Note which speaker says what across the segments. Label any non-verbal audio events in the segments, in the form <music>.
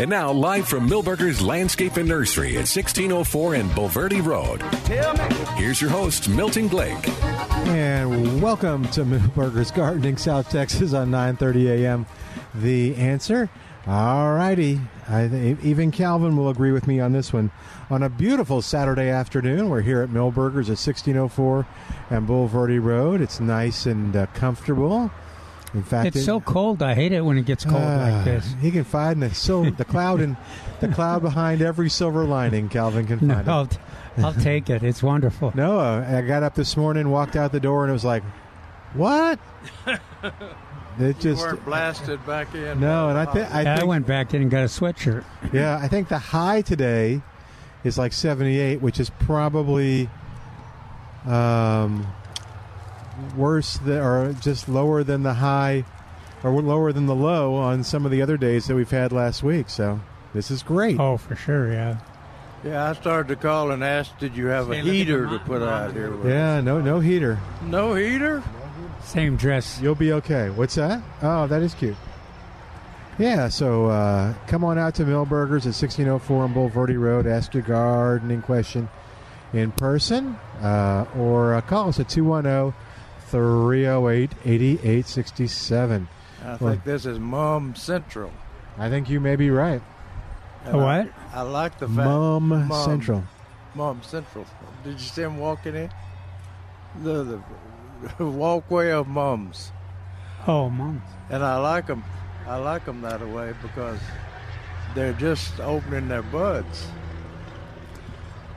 Speaker 1: And now, live from Millburgers Landscape and Nursery at 1604 and Bulverde Road,
Speaker 2: Tell me.
Speaker 1: here's your host, Milton Blake.
Speaker 3: And welcome to Millburgers Gardening, South Texas on 9:30 a.m. The answer. All righty, I think even Calvin will agree with me on this one. On a beautiful Saturday afternoon, we're here at Millburgers at 1604 and Boulevardy Road. It's nice and uh, comfortable. In fact,
Speaker 4: It's
Speaker 3: it-
Speaker 4: so cold. I hate it when it gets cold
Speaker 3: Ah,
Speaker 4: like this.
Speaker 3: He can find the sil- the cloud and the cloud behind every silver lining. Calvin can
Speaker 4: <laughs> No,
Speaker 3: find it.
Speaker 4: I'll, t- I'll take it. It's wonderful.
Speaker 3: No, uh, I got up this morning, walked out the door, and it was like, "What?" it just
Speaker 5: weren't blasted back in.
Speaker 3: no, and I, thi- I
Speaker 4: I,
Speaker 3: think
Speaker 4: went back in and got a sweatshirt.
Speaker 3: yeah, I think the high today is like 78, which is probably um, worse than, or just lower than the high, or lower than the low on some of the other days that we've had last week. So this is great.
Speaker 4: Oh, for sure, yeah.
Speaker 5: Yeah, I started to call and asked, did you have a heater to put out here? With?
Speaker 3: Yeah, no, no heater.
Speaker 5: No heater?
Speaker 4: Same dress.
Speaker 3: You'll be okay. What's that? Oh, that is cute. Yeah, so uh, come on out to Millburgers at 1604 on Boulevardy Road. Ask your gardening question in person uh, or uh, call us at 210 308 8867.
Speaker 5: I
Speaker 3: Well-
Speaker 5: think this is Mum Central.
Speaker 3: I think you may be right.
Speaker 5: And
Speaker 4: A
Speaker 5: I-
Speaker 4: what?
Speaker 5: I, like the fact.
Speaker 3: Mum, Central.
Speaker 5: Mum Central. Did you see him walking in? The, the <laughs> walkway of mums.
Speaker 4: Oh, mom.
Speaker 5: And I like them. I like them that way because they're just opening their buds.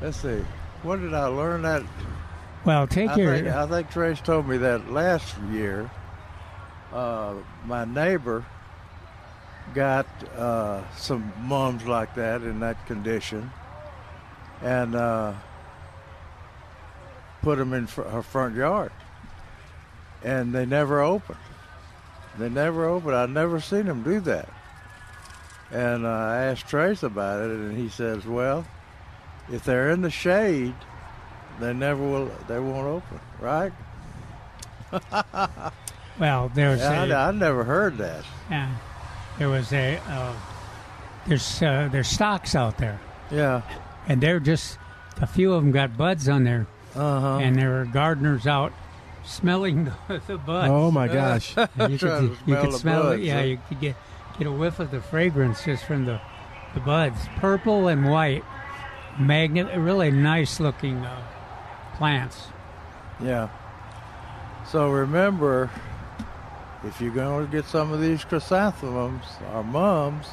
Speaker 5: Let's see. What did I learn that
Speaker 4: Well, take
Speaker 5: I
Speaker 4: your.
Speaker 5: think, I think Trace told me that last year. Uh, my neighbor got uh, some mums like that in that condition, and uh, put them in fr- her front yard, and they never opened. They never opened. I've never seen them do that. And uh, I asked Trace about it, and he says, "Well, if they're in the shade, they never will. They won't open, right?
Speaker 4: well, there's
Speaker 5: I,
Speaker 4: a.
Speaker 5: I never heard that.
Speaker 4: yeah, there was a. Uh, there's uh, there's stocks out there,
Speaker 5: Yeah.
Speaker 4: and they're just a few of them got buds on there,
Speaker 5: Uh
Speaker 3: Oh.
Speaker 5: huh.
Speaker 4: and there are gardeners out smelling <laughs> the, the buds.
Speaker 3: Oh, my gosh.
Speaker 4: And
Speaker 5: <laughs>
Speaker 4: you
Speaker 5: Trying
Speaker 4: could, you
Speaker 5: to smell
Speaker 4: could
Speaker 5: the
Speaker 4: smell
Speaker 5: buds,
Speaker 4: it. Yeah,
Speaker 5: huh?
Speaker 4: you could get get a whiff of the fragrance just from the the buds, purple and white. Magnet, really nice looking uh, plants.
Speaker 5: Yeah. So remember, if you're going to get some of these chrysanthemums or mums,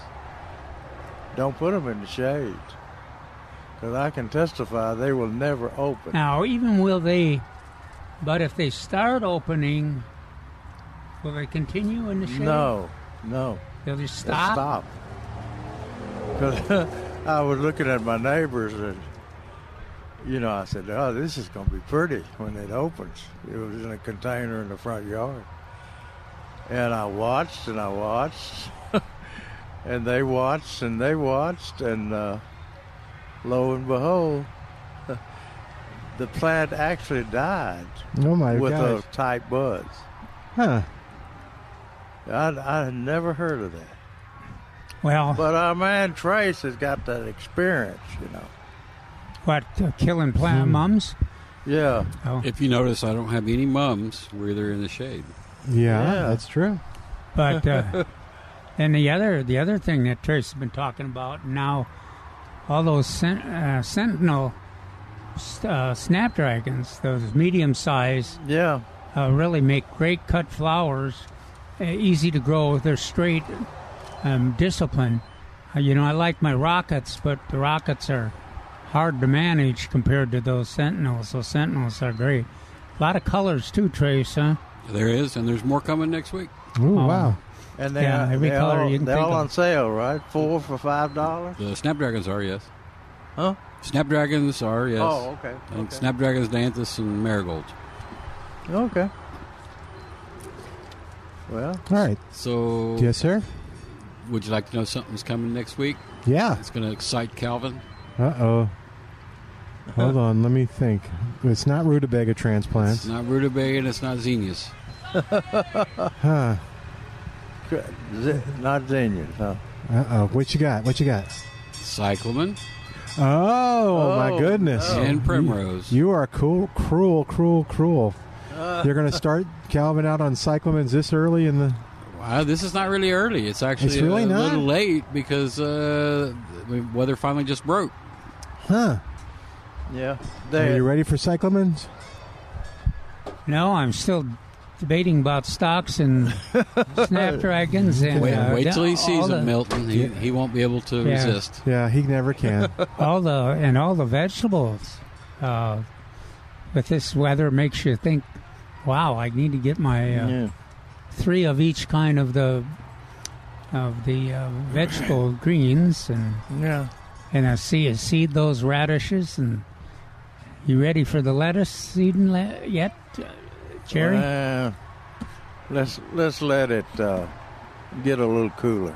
Speaker 5: don't put them in the shade, because I can testify they will never open.
Speaker 4: Now, even will they? But if they start opening, will they continue in the shade?
Speaker 5: no, no.
Speaker 4: they'll just
Speaker 5: Just
Speaker 4: stop.
Speaker 5: Stop. 'Cause <laughs> I was looking at my neighbors and, you know, I said, oh, this is going to be pretty when it opens. It was in a container in the front yard. And I watched and I watched. <laughs> and they watched and they watched. And uh, lo and behold, <laughs> the plant actually died
Speaker 3: Oh, my
Speaker 5: with
Speaker 3: gosh.
Speaker 5: those tight buds.
Speaker 3: Huh.
Speaker 5: I, I had never heard of that.
Speaker 4: Well,
Speaker 5: But our man Trace has got that experience, you know.
Speaker 4: what uh, killing plant
Speaker 5: Hmm.
Speaker 4: mums?
Speaker 5: Yeah,
Speaker 4: Oh,
Speaker 6: If you notice, I don't have any mums. We're either in the shade.
Speaker 3: Yeah,
Speaker 5: Yeah.
Speaker 3: that's true.
Speaker 4: but uh, and the other the other thing that Trace has been talking about now, all those sen- uh, sentinel s- uh, snapdragons, those medium size,
Speaker 5: yeah,
Speaker 4: uh, really make great cut flowers, uh, easy to grow. They're straight, um, disciplined. Uh, you know, I like my rockets, but the rockets are hard to manage compared to those sentinels. So sentinels are great. A lot of colors too, Trace. Huh?
Speaker 6: There is, and there's more coming next week.
Speaker 3: Ooh,
Speaker 4: Oh.
Speaker 3: wow.
Speaker 5: and they
Speaker 4: Yeah,
Speaker 5: are,
Speaker 4: every
Speaker 5: they
Speaker 4: color
Speaker 5: all,
Speaker 4: you can
Speaker 5: they're
Speaker 4: think
Speaker 5: all
Speaker 4: of.
Speaker 5: on sale, right? Four for five dollars,
Speaker 6: The snapdragons are yes.
Speaker 5: huh?
Speaker 6: Snapdragons are, yes.
Speaker 5: Oh, okay.
Speaker 6: And
Speaker 5: okay.
Speaker 6: Snapdragons, Dianthus, and marigolds.
Speaker 5: Okay. Well,
Speaker 3: All right.
Speaker 6: So,
Speaker 3: Yes, sir.
Speaker 6: would you like to know something's coming next week?
Speaker 3: Yeah.
Speaker 6: It's going to excite Calvin.
Speaker 3: Uh oh. Hold on. Let me think. It's not rutabaga transplants.
Speaker 6: It's not rutabaga and it's not zinnias.
Speaker 3: Huh.
Speaker 5: good. Z- not Xenias, huh?
Speaker 3: Uh oh. What you got? What you got?
Speaker 6: Cyclamen
Speaker 3: Oh, my
Speaker 5: Oh,
Speaker 3: goodness.
Speaker 5: Oh.
Speaker 6: and primrose.
Speaker 3: You are cool, cruel, cruel, cruel.
Speaker 5: Uh.
Speaker 3: You're going to start Calvin out on cyclamens this early in the.
Speaker 6: wow, Uh, this is not really early. It's actually
Speaker 3: It's really
Speaker 6: a
Speaker 3: not?
Speaker 6: little late because uh, the weather finally just broke.
Speaker 3: Huh.
Speaker 5: Yeah.
Speaker 3: Are
Speaker 5: They,
Speaker 3: you ready for cyclamens?
Speaker 4: No, I'm still debating about stocks and snapdragons and
Speaker 6: Wait,
Speaker 4: uh,
Speaker 6: wait till he sees
Speaker 4: all the,
Speaker 6: them, Milton. He, he won't be able to
Speaker 4: Yeah.
Speaker 6: resist.
Speaker 3: Yeah, he never
Speaker 5: <laughs>
Speaker 3: can.
Speaker 4: all the and all the vegetables. Uh, but this weather makes you think, wow, I need to get my uh,
Speaker 5: yeah.
Speaker 4: three of each kind of the of the uh, vegetable greens and
Speaker 5: Yeah.
Speaker 4: and I see you seed those radishes and you ready for the lettuce seeding le- yet, uh, Jerry?
Speaker 5: Uh, let's let's let it uh, get a little cooler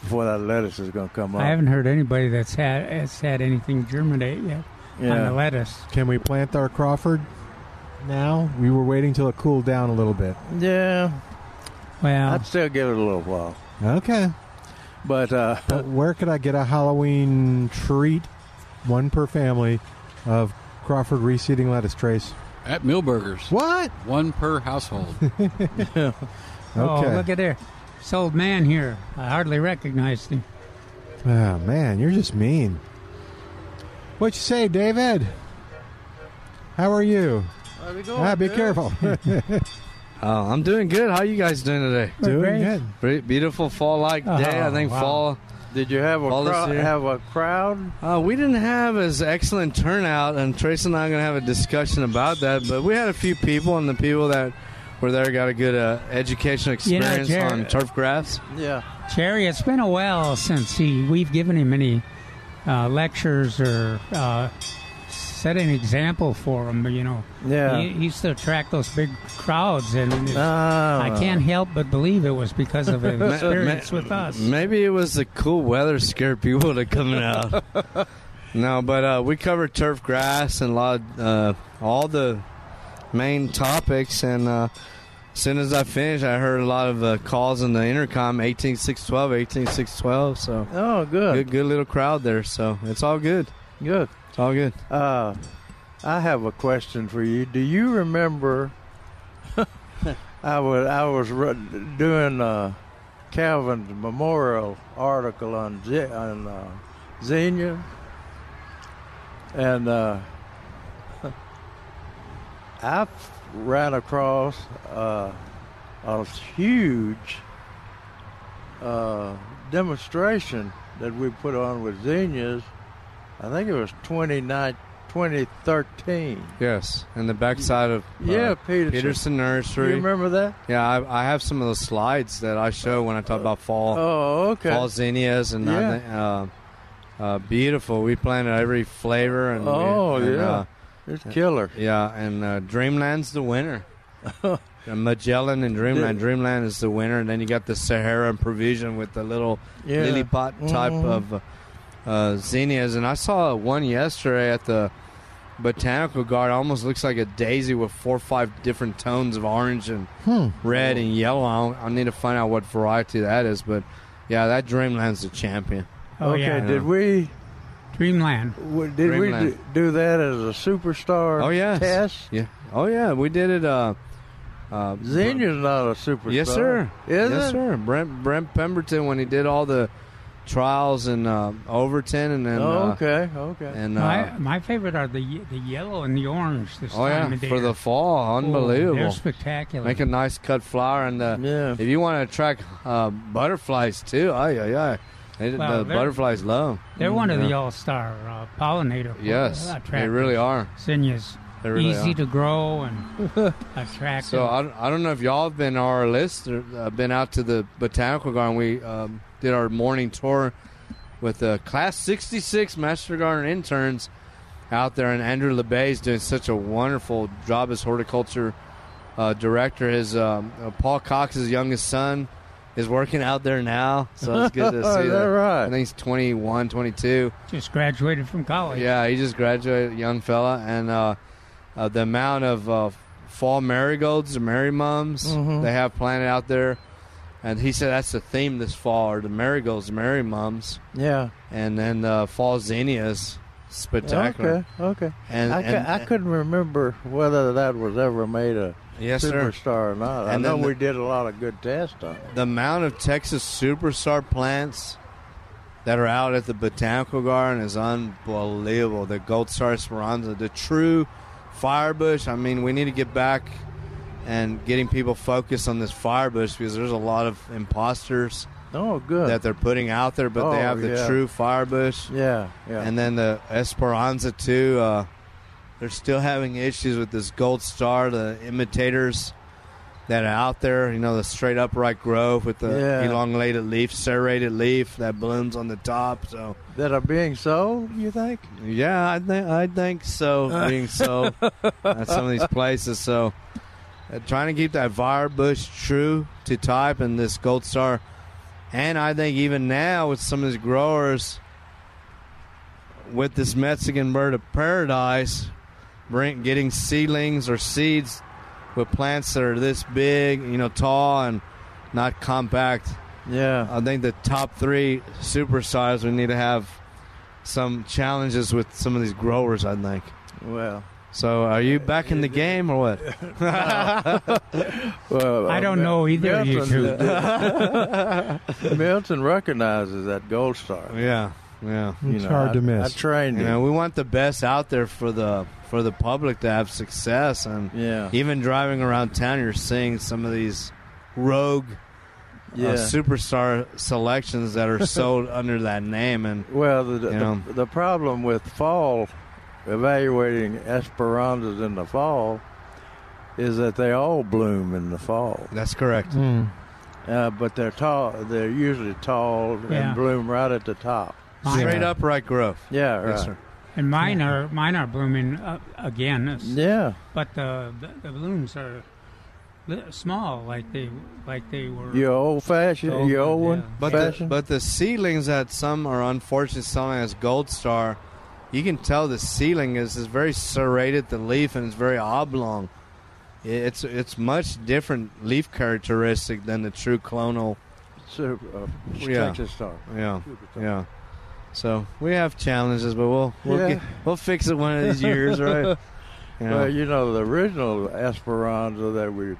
Speaker 5: before that lettuce is going to come up.
Speaker 4: I haven't heard anybody that's had has had anything germinate yet on the
Speaker 5: yeah.
Speaker 4: lettuce.
Speaker 3: can we plant our Crawford now? We were waiting till it cooled down a little bit.
Speaker 5: yeah.
Speaker 4: Well,
Speaker 5: I'd still give it a little while,
Speaker 3: Okay.
Speaker 5: but uh,
Speaker 3: But where could I get a Halloween treat, one per family, of Crawford reseeding lettuce trace?
Speaker 6: At Millburgers,
Speaker 3: What?
Speaker 6: one per
Speaker 5: <laughs>
Speaker 6: household.
Speaker 4: oh
Speaker 3: Okay.
Speaker 4: look at there, this old man here. I hardly recognized him.
Speaker 3: Oh, man, you're just mean. What you say, David? How are you?
Speaker 2: Oh,
Speaker 3: ah,
Speaker 2: <laughs>
Speaker 3: be careful.
Speaker 2: Uh, I'm doing good. How you guys doing today?
Speaker 4: We're
Speaker 3: Doing
Speaker 4: great.
Speaker 3: good.
Speaker 2: Pretty beautiful fall-like
Speaker 4: Oh,
Speaker 2: day. I think
Speaker 4: wow.
Speaker 2: fall.
Speaker 5: did you have a
Speaker 2: All this
Speaker 5: crowd?
Speaker 2: here.
Speaker 5: Have a crowd?
Speaker 2: Uh, we didn't have as excellent turnout, and Trace and I are going to have a discussion about that. But we had a few people, and the people that were there got a good uh, educational
Speaker 4: You know,
Speaker 2: experience
Speaker 4: Jared- uh,
Speaker 2: on turf grass.
Speaker 5: Yeah.
Speaker 4: Jerry, it's been a while since he we've given him any uh, lectures or uh, set an example for him. You know,
Speaker 5: Yeah.
Speaker 4: he, he used to attract those big crowds, and
Speaker 2: Oh.
Speaker 4: it's-
Speaker 5: Ah.
Speaker 4: I can't help but believe it was
Speaker 2: <laughs>
Speaker 4: because of his
Speaker 2: Ma- ma-
Speaker 4: experience with us.
Speaker 2: Maybe it was the cool weather scared people to coming out.
Speaker 4: <laughs>
Speaker 2: no, but uh, we covered turf grass and a lot of, uh, all the main topics. And uh, as soon as I finished, I heard a lot of uh, calls in the intercom 18612, 18612. So
Speaker 5: Oh, good.
Speaker 2: good, good little crowd there. So it's all good.
Speaker 5: Good.
Speaker 2: It's all good.
Speaker 5: Uh, I have a question for you. Do you remember? I was I was ru- doing uh, Calvin's memorial article on Ze- on uh, Xenia, and uh, <laughs> I f- ran across uh, a huge uh, demonstration that we put on with Xenia's. I think it was 29, 2013.
Speaker 2: Yes. And the backside of uh,
Speaker 5: Yeah, Peterson.
Speaker 2: Peterson
Speaker 5: Do
Speaker 2: Nursery.
Speaker 5: you remember that?
Speaker 2: Yeah, I, I have some of those slides that I show when I talk about fall.
Speaker 5: Oh, okay.
Speaker 2: Fall zinnias and
Speaker 5: Yeah.
Speaker 2: I think, uh, uh, beautiful. We planted every flavor and we-
Speaker 5: Oh,
Speaker 2: and,
Speaker 5: yeah.
Speaker 2: uh,
Speaker 5: It's killer.
Speaker 2: yeah, and uh, Dreamland's the
Speaker 5: <laughs>
Speaker 2: winner. And Magellan and Dreamland.
Speaker 5: Dude.
Speaker 2: Dreamland is the winner, and then you got the Sahara and Provision with the little
Speaker 5: Yeah.
Speaker 2: lily pot type
Speaker 5: Mhm.
Speaker 2: of uh, uh, zinnias. And I saw one yesterday at the botanical garden. Almost looks like a daisy with four or five different tones of orange and
Speaker 3: Hmm.
Speaker 2: red and yellow. I, don't- I need to find out what variety that is, but yeah, that Dreamland's the champion.
Speaker 4: oh
Speaker 5: okay,
Speaker 4: yeah,
Speaker 5: did we
Speaker 4: Dreamland.
Speaker 5: w- did we
Speaker 2: Dreamland.
Speaker 5: do, do that as a superstar
Speaker 2: Oh, yes.
Speaker 5: test?
Speaker 2: Yeah. Oh yeah, we did it. Uh, uh,
Speaker 5: Xenia's not a superstar.
Speaker 2: Yes, sir.
Speaker 5: Is
Speaker 2: yes,
Speaker 5: it?
Speaker 2: sir. Brent Brent Pemberton when he did all the trials in uh, Overton and then
Speaker 5: oh,
Speaker 2: uh,
Speaker 5: okay, okay.
Speaker 2: and
Speaker 4: my,
Speaker 2: uh,
Speaker 4: my favorite are the ye- the yellow and the orange this
Speaker 2: oh
Speaker 4: time
Speaker 2: yeah
Speaker 4: of day.
Speaker 2: for the fall,
Speaker 4: they're
Speaker 2: unbelievable.
Speaker 4: spectacular.
Speaker 2: Make a nice cut flower and uh,
Speaker 5: yeah.
Speaker 2: if you want to attract uh, butterflies too, oh yeah yeah, they,
Speaker 4: Well,
Speaker 2: the
Speaker 4: they're-
Speaker 2: butterflies love. 'em.
Speaker 4: They're one of the
Speaker 2: Yeah.
Speaker 4: all-star uh, pollinator.
Speaker 2: Yes, they
Speaker 4: attractors.
Speaker 2: really are.
Speaker 4: Zinnias,
Speaker 2: They really
Speaker 4: easy
Speaker 2: are.
Speaker 4: to grow and
Speaker 2: <laughs>
Speaker 4: attractive.
Speaker 2: So uh, I, don't- I don't know if y'all have been on our list or uh, been out to the botanical garden. We um, did our morning tour with the Class 66 Master Garden interns out there, and Andrew LeBay is doing such a wonderful job as horticulture uh, director. His um, uh, Paul Cox's youngest son is working out there now, so it's good to
Speaker 5: Oh,
Speaker 2: see
Speaker 5: <laughs>
Speaker 2: that.
Speaker 5: is that right?
Speaker 2: I think he's 21, 22.
Speaker 4: Just graduated from
Speaker 5: Oh,
Speaker 4: college.
Speaker 2: Yeah, he just graduated, young fella, and uh, uh, the amount of uh, fall marigolds, the Mary Mums
Speaker 5: Mm-hmm.
Speaker 2: they have planted out there, and he said that's the theme this fall: are the marigolds, the Mary Mums,
Speaker 5: Yeah.
Speaker 2: and then the fall zinnias, spectacular.
Speaker 5: Okay. Okay.
Speaker 2: And,
Speaker 5: I, cou-
Speaker 2: and-
Speaker 5: I couldn't remember whether that was ever made a
Speaker 2: yes, sir.
Speaker 5: superstar or not.
Speaker 2: And
Speaker 5: I know
Speaker 2: then the-
Speaker 5: we did a lot of good tests on it.
Speaker 2: The amount of Texas superstar plants that are out at the botanical garden is unbelievable. The gold star esperanza, the true firebush. I mean, we need to get back and getting people focused on this firebush because there's a lot of imposters
Speaker 5: Oh, good.
Speaker 2: that they're putting out there, but they
Speaker 5: Oh,
Speaker 2: have the
Speaker 5: yeah.
Speaker 2: true firebush.
Speaker 5: yeah. Yeah.
Speaker 2: And then the Esperanza too. Uh, they're still having issues with this Gold Star, the imitators that are out there. You know, the straight upright grove with the
Speaker 5: Yeah.
Speaker 2: elongated leaf, serrated leaf that blooms on the top. So
Speaker 5: that are being sold, you think?
Speaker 2: yeah, I think I think so. Being sold at some of these places, so uh, trying to keep that Vire Bush true to type and this Gold Star, and I think even now with some of these growers, with this Mexican bird of paradise, bring, getting seedlings or seeds with plants that are this big, you know, tall and not compact.
Speaker 5: Yeah.
Speaker 2: I think the top three superstars we need to have some challenges with some of these growers. I think.
Speaker 5: well.
Speaker 2: So, are you back in the game or what?
Speaker 5: Well,
Speaker 4: I
Speaker 5: uh,
Speaker 4: don't
Speaker 5: Mi-
Speaker 4: know either of you
Speaker 5: two. <laughs> Milton recognizes that gold star.
Speaker 2: Yeah, yeah.
Speaker 3: It's hard
Speaker 5: I,
Speaker 3: to
Speaker 5: I
Speaker 3: miss.
Speaker 5: trained
Speaker 2: You
Speaker 5: him.
Speaker 2: know, we want the best out there for the for the public to have success, and
Speaker 5: Yeah.
Speaker 2: even driving around town, you're seeing some of these rogue
Speaker 5: Yeah.
Speaker 2: uh, superstar selections that are sold under that name, and
Speaker 5: well, the, the,
Speaker 2: you know.
Speaker 5: the problem with fall evaluating esperanzas in the fall is that they all bloom in the fall,
Speaker 2: that's correct.
Speaker 3: Mm.
Speaker 5: uh, but they're tall. They're usually tall
Speaker 4: Yeah.
Speaker 5: and bloom right at the top.
Speaker 4: Mine,
Speaker 2: Straight upright growth.
Speaker 5: Yeah. Right.
Speaker 2: Yes, sir.
Speaker 4: And mine are mine are blooming uh, again. It's-
Speaker 5: Yeah.
Speaker 4: But the, the the blooms are li- small, like they like they were.
Speaker 5: You old fashioned.
Speaker 4: Old,
Speaker 5: you old
Speaker 4: yeah.
Speaker 5: one.
Speaker 2: But the,
Speaker 5: fashioned?
Speaker 2: but the seedlings that some are unfortunately selling as gold star, you can tell the seedling is, is very serrated, the leaf, and it's very oblong. I- It's it's much different leaf characteristic than the true clonal.
Speaker 5: Super, uh,
Speaker 2: Yeah.
Speaker 5: Texas star.
Speaker 2: Yeah,
Speaker 5: Superstar.
Speaker 2: yeah. So we have challenges, but we'll we'll,
Speaker 5: Yeah.
Speaker 2: get, we'll fix it one of these years,
Speaker 5: <laughs>
Speaker 2: right? You know,
Speaker 5: Well, you know, the original Esperanza that we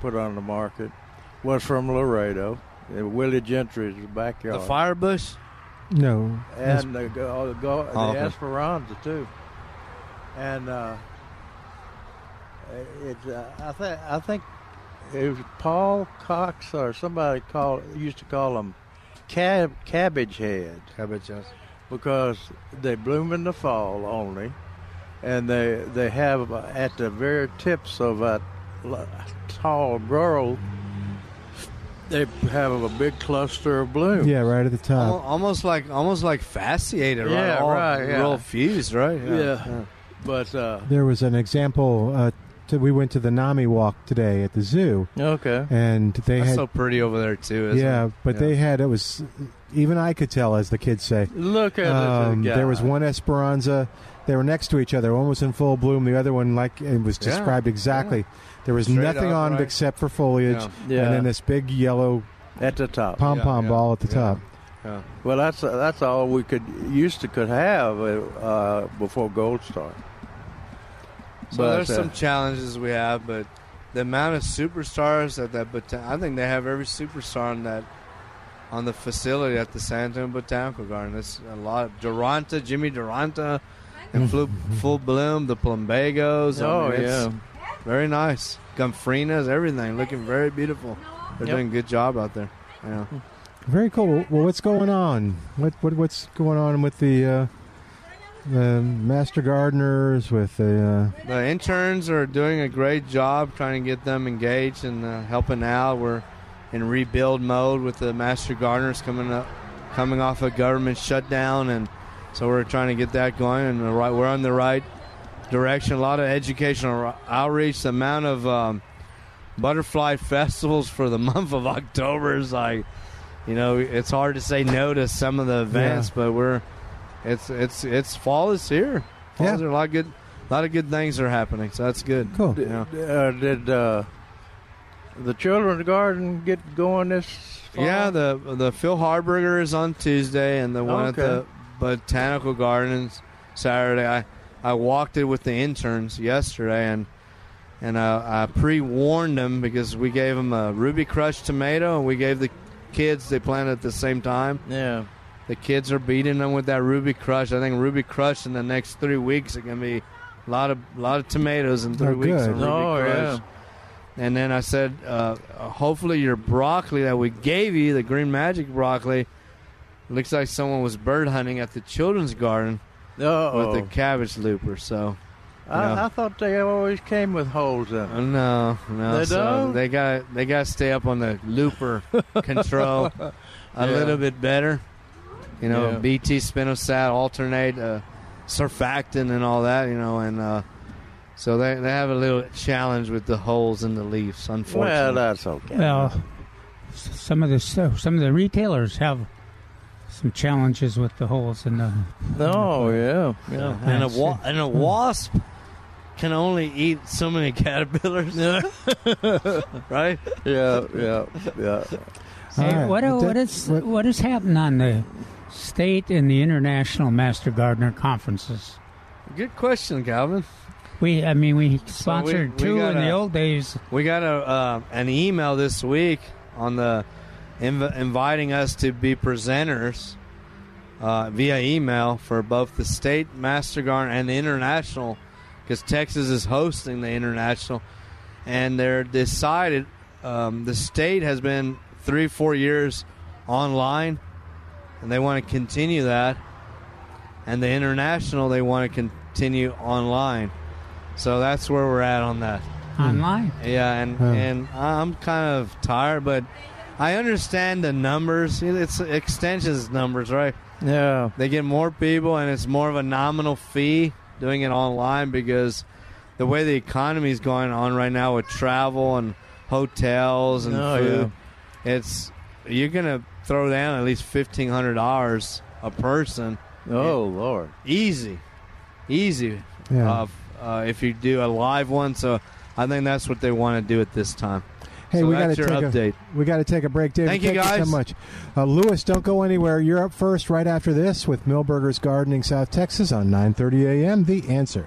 Speaker 5: put on the market was from Laredo, in Willie Gentry's
Speaker 2: the
Speaker 5: backyard.
Speaker 2: firebush.
Speaker 3: No.
Speaker 5: and the, go, the, go, the
Speaker 2: Oh, okay.
Speaker 5: Esperanza, too. And uh, it, uh, I, th- I think it was Paul Cox or somebody called, used to call them cab, cabbage heads.
Speaker 2: Cabbages.
Speaker 5: because they bloom in the fall only, and they they have uh, at the very tips of that l- tall growth, they have a big cluster of blooms.
Speaker 3: Yeah, right at the top.
Speaker 2: Almost like almost like fasciated, right?
Speaker 5: Yeah,
Speaker 2: All
Speaker 5: right, yeah.
Speaker 2: Real fused, right?
Speaker 5: yeah. But
Speaker 2: Oh.
Speaker 5: uh,
Speaker 3: There was an example. Uh, t- we went to the Nami Walk today at the zoo,
Speaker 5: okay,
Speaker 3: and they
Speaker 2: That's
Speaker 3: had
Speaker 2: so pretty over there too. Isn't
Speaker 3: yeah,
Speaker 2: it?
Speaker 3: but
Speaker 2: Yeah.
Speaker 3: they had it was even I could tell, as the kids say.
Speaker 2: <laughs>
Speaker 5: look at
Speaker 3: Um,
Speaker 5: it.
Speaker 3: there was one Esperanza. They were next to each other. One was in full bloom. The other one, like it was
Speaker 2: Yeah,
Speaker 3: described exactly. There was
Speaker 2: Straight
Speaker 3: nothing
Speaker 2: up,
Speaker 3: on
Speaker 2: right.
Speaker 3: it except for foliage,
Speaker 5: Yeah.
Speaker 3: and then this big yellow
Speaker 5: at the top.
Speaker 3: pom pom
Speaker 2: yeah,
Speaker 3: ball at the
Speaker 2: yeah.
Speaker 3: top.
Speaker 2: Yeah.
Speaker 5: Well, that's uh, that's all we could used to could have uh, before Gold Star.
Speaker 2: So
Speaker 5: But,
Speaker 2: there's
Speaker 5: uh,
Speaker 2: some challenges we have, but the amount of superstars at that botan- I think they have every superstar on that on the facility at the San Antonio Botanical Garden. There's a lot of Duranta, Jimmy Duranta, and Full, Full Bloom, the Plumbagos. I
Speaker 5: Mm. Oh
Speaker 2: mean, it's
Speaker 5: yeah,
Speaker 2: very nice. Gumfrinas, everything looking very beautiful. They're
Speaker 5: Yep.
Speaker 2: doing a good job out there. Yeah.
Speaker 3: Very cool. Well, what's going on? What, what what's going on with the uh, the master gardeners? With the uh,
Speaker 2: The interns are doing a great job trying to get them engaged and uh, helping out. We're in rebuild mode with the master gardeners coming up coming off a government shutdown, and so we're trying to get that going. And the right, we're on the right direction. A lot of educational outreach. The amount of um, butterfly <laughs> festivals for the month of October is like, you know, it's hard to say no to some of the events, but we're it's it's it's fall is here. Fall
Speaker 3: Yeah.
Speaker 2: is here. a lot of good, a lot of good things are happening. So that's good.
Speaker 3: Cool.
Speaker 2: Yeah.
Speaker 5: Uh, did uh, the children's garden get going this? Fall?
Speaker 2: Yeah, the the Phil Harberger is on Tuesday, and the one at the
Speaker 5: Okay.
Speaker 2: Botanical Gardens Saturday. I I walked it with the interns yesterday, and and uh, I pre warned them because we gave them a Ruby Crush tomato, and we gave the kids they planted at the same time.
Speaker 5: yeah.
Speaker 2: The kids are beating them with that Ruby Crush. I think Ruby Crush in the next three weeks are gonna be a lot of lot of tomatoes in three
Speaker 3: Oh,
Speaker 2: weeks.
Speaker 3: good.
Speaker 2: of Ruby
Speaker 5: Oh,
Speaker 2: Crush.
Speaker 5: yeah.
Speaker 2: And then I said, uh, hopefully your broccoli that we gave you, the green magic broccoli, looks like someone was bird hunting at the children's garden
Speaker 5: Uh-oh.
Speaker 2: with a cabbage looper. So yeah.
Speaker 5: I, I thought they always came with holes in it.
Speaker 2: uh, no, no,
Speaker 5: They
Speaker 2: so
Speaker 5: don't?
Speaker 2: they got they got to stay up on the
Speaker 5: <laughs>
Speaker 2: looper control a
Speaker 5: Yeah.
Speaker 2: little bit better. You know,
Speaker 5: Yeah.
Speaker 2: BT spinosad alternate uh, surfactant and all that. You know, and uh, so they they have a little challenge with the holes in the leaves. Unfortunately,
Speaker 5: Well, uh, that's okay.
Speaker 4: Well, s- some of the sto- some of the retailers have some challenges with the holes in the.
Speaker 5: no, Oh, yeah, yeah.
Speaker 2: And a
Speaker 4: That's
Speaker 2: wa- and a wasp can only eat so many <laughs> caterpillars, right?
Speaker 5: Yeah, yeah, yeah.
Speaker 3: All
Speaker 4: Hey,
Speaker 3: right.
Speaker 4: what,
Speaker 3: Well,
Speaker 4: what
Speaker 3: that-
Speaker 4: is
Speaker 3: what-
Speaker 4: what has happened on the state and the international Master Gardener conferences?
Speaker 2: Good question, Calvin.
Speaker 4: We, I mean, we sponsored
Speaker 2: we
Speaker 4: two
Speaker 2: got
Speaker 4: in the
Speaker 2: a-
Speaker 4: old days.
Speaker 2: We got a uh, an email this week on the inv- inviting us to be presenters uh, via email for both the state master garden and the international, because Texas is hosting the international, and they're decided. Um, the state has been three four years online, and they want to continue that, and the international they want to continue online. So that's where we're at on that.
Speaker 3: Hmm.
Speaker 4: online.
Speaker 2: Yeah, and
Speaker 3: Yeah.
Speaker 2: and I'm kind of tired, but I understand the numbers. It's extensions numbers, right?
Speaker 5: Yeah,
Speaker 2: They get more people, and it's more of a nominal fee doing it online because the way the economy is going on right now with travel and hotels and
Speaker 5: Oh,
Speaker 2: food, it's you're gonna throw down at least fifteen hundred dollars a person,
Speaker 5: Oh Lord.
Speaker 2: easy, easy.
Speaker 3: Yeah.
Speaker 2: Uh, uh, if you do a live one, so I think that's what they want to do at this time.
Speaker 3: Hey,
Speaker 2: so
Speaker 3: we got to
Speaker 2: that's
Speaker 3: take
Speaker 2: your
Speaker 3: a
Speaker 2: update.
Speaker 3: we got to take a break, David.
Speaker 2: Thank you,
Speaker 3: so
Speaker 2: guys.
Speaker 3: much, uh, Lewis. Don't go anywhere. You're up first, right after this, with Millburgers Gardening, South Texas, on 9:30 a.m. The Answer.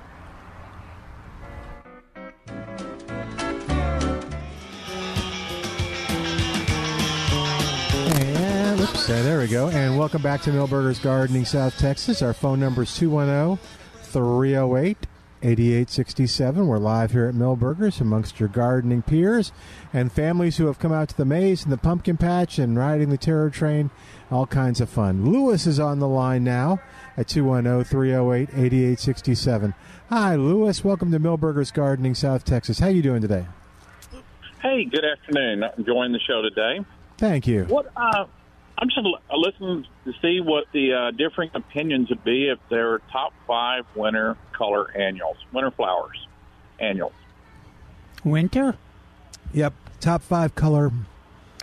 Speaker 3: And oops, uh, there we go. And welcome back to Millburgers Gardening, South Texas. Our phone number is 210 308 8867. We're live here at Millburgers amongst your gardening peers and families who have come out to the maze and the pumpkin patch and riding the terror train. All kinds of fun. Lewis is on the line now at 210 308 8867. Hi, Lewis. Welcome to Millburgers Gardening, South Texas. How you doing today?
Speaker 7: Hey, good afternoon. I'm enjoying the show today.
Speaker 3: Thank you.
Speaker 7: What uh, I'm just l- listening to see what the uh, differing opinions would be if they're top five winter color annuals, winter flowers, annuals.
Speaker 4: Winter?
Speaker 3: Yep. Top five color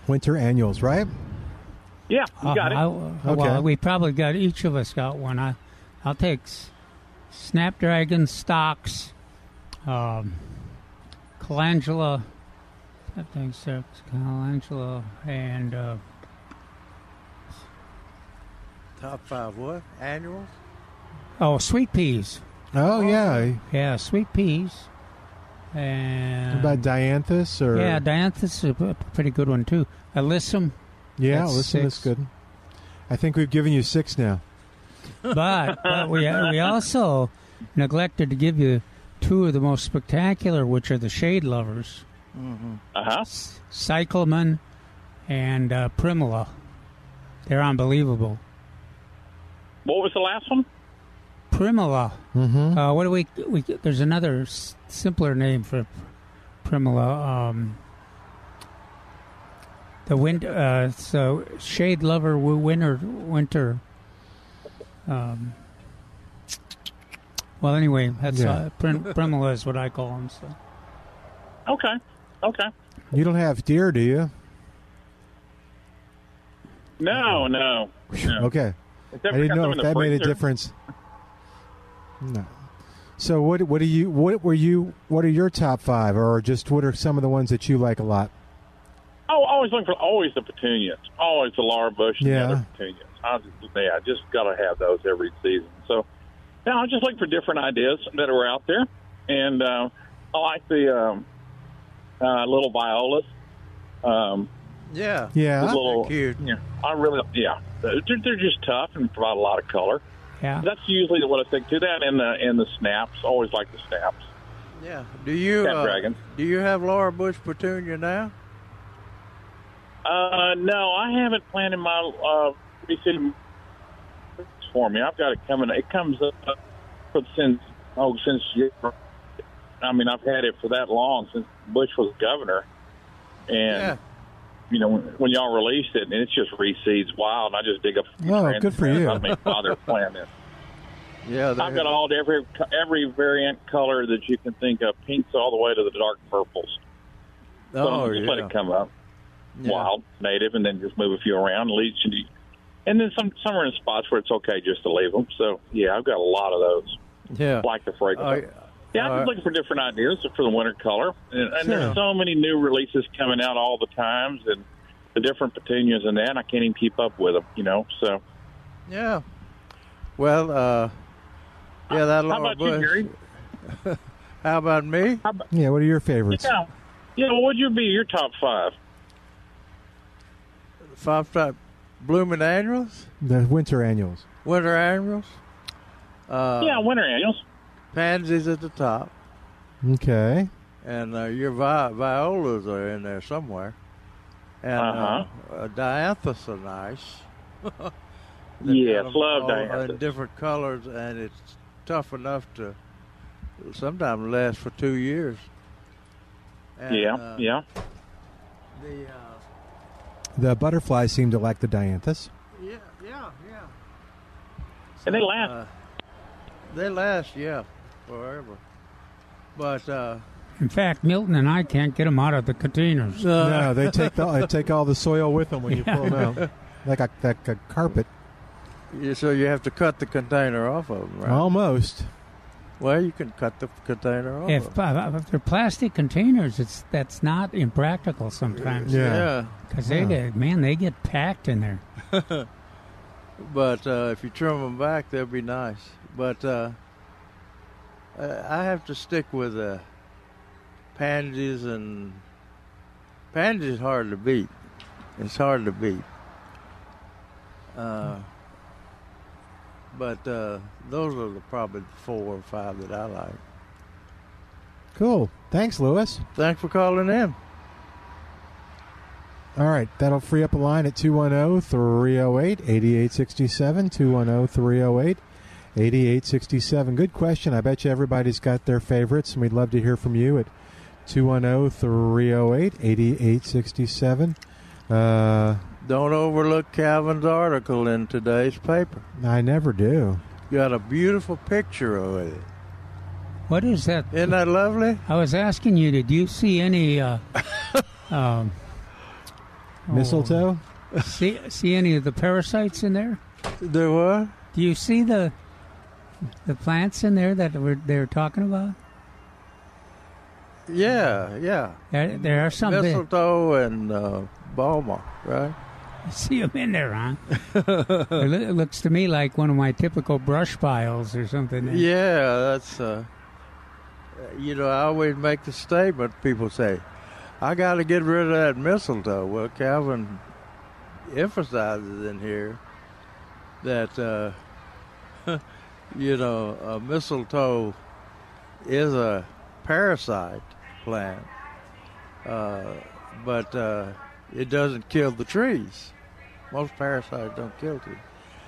Speaker 3: winter annuals, right?
Speaker 7: Yeah,
Speaker 3: Uh-huh.
Speaker 7: you got
Speaker 4: Uh,
Speaker 7: it.
Speaker 4: I-
Speaker 3: Okay.
Speaker 4: Well, we probably got each of us got one. I, I'll take s- snapdragon stocks, um, calendula. I think so. it's calendula and uh,
Speaker 5: Top five what? Annuals?
Speaker 4: oh, sweet peas.
Speaker 3: Oh, yeah.
Speaker 4: Yeah, sweet peas. And
Speaker 3: About dianthus or
Speaker 4: yeah, dianthus is a p- pretty good one too. Alyssum,
Speaker 3: yeah.
Speaker 4: that's
Speaker 3: Listen, that's
Speaker 4: six.
Speaker 3: good. I think we've given you six now.
Speaker 4: but, but we uh, we also neglected to give you two of the most spectacular, which are the shade lovers.
Speaker 7: Uh huh.
Speaker 4: Cyclamen and uh, Primula. They're unbelievable.
Speaker 7: What was the last one?
Speaker 4: Primula.
Speaker 3: Mm-hmm.
Speaker 4: Uh, what do we, we? There's another s- simpler name for Primula. Um, the wind. Uh, so shade lover wi- winter winter. Um, well, anyway, that's
Speaker 3: Yeah.
Speaker 4: uh, prim- <laughs> primula is what I call them. So.
Speaker 7: Okay. Okay.
Speaker 3: You don't have deer, do you?
Speaker 7: No, no. no.
Speaker 3: Okay.
Speaker 7: Except
Speaker 3: I
Speaker 7: we
Speaker 3: didn't
Speaker 7: got
Speaker 3: know if
Speaker 7: them in the
Speaker 3: that made a
Speaker 7: freezer.
Speaker 3: difference. No. So what what do you what were you what are your top five or just what are some of the ones that you like a lot?
Speaker 7: Oh, always looking for always the petunias, always the laurel bush and
Speaker 3: Yeah.
Speaker 7: the other petunias. I just, yeah, I just got to have those every season. So now I was just looking for different ideas that are out there, and uh, I like the um, uh, little violas. Um,
Speaker 5: Yeah.
Speaker 3: Yeah.
Speaker 7: Those little,
Speaker 5: cute.
Speaker 7: Yeah, I really, yeah, they're, they're just tough and provide a lot of color.
Speaker 4: Yeah.
Speaker 7: That's usually what I think to that, and the and the snaps. Always like the snaps.
Speaker 5: Yeah. Do you uh,
Speaker 7: Snapdragon.
Speaker 5: do you have Laura Bush petunia now?
Speaker 7: Uh, no, I haven't planted my uh, reseeding for me. I've got it coming. It comes up for- since oh since you- I mean I've had it for that long since Bush was governor, and
Speaker 5: yeah.
Speaker 7: you know when, when y'all released it and it's just reseeds wild. And I just dig up.
Speaker 3: Oh,
Speaker 7: branches
Speaker 3: good for
Speaker 7: and
Speaker 3: you.
Speaker 7: I made father plant it.
Speaker 5: Yeah. they-
Speaker 7: I've got all every every variant color that you can think of, pinks all the way to the dark purples. So
Speaker 5: Oh,
Speaker 7: just let
Speaker 5: yeah.
Speaker 7: it come up.
Speaker 5: Yeah.
Speaker 7: wild native and then just move a few around leaves and, you- and then some some are in spots where it's okay just to leave them so yeah i've got a lot of those
Speaker 5: Yeah.
Speaker 7: like the
Speaker 5: Oh,
Speaker 7: fragrance
Speaker 5: yeah.
Speaker 7: yeah i'm
Speaker 5: all right.
Speaker 7: just looking for different ideas for the winter color and, and
Speaker 5: Sure.
Speaker 7: there's so many new releases coming out all the times and the different petunias and that i can't even keep up with them you know so
Speaker 5: Yeah. Well, uh, yeah, that
Speaker 7: how
Speaker 5: Laura
Speaker 7: about you
Speaker 5: Bush.
Speaker 7: gary
Speaker 5: How about me?
Speaker 3: Yeah, what are your favorites?
Speaker 7: yeah yeah what would you be your top five
Speaker 5: Five type blooming annuals,
Speaker 3: The winter annuals.
Speaker 5: winter annuals. Uh,
Speaker 7: yeah winter annuals
Speaker 5: Pansies at the top,
Speaker 3: Okay.
Speaker 5: and uh, your vi- violas are in there somewhere, and uh
Speaker 7: Uh-huh.
Speaker 5: uh, dianthus are nice. <laughs> They've
Speaker 7: yes
Speaker 5: got 'em
Speaker 7: love
Speaker 5: all in
Speaker 7: diana
Speaker 5: different colors, and it's tough enough to sometimes last for two years. And,
Speaker 7: yeah
Speaker 5: uh,
Speaker 7: yeah
Speaker 5: The uh,
Speaker 3: The butterflies seem to like the dianthus.
Speaker 5: yeah, yeah, yeah.
Speaker 7: and they last
Speaker 5: Uh, they last, yeah, forever. But uh,
Speaker 4: In fact, Milton and I can't get them out of the containers.
Speaker 3: No, they take the, they take all the soil with them when you pull them out, like a like a carpet.
Speaker 5: you, so you have to cut the container off of them, right?
Speaker 3: Almost.
Speaker 5: well, you can cut the container off. of
Speaker 4: If,
Speaker 5: 'em.
Speaker 4: uh, if they're plastic containers, it's that's not impractical sometimes
Speaker 5: yeah.
Speaker 4: because they
Speaker 3: Yeah.
Speaker 4: get man they get packed in there.
Speaker 5: But uh, if you trim them back, they'll be nice. But uh, I I have to stick with uh, pansies and pansies hard to beat. It's hard to beat. Uh, but uh, those are the probably four or five that I like.
Speaker 3: Cool. Thanks, Lewis.
Speaker 5: Thanks for calling in.
Speaker 3: All right, that'll free up a line at oh, 210-308-8867, 210-308-8867. Good question. I bet you everybody's got their favorites, and we'd love to hear from you at oh, 210-308-8867. Uh,
Speaker 5: Don't overlook Calvin's article in today's paper.
Speaker 3: I never do.
Speaker 5: Got a beautiful picture of it.
Speaker 4: What is that?
Speaker 5: Isn't that lovely?
Speaker 4: I was asking you, did you see any
Speaker 5: <laughs>
Speaker 4: uh, um, oh,
Speaker 3: Mistletoe?
Speaker 4: see see any of the parasites in there?
Speaker 5: There were.
Speaker 4: Do you see the the plants in there that we're, they were talking about?
Speaker 5: Yeah, yeah.
Speaker 4: There, there are some. Big,
Speaker 5: Mistletoe and uh, Balma, right?
Speaker 4: I see them in there, huh? it loo- it looks to me like one of my typical brush piles or something.
Speaker 5: Yeah, that's. Uh, you know, I always make the statement. People say, "I got to get rid of that mistletoe." Well, Calvin emphasizes in here that uh, <laughs> you know a mistletoe is a parasite plant, uh, but uh, it doesn't kill the trees. Most parasites don't kill trees.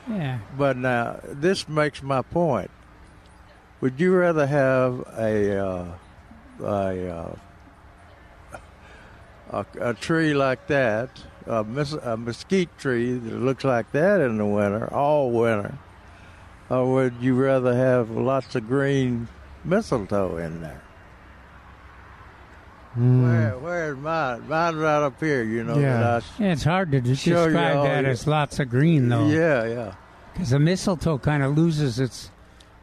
Speaker 4: Yeah.
Speaker 5: But now this makes my point. Would you rather have a uh, a, uh, a a tree like that a, mes- a mesquite tree that looks like that in the winter, all winter, or would you rather have lots of green mistletoe in there?
Speaker 3: Hmm.
Speaker 5: Where, where's mine? Mine's right up here, you know.
Speaker 3: Yeah.
Speaker 5: That
Speaker 4: Mm. Yeah, it's hard to d-
Speaker 5: Sure,
Speaker 4: describe
Speaker 5: yeah, oh,
Speaker 4: that
Speaker 5: yeah.
Speaker 4: as lots of green,
Speaker 5: I,
Speaker 4: though.
Speaker 5: yeah, yeah.
Speaker 4: Because the mistletoe kind of loses its.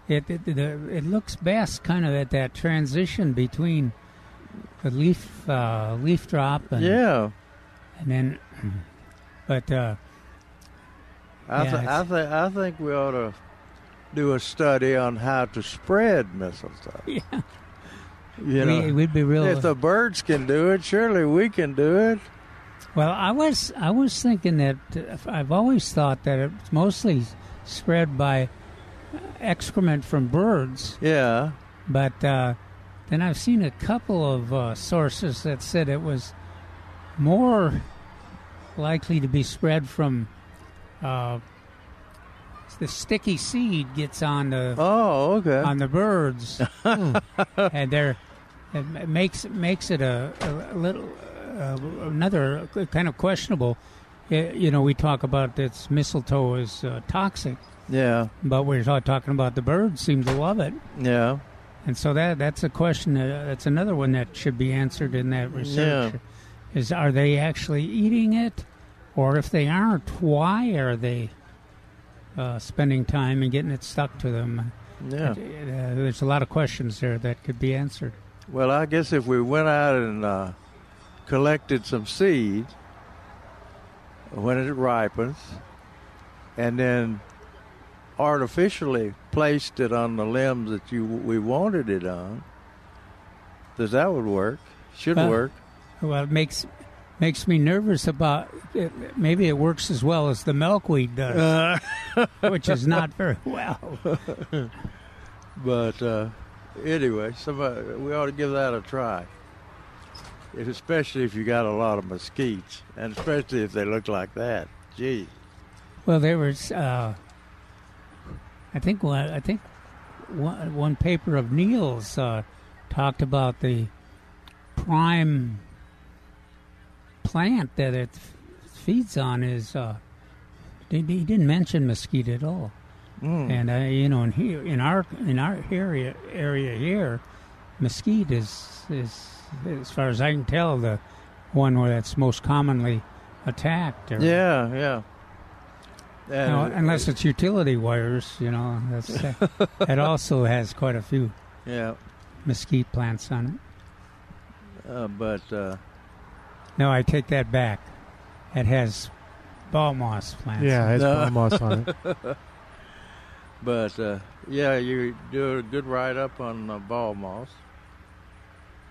Speaker 4: It, it, it, it looks best kind of at that transition between the leaf uh, leaf drop and,
Speaker 5: Yeah.
Speaker 4: and then. But uh,
Speaker 5: I,
Speaker 4: Yeah,
Speaker 5: th- I,
Speaker 4: it's-
Speaker 5: th- I think we ought to do a study on how to spread mistletoe.
Speaker 4: <laughs> Yeah.
Speaker 5: You know,
Speaker 4: we, would be real.
Speaker 5: if the birds can do it, surely we can do it.
Speaker 4: Well, I was I was thinking that uh, I've always thought that it's mostly spread by excrement from birds,
Speaker 5: Yeah.
Speaker 4: but uh, then I've seen a couple of uh, sources that said it was more likely to be spread from uh, the sticky seed gets on the
Speaker 5: Oh, okay.
Speaker 4: on the birds, and they're it ma- makes makes it a, a little uh, another kind of questionable. Y- You know, we talk about this mistletoe is uh, toxic,
Speaker 5: yeah.
Speaker 4: but we're ta- talking about the birds seem to love it,
Speaker 5: Yeah.
Speaker 4: and so that that's a question. Uh, that's another one that should be answered in that research. Is are they actually eating it, or if they aren't, why are they uh, spending time and getting it stuck to them?
Speaker 5: Yeah.
Speaker 4: Uh, there's a lot of questions there that could be answered.
Speaker 5: Well, I guess if we went out and uh, collected some seed when it ripens, and then artificially placed it on the limbs that you we wanted it on, does that would work? Should
Speaker 4: Well-
Speaker 5: work.
Speaker 4: Well, it makes makes me nervous about it. maybe it works as well as the milkweed does, which is not very well.
Speaker 5: But uh, anyway, somebody, we ought to give that a try. If- Especially if you got a lot of mesquites, and especially if they look like that. Gee,
Speaker 4: Well, there was uh, I think one I think one, one paper of Neil's uh, talked about the prime plant that it f- feeds on is. Uh, he he didn't mention mesquite at all.
Speaker 5: Mm.
Speaker 4: And uh, you know, in here, in our in our area area here, mesquite is is as far as I can tell the one where that's most commonly attacked. Or,
Speaker 5: Yeah, Uh, yeah.
Speaker 4: you
Speaker 5: And
Speaker 4: know, unless it's utility wires, you know, that's that also has quite a few
Speaker 5: yeah,
Speaker 4: mesquite plants on it.
Speaker 5: uh, but uh,
Speaker 4: No, I take that back. It has ball moss plants.
Speaker 3: Yeah, it's
Speaker 5: No.
Speaker 3: palm moss on
Speaker 5: <laughs>
Speaker 3: it.
Speaker 5: but uh, yeah, you do a good write up on uh, ball moss,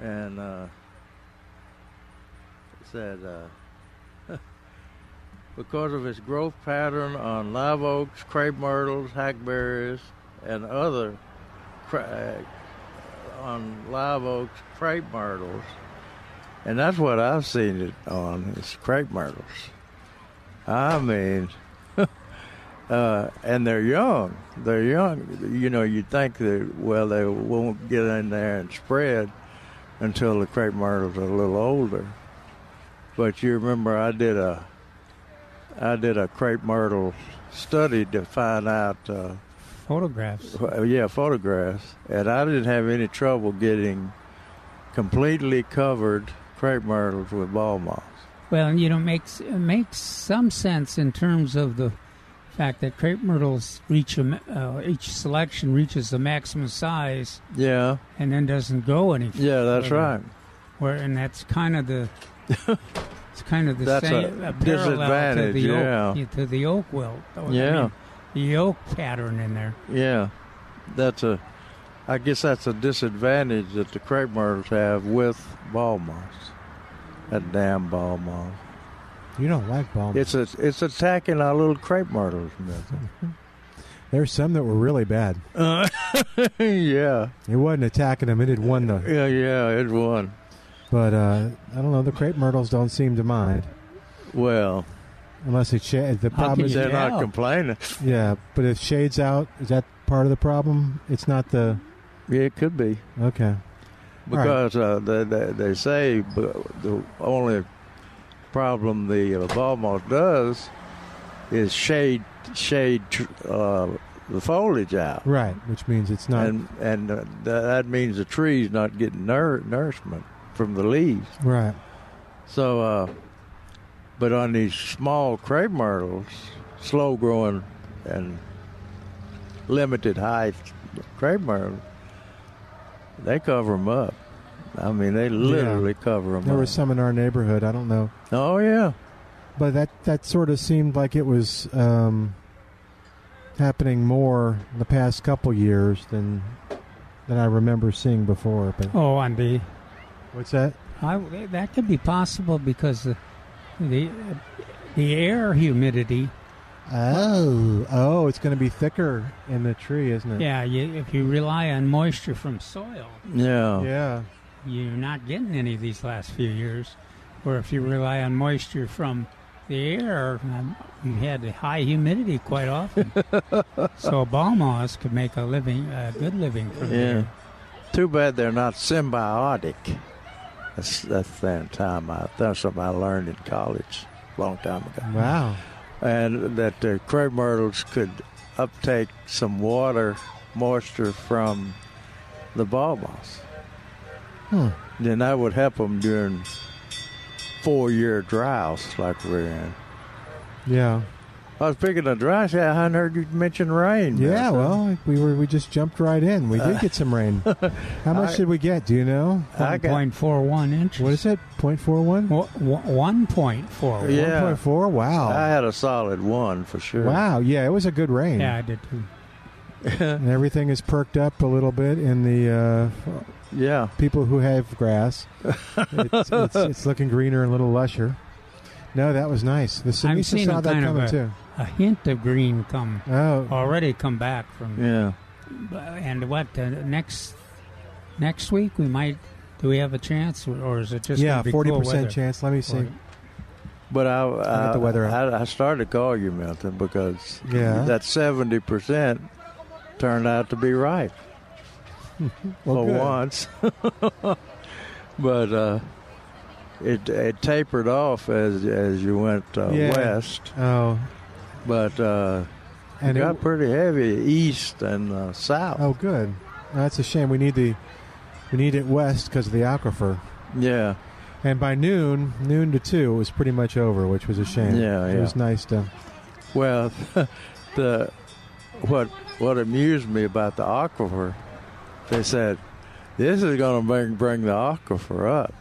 Speaker 5: and uh, it said uh, <laughs> because of its growth pattern on live oaks, crepe myrtles, hackberries, and other cra- uh, on live oaks, crepe myrtles, and that's what I've seen it on is crepe myrtles. I mean. uh, and they're young. They're young. You know, you think that well, they won't get in there and spread until the crepe myrtles are a little older. But you remember, I did a I did a crepe myrtle study to find out. Uh,
Speaker 4: photographs.
Speaker 5: well, yeah, photographs. And I didn't have any trouble getting completely covered crepe myrtles with ball moss.
Speaker 4: Well, you know, makes it makes some sense in terms of the fact that crepe myrtles reach a, ma- uh, each selection reaches the maximum size
Speaker 5: Yeah,
Speaker 4: and then doesn't go any further.
Speaker 5: yeah, that's right.
Speaker 4: Where and that's kind of
Speaker 5: <laughs>
Speaker 4: the it's kind of the
Speaker 5: That's a
Speaker 4: same a parallel to
Speaker 5: disadvantage,
Speaker 4: the
Speaker 5: yeah.
Speaker 4: oak yeah, to the oak wilt. though. I
Speaker 5: Yeah.
Speaker 4: mean, the oak pattern in there.
Speaker 5: Yeah, that's a. I guess that's a disadvantage that the crepe myrtles have with ball moss. That damn ball moss.
Speaker 3: You don't like palm. moss.
Speaker 5: It's a, it's attacking our little crepe myrtles. <laughs> Milton.
Speaker 3: There's some that were really bad.
Speaker 5: yeah,
Speaker 3: It wasn't attacking them; it had won the.
Speaker 5: yeah, yeah. It won.
Speaker 3: But uh, I don't know. The crepe myrtles don't seem to mind
Speaker 5: Well,
Speaker 3: unless it shades. The
Speaker 4: How
Speaker 3: problem
Speaker 4: can
Speaker 3: is,
Speaker 4: you-
Speaker 5: they're
Speaker 4: Yeah.
Speaker 5: not complaining.
Speaker 3: yeah. But if shades out, is that part of the problem? It's not the
Speaker 5: Yeah, it could be
Speaker 3: okay. All right.
Speaker 5: because uh, they, they they say b- the only problem the uh, ball moth does is shade shade tr- uh, the foliage out,
Speaker 3: Right, which means it's not
Speaker 5: and and uh, th- that means the tree's not getting nour- nourishment from the leaves.
Speaker 3: right.
Speaker 5: So, uh, but on these small crepe myrtles, slow growing and limited height crepe myrtle, they cover them up. I mean, they literally cover 'em cover them
Speaker 3: There
Speaker 5: up.
Speaker 3: was some in our neighborhood. I don't know,
Speaker 5: oh, yeah.
Speaker 3: but that that sort of seemed like it was um, happening more in the past couple years than than I remember seeing before. But
Speaker 4: Oh, on the
Speaker 3: what's that?
Speaker 4: I, that could be possible because the the, the air humidity.
Speaker 3: Oh, oh, it's going to be thicker in the tree, isn't it?
Speaker 4: Yeah, you, if you rely on moisture from soil,
Speaker 5: Yeah.
Speaker 3: yeah.
Speaker 4: you're not getting any of these last few years. Or if you rely on moisture from the air, um, you had high humidity
Speaker 3: <laughs>
Speaker 4: quite often. so ball moths could make a living, a good living from the
Speaker 5: Yeah.
Speaker 4: air.
Speaker 5: Too bad they're not symbiotic. That's, that's the time I, that's something I learned in college a long time ago.
Speaker 3: Wow.
Speaker 5: and that the crepe myrtles could uptake some water moisture from the bulbos.
Speaker 3: Hmm.
Speaker 5: Then that would help them during four-year droughts like we're in.
Speaker 3: Yeah.
Speaker 5: I was picking a drought. I hadn't heard you mention rain.
Speaker 3: Yeah.
Speaker 5: Nelson.
Speaker 3: Well, we were we just jumped right in. We did get some
Speaker 5: <laughs>
Speaker 3: rain. How much
Speaker 5: I-
Speaker 3: did we get? Do you know?
Speaker 5: I got,
Speaker 4: 1.41 inches.
Speaker 3: What is it? Point four one.
Speaker 4: Wo- wo- 1.41.
Speaker 5: Yeah.
Speaker 3: One point four. Wow.
Speaker 5: I had a solid one for sure.
Speaker 3: Wow, yeah, it was a good rain.
Speaker 4: Yeah, I did too.
Speaker 3: And everything is perked up a little bit in the uh, f-
Speaker 5: Yeah.
Speaker 3: people who have
Speaker 5: <laughs>
Speaker 3: grass. it's, it's, it's looking greener and a little lusher. No, that was nice. The
Speaker 4: I'm
Speaker 3: Sinisa
Speaker 4: seeing
Speaker 3: saw
Speaker 4: a
Speaker 3: that
Speaker 4: kind of
Speaker 3: coming
Speaker 4: a-
Speaker 3: too.
Speaker 4: A hint of green come
Speaker 3: Oh,
Speaker 4: already come back from.
Speaker 5: Yeah.
Speaker 4: And what the next next week we might do we have a chance or is it just
Speaker 3: yeah,
Speaker 4: gonna be
Speaker 3: forty
Speaker 4: cool
Speaker 3: percent
Speaker 4: weather?
Speaker 3: chance. Let me see.
Speaker 4: Or-
Speaker 5: But I,
Speaker 3: gonna
Speaker 5: I,
Speaker 3: get the weather out.
Speaker 5: I, I started to call you, Milton, because
Speaker 3: Yeah.
Speaker 5: that seventy percent turned out to be right.
Speaker 3: Well,
Speaker 5: for
Speaker 3: good.
Speaker 5: once. <laughs> but uh, it it tapered off as as you went uh,
Speaker 3: Yeah.
Speaker 5: west,
Speaker 3: Oh,
Speaker 5: but uh,
Speaker 3: and
Speaker 5: it
Speaker 3: it,
Speaker 5: got pretty heavy east and uh, south.
Speaker 3: oh, good. That's a shame. We need the we need it west because of the aquifer.
Speaker 5: Yeah,
Speaker 3: And by noon, noon to two, it was pretty much over, which was a shame.
Speaker 5: Yeah,
Speaker 3: it
Speaker 5: yeah.
Speaker 3: was nice to.
Speaker 5: well, <laughs> the what what amused me about the aquifer, they said this is going to bring bring the aquifer up.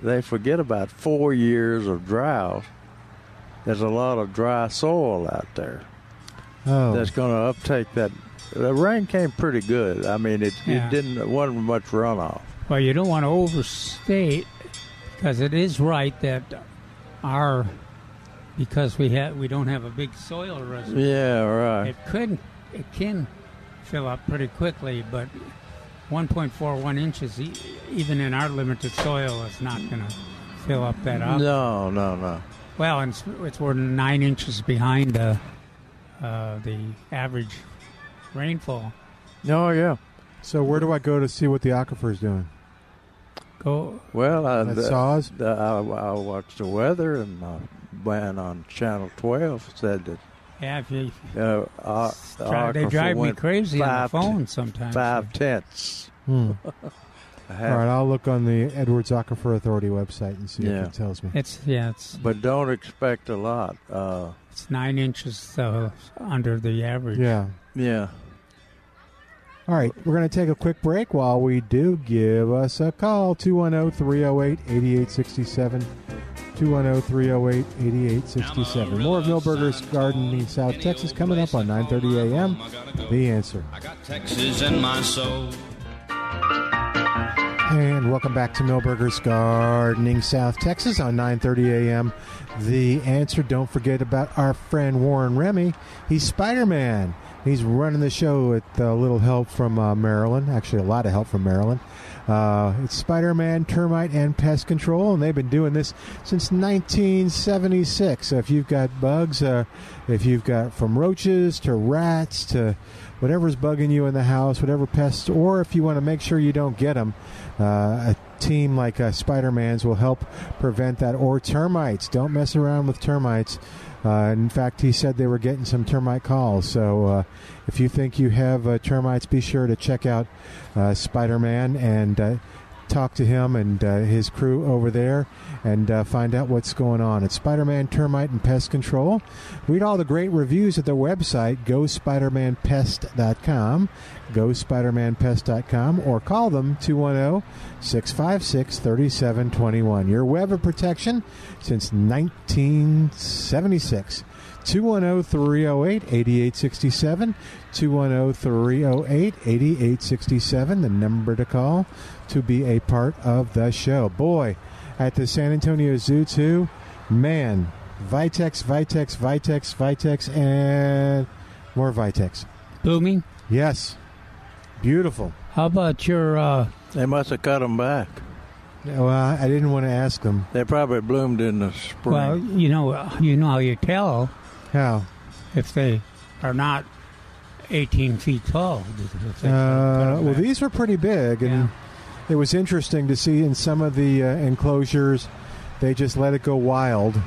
Speaker 5: They forget about four years of drought. There's a lot of dry soil out there.
Speaker 3: Oh,
Speaker 5: that's going to uptake that. The rain came pretty good. I mean, it,
Speaker 4: Yeah.
Speaker 5: it didn't wasn't much runoff.
Speaker 4: Well, you don't want to overstate because it is right that our because we have we don't have a big soil reservoir.
Speaker 5: Yeah, right.
Speaker 4: It could it can fill up pretty quickly, but 1.41 inches e- even in our limited soil is not going to fill up that up.
Speaker 5: No, no, no.
Speaker 4: Well, and it's, it's we're nine inches behind uh, uh, the average rainfall.
Speaker 5: Oh yeah.
Speaker 3: so where do I go to see what the aquifer is doing?
Speaker 4: Go
Speaker 5: Well, I,
Speaker 3: At
Speaker 5: Uh, the-
Speaker 3: Saws?
Speaker 5: the- I, I watched the weather and uh, man on Channel Twelve said that
Speaker 4: yeah, if you,
Speaker 5: uh, uh, the
Speaker 4: try, they
Speaker 5: aquifer
Speaker 4: drive me
Speaker 5: went
Speaker 4: crazy on the
Speaker 5: five-
Speaker 4: phone sometimes.
Speaker 5: Five tenths.
Speaker 3: Hmm.
Speaker 5: A
Speaker 3: All
Speaker 5: half.
Speaker 3: right, I'll look on the Edwards Aquifer Authority website and see
Speaker 5: Yeah.
Speaker 3: if it tells me.
Speaker 4: It's yeah, it's
Speaker 5: But don't expect a lot. Uh,
Speaker 4: it's nine inches uh, under the average.
Speaker 3: Yeah.
Speaker 5: yeah.
Speaker 3: All right, we're going to take a quick break while we do give us a call oh, 210 308 8867. 210 308 8867. More of Millburgers Garden in South Texas coming up on 9:30 a.m. The answer.
Speaker 8: I got Texas in my soul.
Speaker 3: And welcome back to Millburgers Gardening South Texas on 9:30 a.m. The answer. Don't forget about our friend Warren Remy. He's Spider-Man. He's running the show with a little help from uh, Maryland. Actually, a lot of help from Maryland. Uh, it's Spider-Man, Termite, and Pest Control, and they've been doing this since 1976. So if you've got bugs, uh, if you've got from roaches to rats to whatever's bugging you in the house, whatever pests, or if you want to make sure you don't get them, uh, team like uh, Spider Man's will help prevent that. Or termites. Don't mess around with termites. Uh, in fact, he said they were getting some termite calls. So uh, if you think you have uh, termites, be sure to check out uh, Spider Man and uh, talk to him and uh, his crew over there and uh, find out what's going on. It's Spider Man Termite and Pest Control. Read all the great reviews at their website, gospidermanpest.com, gospidermanpest.com, or call them 210 656 3721. Your web of protection since 1976. 210 308 8867. 210 308 8867, the number to call to be a part of the show. Boy, at the San Antonio Zoo, too, man, Vitex, Vitex, Vitex, Vitex, and more Vitex.
Speaker 4: Blooming,
Speaker 3: Yes, beautiful.
Speaker 4: how about your uh,
Speaker 5: They must have cut them back.
Speaker 3: Well, I didn't want to ask them
Speaker 5: They probably bloomed in the spring.
Speaker 4: well? You know, you know how you tell
Speaker 3: how.
Speaker 4: if they are not 18 feet tall. if they
Speaker 3: Uh,
Speaker 4: put 'em
Speaker 3: well,
Speaker 4: back.
Speaker 3: these were pretty big, and
Speaker 4: Yeah.
Speaker 3: it was interesting to see in some of the uh, enclosures they just let it go wild.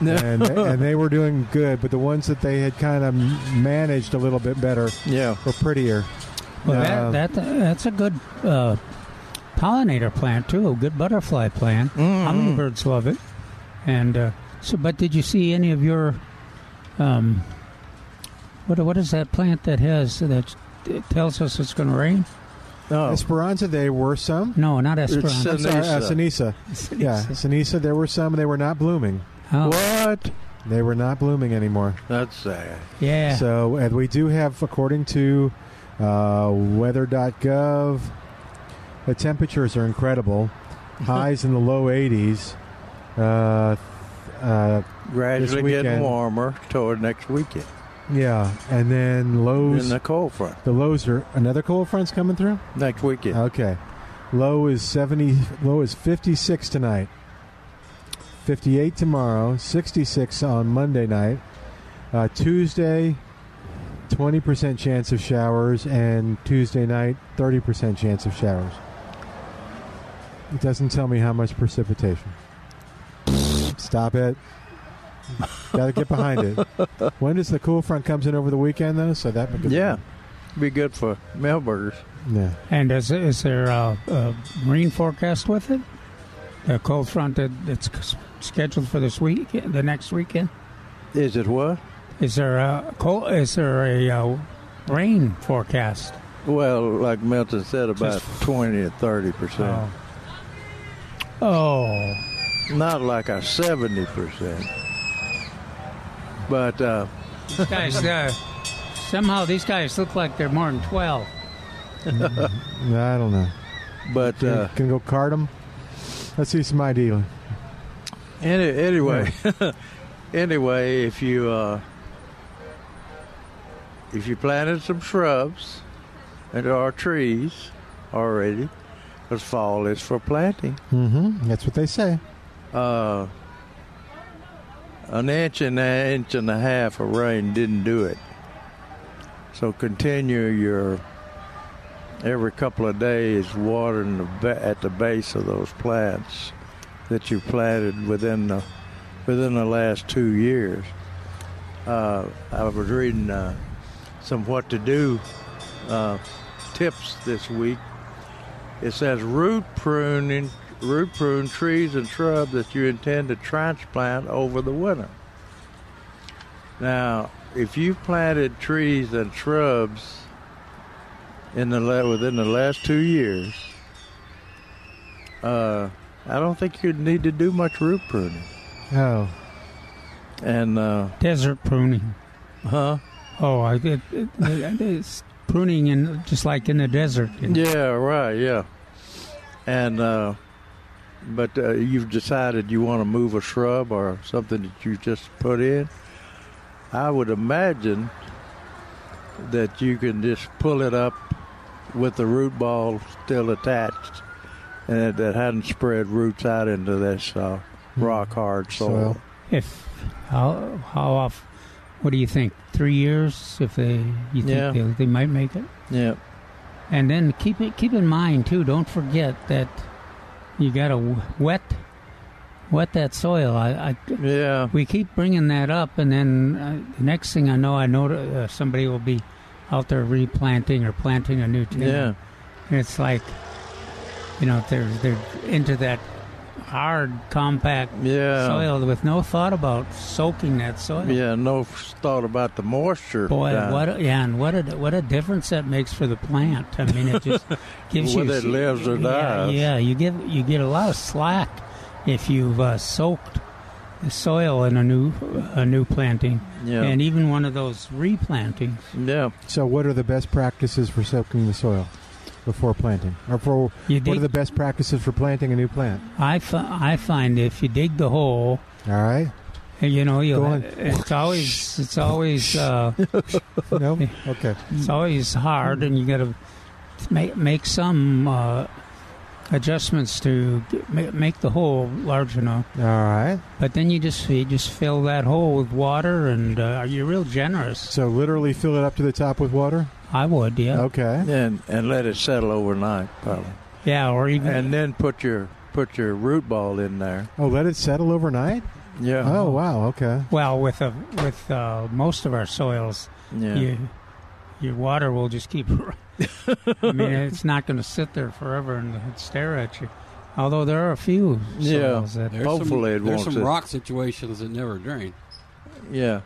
Speaker 3: and, and they were doing good, but the ones that they had kind of managed a little bit better
Speaker 5: yeah.
Speaker 3: were prettier.
Speaker 4: Well,
Speaker 3: Uh,
Speaker 4: that, that that's a good uh, pollinator plant too. A good butterfly plant.
Speaker 5: Mm-hmm.
Speaker 4: Hummingbirds love it. And uh, so, but did you see any of your um, what what is that plant that has that it tells us it's going to rain?
Speaker 5: No.
Speaker 3: Esperanza, there were some.
Speaker 4: No, not
Speaker 3: I'm
Speaker 4: Esperanza.
Speaker 3: sorry, Oh. uh, Sinisa.
Speaker 4: <laughs>
Speaker 3: Yeah, Sinisa, there were some. They were not blooming.
Speaker 4: Oh,
Speaker 5: What?
Speaker 3: They were not blooming anymore.
Speaker 5: That's sad.
Speaker 4: yeah.
Speaker 3: So, and we do have, according to uh, weather.gov, the temperatures are <laughs> incredible. Highs in the low 80s. Uh, uh,
Speaker 5: Gradually getting
Speaker 3: weekend.
Speaker 5: warmer toward next weekend.
Speaker 3: yeah, and then
Speaker 5: In
Speaker 3: lows.
Speaker 5: the cold front.
Speaker 3: the lows are another cold front's coming through.
Speaker 5: Next weekend.
Speaker 3: Okay. Low is 70 low is 56 tonight. 58 tomorrow, 66 on Monday night. Uh, Tuesday 20% chance of showers and Tuesday night 30% chance of showers. It doesn't tell me how much precipitation. Stop it. Got to get behind it. When does the cool front comes in over the weekend though? So that becomes-
Speaker 5: yeah. Be good for meal burgers.
Speaker 3: Yeah.
Speaker 4: And is is there a, a rain forecast with it? A cold front that, that's c- scheduled for this week, the next weekend.
Speaker 5: Is it what?
Speaker 4: Is there a cold, is there a uh, rain forecast?
Speaker 5: Well, like Milton said, about 20 to 30 percent.
Speaker 4: Oh. Oh.
Speaker 5: Not like a 70 percent. But uh,
Speaker 4: guys, uh, somehow these guys look like they're more than 12.
Speaker 3: I don't know.
Speaker 5: but uh,
Speaker 3: Can go card them. Let's see some ID.
Speaker 5: any, anyway, <laughs> anyway, if you uh, if you planted some shrubs and there are trees already, because fall is for planting.
Speaker 3: Mm-hmm. That's what they say.
Speaker 5: uh, an inch and an inch and a half of rain didn't do it. So continue your every couple of days watering the ba- at the base of those plants that you planted within the within the last two years. Uh, I was reading uh, some what to do uh, tips this week it says root pruning, root prune trees and shrubs that you intend to transplant over the winter. Now, if you planted trees and shrubs in the la- within the last two years, uh, I don't think you'd need to do much root pruning.
Speaker 3: Oh,
Speaker 5: And uh,
Speaker 4: Desert pruning.
Speaker 5: huh?
Speaker 4: Oh, I, it, it, it's pruning in, just like in the desert. you know.
Speaker 5: Yeah, right. Yeah, and uh, but uh, you've decided you want to move a shrub or something that you just put in. I would imagine that you can just pull it up with the root ball still attached, and that, that hadn't spread roots out into this uh,
Speaker 4: Hmm.
Speaker 5: rock hard soil.
Speaker 3: Soil.
Speaker 4: If, how, how off, what do you think? Three years if they, you think
Speaker 5: Yeah.
Speaker 4: they, they might make it?
Speaker 5: Yeah.
Speaker 4: And then keep it, keep in mind too. Don't forget that You got to wet wet that soil. I, I
Speaker 5: Yeah.
Speaker 4: we keep bringing that up, and then uh, the next thing I know, I know uh, somebody will be out there replanting or planting a new
Speaker 5: Yeah.
Speaker 4: tree. and it's like, you know, they're they're into that hard, compact
Speaker 5: Yeah.
Speaker 4: soil with no thought about soaking that soil.
Speaker 5: Yeah, no f- thought about the moisture.
Speaker 4: Boy,
Speaker 5: down-
Speaker 4: what a, yeah, and what a what a difference that makes for the plant. I mean, it
Speaker 5: <laughs>
Speaker 4: just gives you
Speaker 5: Whether it lives or
Speaker 4: yeah,
Speaker 5: dies.
Speaker 4: Yeah, you give you get a lot of slack if you've uh, soaked the soil in a new a new planting,
Speaker 5: Yeah.
Speaker 4: and even one of those replantings.
Speaker 5: yeah.
Speaker 3: So, what are the best practices for soaking the soil before planting, or for
Speaker 4: You
Speaker 3: what are
Speaker 4: dig,
Speaker 3: the best practices for planting a new plant?
Speaker 4: I, fi- I find if you dig the hole,
Speaker 3: All right.
Speaker 4: you know, you'll
Speaker 3: Go
Speaker 4: have, it's always it's always. Uh,
Speaker 3: <laughs> No. Okay.
Speaker 4: It's always hard, and you got to make make some uh, adjustments to g- ma- make the hole large enough.
Speaker 3: All right.
Speaker 4: But then you just you just fill that hole with water, and uh, you're real generous.
Speaker 3: So, literally fill it up to the top with water.
Speaker 4: I would, yeah,
Speaker 3: Okay.
Speaker 5: And and let it settle overnight, probably.
Speaker 4: yeah, or even
Speaker 5: And then put your put your root ball in there.
Speaker 3: Oh, let it settle overnight.
Speaker 5: Yeah.
Speaker 3: Oh, wow. Okay.
Speaker 4: well with a, with uh, most of our soils,
Speaker 5: Yeah.
Speaker 4: you, your water will just keep. <laughs> I
Speaker 5: <laughs>
Speaker 4: mean, it's not going to sit there forever and stare at you. Although there are a few
Speaker 5: Yeah.
Speaker 4: soils that
Speaker 6: There's
Speaker 5: Hopefully
Speaker 6: some,
Speaker 5: it
Speaker 6: There's
Speaker 5: won't
Speaker 6: some
Speaker 5: sit.
Speaker 6: rock situations that never drain.
Speaker 5: Yeah.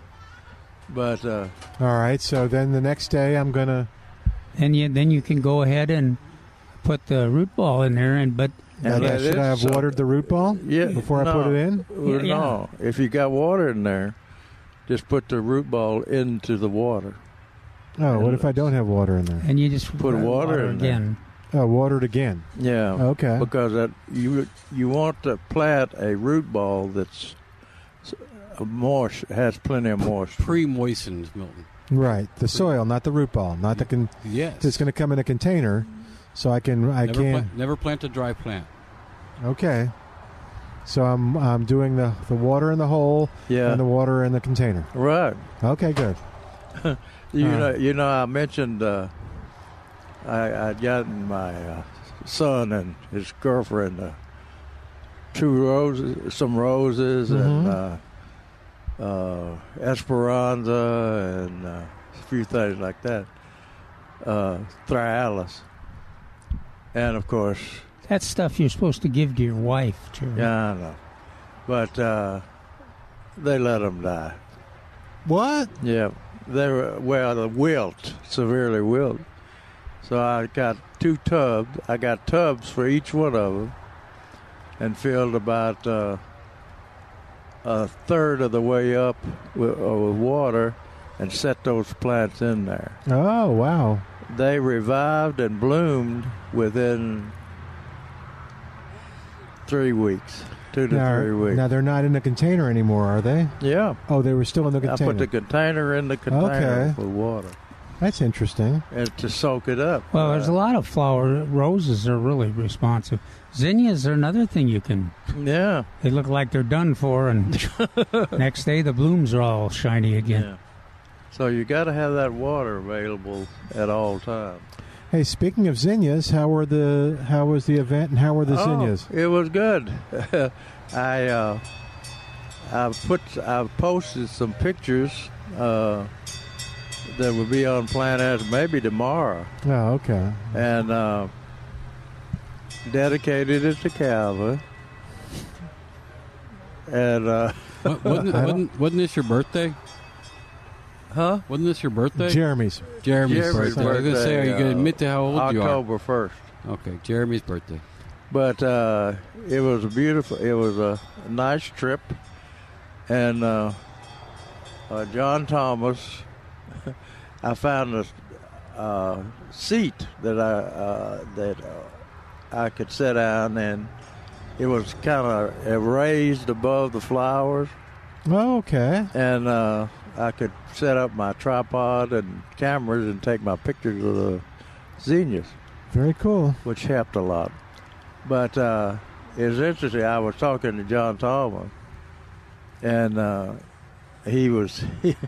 Speaker 5: But uh,
Speaker 3: All right. So then the next day, I'm gonna.
Speaker 4: and you, then you can go ahead and put the root ball in there. And but
Speaker 5: And
Speaker 3: Okay,
Speaker 5: let
Speaker 3: should
Speaker 5: it
Speaker 3: I have
Speaker 5: settle.
Speaker 3: watered the root ball
Speaker 5: yeah,
Speaker 3: before
Speaker 5: no,
Speaker 3: I put it in?
Speaker 5: Well,
Speaker 4: Yeah.
Speaker 5: No, if you got water in there, just put the root ball into the water.
Speaker 3: Oh, what if I don't have water in there?
Speaker 4: and you just
Speaker 5: Put water in there.
Speaker 4: again.
Speaker 3: Oh, water it again.
Speaker 5: Yeah.
Speaker 3: Okay.
Speaker 5: because that you you want to plant a root ball that's s- moist has plenty of moisture.
Speaker 6: Pre-moistened, Milton.
Speaker 3: Right. The soil, not the root ball, not the con-
Speaker 6: Yes.
Speaker 3: it's going to come in a container, so I can I
Speaker 6: never,
Speaker 3: can
Speaker 6: Plant, never plant a dry plant.
Speaker 3: okay. So I'm I'm doing the the water in the hole
Speaker 5: Yeah,
Speaker 3: and the water in the container.
Speaker 5: right.
Speaker 3: Okay, good.
Speaker 5: You
Speaker 3: Uh.
Speaker 5: know, you know. I mentioned uh, I I'd gotten my uh, son and his girlfriend uh, two roses, some roses,
Speaker 3: Mhm.
Speaker 5: and uh, uh, Esperanza, and uh, a few things like that. Uh, Thrialis, and of course
Speaker 4: That's stuff you're supposed to give to your wife, Jerry.
Speaker 5: Yeah, I know. But uh, they let them die.
Speaker 3: What?
Speaker 5: Yeah, they were well, the wilt severely wilt. So I got two tubs. I got tubs for each one of them, and filled about uh, a third of the way up with, uh, with water, and set those plants in there
Speaker 3: Oh, wow.
Speaker 5: they revived and bloomed within three weeks, two to
Speaker 3: Now,
Speaker 5: three weeks.
Speaker 3: now they're not in a container anymore, are they?
Speaker 5: yeah,
Speaker 3: Oh, they were still in the
Speaker 5: I
Speaker 3: container.
Speaker 5: put the container in the container
Speaker 3: Okay.
Speaker 5: for water
Speaker 3: That's interesting.
Speaker 5: and to soak it up.
Speaker 4: Well, there's a lot of flower. Roses are really responsive. Zinnias are another thing you can.
Speaker 5: Yeah,
Speaker 4: They look like they're done for,
Speaker 5: <laughs>
Speaker 4: and next day the blooms are all shiny
Speaker 5: yeah.
Speaker 4: again.
Speaker 5: So you got to have that water available at all times.
Speaker 3: Hey, speaking of zinnias, how were the how was the event and how were the
Speaker 5: Oh,
Speaker 3: zinnias?
Speaker 5: It was good. <laughs> I uh, I put I posted some pictures uh, that will be on Planet Earth maybe tomorrow.
Speaker 3: Oh, okay.
Speaker 5: and uh, dedicated it to Calvin. And uh,
Speaker 6: Wa- wasn't,
Speaker 3: <laughs> I don't-
Speaker 6: wasn't, wasn't this your birthday?
Speaker 5: huh?
Speaker 6: Wasn't this your birthday?
Speaker 3: Jeremy's.
Speaker 6: Jeremy's,
Speaker 5: Jeremy's
Speaker 6: birthday. I was going to say, are you
Speaker 5: birthday,
Speaker 6: going to
Speaker 5: uh,
Speaker 6: admit to how old you
Speaker 5: October first.
Speaker 6: are? Okay, Jeremy's birthday.
Speaker 5: But uh, it was a beautiful. It was a nice trip, and uh, uh, John Thomas. <laughs> I found a uh, seat that I uh, that uh, I could sit down, and it was kind of raised above the flowers.
Speaker 3: Oh, okay.
Speaker 5: and uh, I could set up my tripod and cameras and take my pictures of the zinnias,
Speaker 3: Very cool.
Speaker 5: which helped a lot. But uh, it's interesting. I was talking to John Tallman, and uh, he was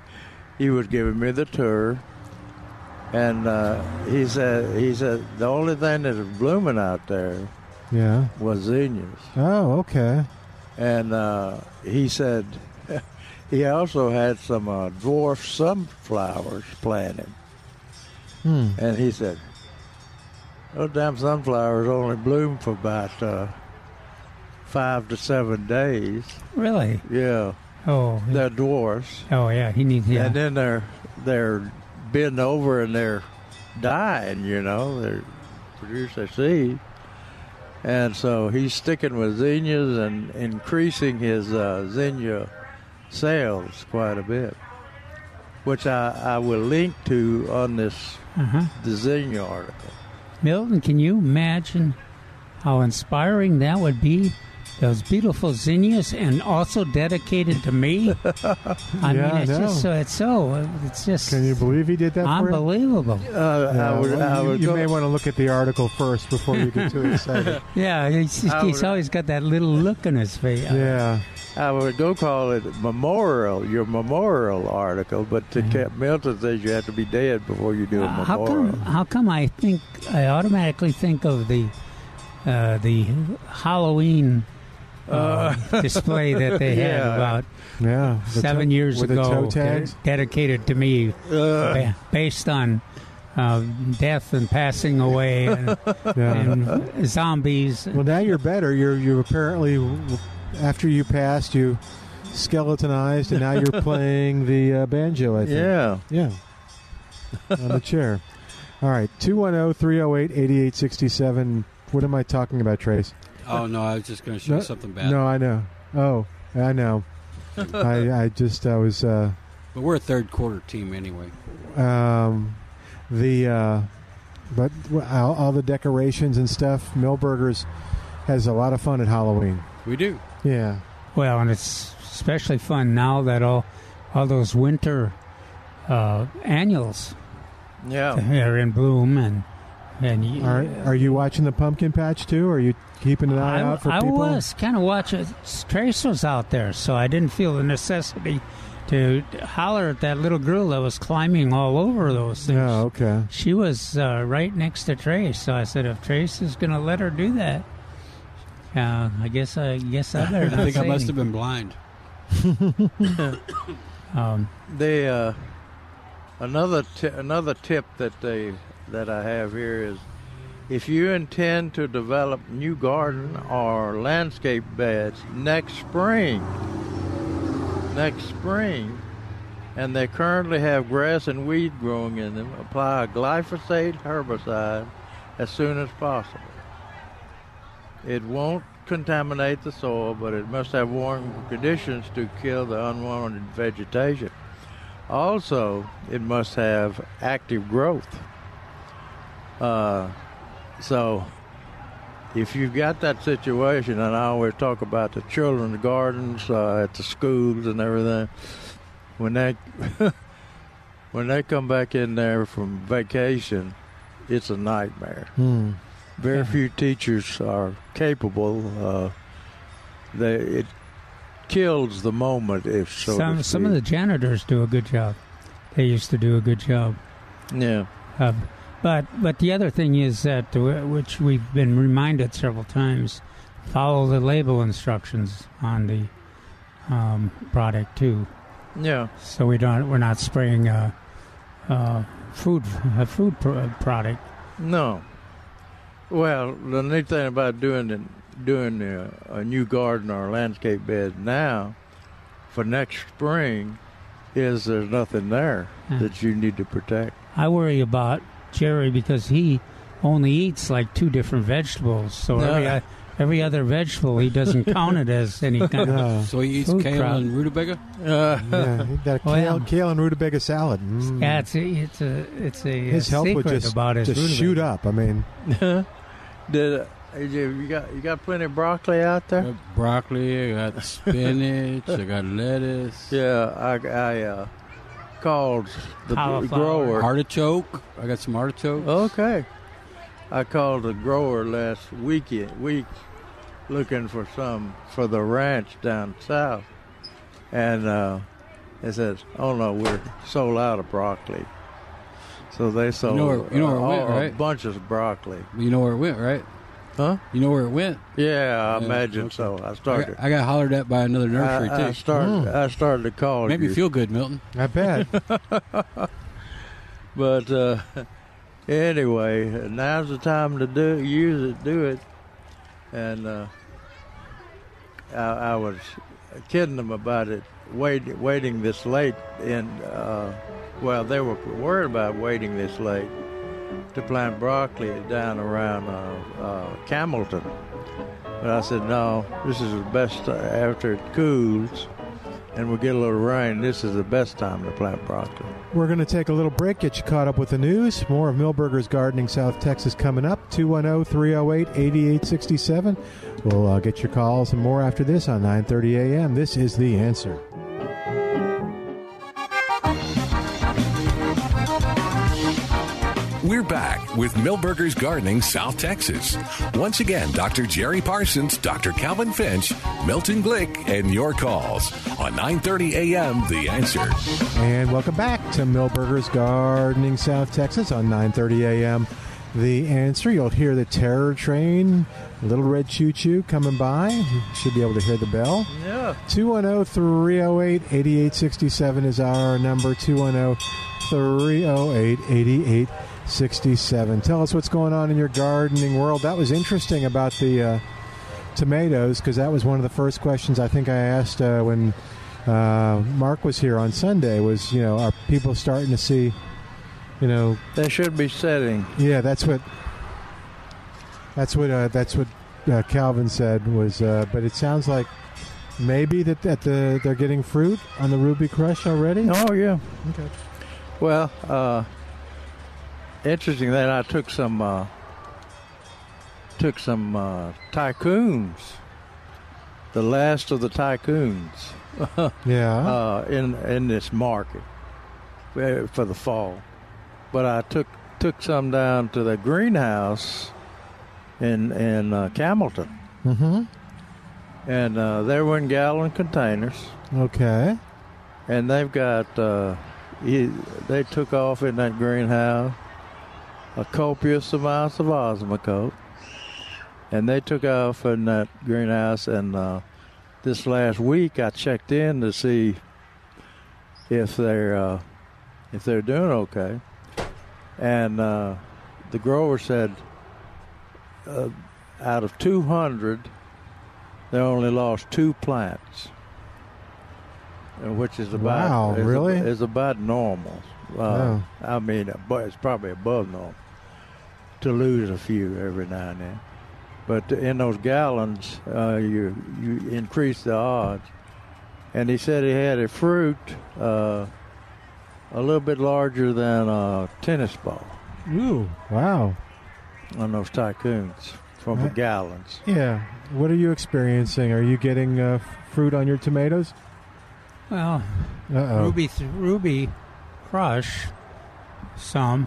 Speaker 5: <laughs> he, was giving me the tour, and uh, he said he said the only thing that's blooming out there
Speaker 3: Yeah.
Speaker 5: was Xenia's.
Speaker 3: Oh, okay.
Speaker 5: And uh, he said <laughs> he also had some uh, dwarf sunflowers planted.
Speaker 3: Hmm.
Speaker 5: And he said, those damn sunflowers only bloom for about uh, five to seven days.
Speaker 4: Really?
Speaker 5: Yeah,
Speaker 4: Oh,
Speaker 5: they're dwarfs.
Speaker 4: oh yeah. He needs. Yeah.
Speaker 5: And then they're they're bent over and they're dying, you know, they produce their seed. And so he's sticking with zinnias and increasing his uh, zinnia sales quite a bit, which I, I will link to on this
Speaker 4: Uh-huh.
Speaker 5: the zinnia article.
Speaker 4: Milton, can you imagine how inspiring that would be? Those beautiful zinnias, and also dedicated
Speaker 3: <laughs>
Speaker 4: to me. I
Speaker 3: Yeah,
Speaker 4: mean,
Speaker 3: I
Speaker 4: it's
Speaker 3: know.
Speaker 4: just so it's so it's just
Speaker 3: Can you believe he did that for you?
Speaker 4: unbelievable.
Speaker 5: Uh,
Speaker 3: Yeah,
Speaker 5: I would,
Speaker 3: well,
Speaker 5: I
Speaker 3: you,
Speaker 5: would
Speaker 3: you
Speaker 5: go-
Speaker 3: may want to look at the article first before you get too excited.
Speaker 4: Yeah, he's, he's,
Speaker 5: I would-
Speaker 4: always got that little look on his face.
Speaker 3: <laughs>
Speaker 4: Uh,
Speaker 3: yeah.
Speaker 5: I would go call it memorial, your memorial article, but to
Speaker 3: Mm-hmm.
Speaker 5: Camp Milton says you have to be dead before you do a
Speaker 4: Uh, how
Speaker 5: memorial.
Speaker 4: come? How come? I think I automatically think of the uh, the Halloween uh, display
Speaker 3: <laughs>
Speaker 4: that they had
Speaker 5: yeah.
Speaker 4: about
Speaker 3: Yeah. The
Speaker 4: seven
Speaker 3: toe-
Speaker 4: years
Speaker 3: with
Speaker 4: ago,
Speaker 3: the toe tags.
Speaker 4: ded- dedicated to me, ba- based on uh, death and passing away and,
Speaker 3: <laughs> Yeah.
Speaker 4: and zombies.
Speaker 3: Well, now you're better. You're you apparently after you passed, you skeletonized, and now <laughs> you're playing the uh, banjo. I think.
Speaker 5: Yeah.
Speaker 3: Yeah. On the chair. All right. 210 308 8867. What am I talking about, Trace?
Speaker 6: Oh no, I was just going to show
Speaker 3: No,
Speaker 6: you something bad.
Speaker 3: No, I know. Oh, I <laughs> know. I, I just, I was, uh,
Speaker 6: But we're a third quarter team anyway.
Speaker 3: um, the, uh, but all, all the decorations and stuff, Millburgers has a lot of fun at Halloween.
Speaker 6: We do.
Speaker 3: Yeah.
Speaker 4: Well, and it's especially fun now that all all those winter uh, annuals <laughs>
Speaker 5: Yeah.
Speaker 4: are in bloom and and you,
Speaker 3: Oh. Are, are you watching the pumpkin patch too? Are you keeping an eye
Speaker 4: I,
Speaker 3: out for
Speaker 4: I
Speaker 3: people?
Speaker 4: was kind of watching. Trace was out there, so I didn't feel the necessity to holler at that little girl that was climbing all over those things.
Speaker 3: Oh, okay.
Speaker 4: She was uh, right next to Trace, so I said, "If Trace is going to let her do that, uh, I guess I guess I better."
Speaker 6: <laughs> I
Speaker 4: not
Speaker 6: think I
Speaker 4: say
Speaker 6: must have been blind.
Speaker 4: anything. Um,
Speaker 5: They uh, another t- another tip that they that I have here is if you intend to develop new garden or landscape beds next spring, next spring, and they currently have grass and weed growing in them, apply a glyphosate herbicide as soon as possible. It won't contaminate the soil, but it must have warm conditions to kill the unwanted vegetation. Also, it must have active growth. Uh, so, if you've got that situation, and I always talk about the children's gardens uh, at the schools and everything, when they <laughs> when they come back in there from vacation, it's a nightmare.
Speaker 3: Hmm.
Speaker 5: Very few teachers are capable. Uh, they it kills the moment if so. to
Speaker 4: some some of the
Speaker 5: speak.
Speaker 4: janitors do a good job. They used to do a good job.
Speaker 5: yeah.
Speaker 4: Uh, but but the other thing is that w- which we've been reminded several times, follow the label instructions on the um, product too,
Speaker 5: Yeah,
Speaker 4: so we don't we're not spraying a, uh food a food pr- product.
Speaker 5: no. Well, the neat thing about doing the, doing the, a new garden or landscape bed now for next spring is there's nothing there
Speaker 4: Hmm.
Speaker 5: that you need to protect.
Speaker 4: I worry about Jerry because he only eats like two different vegetables, so
Speaker 5: No.
Speaker 4: every uh, every other vegetable he
Speaker 3: <laughs>
Speaker 4: doesn't count it as any kind. of... <laughs>
Speaker 3: Yeah.
Speaker 6: So he eats
Speaker 4: Food
Speaker 6: kale
Speaker 4: crop.
Speaker 6: and rutabaga.
Speaker 5: Uh,
Speaker 3: yeah, that
Speaker 4: Well-
Speaker 3: kale, kale and rutabaga salad. Mm.
Speaker 4: Yeah, it's a it's a it's a
Speaker 3: his
Speaker 4: uh,
Speaker 3: health would
Speaker 4: secret
Speaker 3: just,
Speaker 4: about his
Speaker 3: just
Speaker 4: rutabaga.
Speaker 3: shoot up. I mean,
Speaker 5: did uh, you got you got plenty of broccoli out
Speaker 6: I
Speaker 5: there?
Speaker 6: got broccoli. I
Speaker 5: <laughs>
Speaker 6: got spinach. I got lettuce.
Speaker 5: Yeah, I, I uh, called the gr-
Speaker 4: Cauliflower.
Speaker 5: grower.
Speaker 6: Artichoke. I got some
Speaker 5: Uh,
Speaker 6: artichoke.
Speaker 5: Okay. I called the grower last weekend week looking for some for the ranch down south. And uh they said, Oh no, we're sold out of broccoli. So they sold
Speaker 6: know where- you know where it
Speaker 5: a-
Speaker 6: went,
Speaker 5: a
Speaker 6: right?
Speaker 5: bunch of broccoli.
Speaker 6: You know where it went, right?
Speaker 5: Huh?
Speaker 6: You know where it went?
Speaker 5: Yeah, I
Speaker 6: Yeah,
Speaker 5: imagine
Speaker 6: okay.
Speaker 5: so. I
Speaker 6: I
Speaker 5: started.
Speaker 6: got, I got hollered at by another nursery
Speaker 5: I, I
Speaker 6: too.
Speaker 5: started.
Speaker 6: Hmm.
Speaker 3: Mm.
Speaker 5: I started to call
Speaker 6: Made me
Speaker 5: you.
Speaker 6: feel good, Milton.
Speaker 3: I bet.
Speaker 5: But uh, <laughs> anyway, now's the time to do use it, do it. And uh, I, I was kidding them about it, wait, waiting this late. And uh, well, they were worried about waiting this late to plant broccoli down around uh, uh, Camelton. But I said, no, this is the best ti- after it cools and we get a little rain. This is the best time to plant broccoli.
Speaker 3: We're going to take a little break, get you caught up with the news. More of Millburgers Gardening South Texas coming up. 210 308 8867. We'll uh, get your calls and more after this on 9.30 a.m. This is The Answer.
Speaker 1: We're back with Millburgers Gardening South Texas. Once again, Dr. Jerry Parsons, Dr. Calvin Finch, Milton Glick, and your calls on 9:30 a.m. The Answer.
Speaker 3: And welcome back to Millburgers Gardening South Texas on 9:30 a.m. The answer you'll hear the terror train, little red choo choo coming by. You should be able to hear the bell. oh,
Speaker 5: Yeah.
Speaker 3: 210-308-8867 is our number oh, 210-308-8867 tell us what's going on in your gardening world that was interesting about the uh, tomatoes because that was one of the first questions i think i asked uh, when uh, mark was here on sunday was you know are people starting to see you know
Speaker 5: They should be setting.
Speaker 3: yeah that's what that's what uh, that's what uh, calvin said was uh, but it sounds like maybe that, that the, they're getting fruit on the ruby crush already
Speaker 5: Oh yeah.
Speaker 3: Okay.
Speaker 5: Well, uh, interesting that I took some uh, took some uh, tycoons, the last of the tycoons,
Speaker 3: yeah
Speaker 5: uh, in in this market uh, for the fall. But I took took some down to the greenhouse in in uh, Camelton,
Speaker 3: mm-hmm.
Speaker 5: and uh, they were in gallon containers.
Speaker 3: okay
Speaker 5: and they've got uh, he, they took off in that greenhouse a copious amount of osmocote, and they took off in that greenhouse. And uh, this last week, I checked in to see if they're uh, if they're doing okay, and uh, the grower said uh, out of 200, they only lost two plants. uh, Which is about
Speaker 3: Wow,
Speaker 5: is-
Speaker 3: really?
Speaker 5: is about normal. Uh,
Speaker 3: Wow.
Speaker 5: I mean, but it's probably above normal to lose a few every now and then. But in those gallons, uh, you you increase the odds. And he said he had a fruit uh, a little bit larger than a tennis ball
Speaker 3: ooh wow
Speaker 5: on those tycoons from the
Speaker 3: Right.
Speaker 5: gallons.
Speaker 3: yeah what are you experiencing are you getting uh, fruit on your tomatoes
Speaker 4: Well,
Speaker 3: uh-oh
Speaker 4: Ruby th- Ruby Crush some.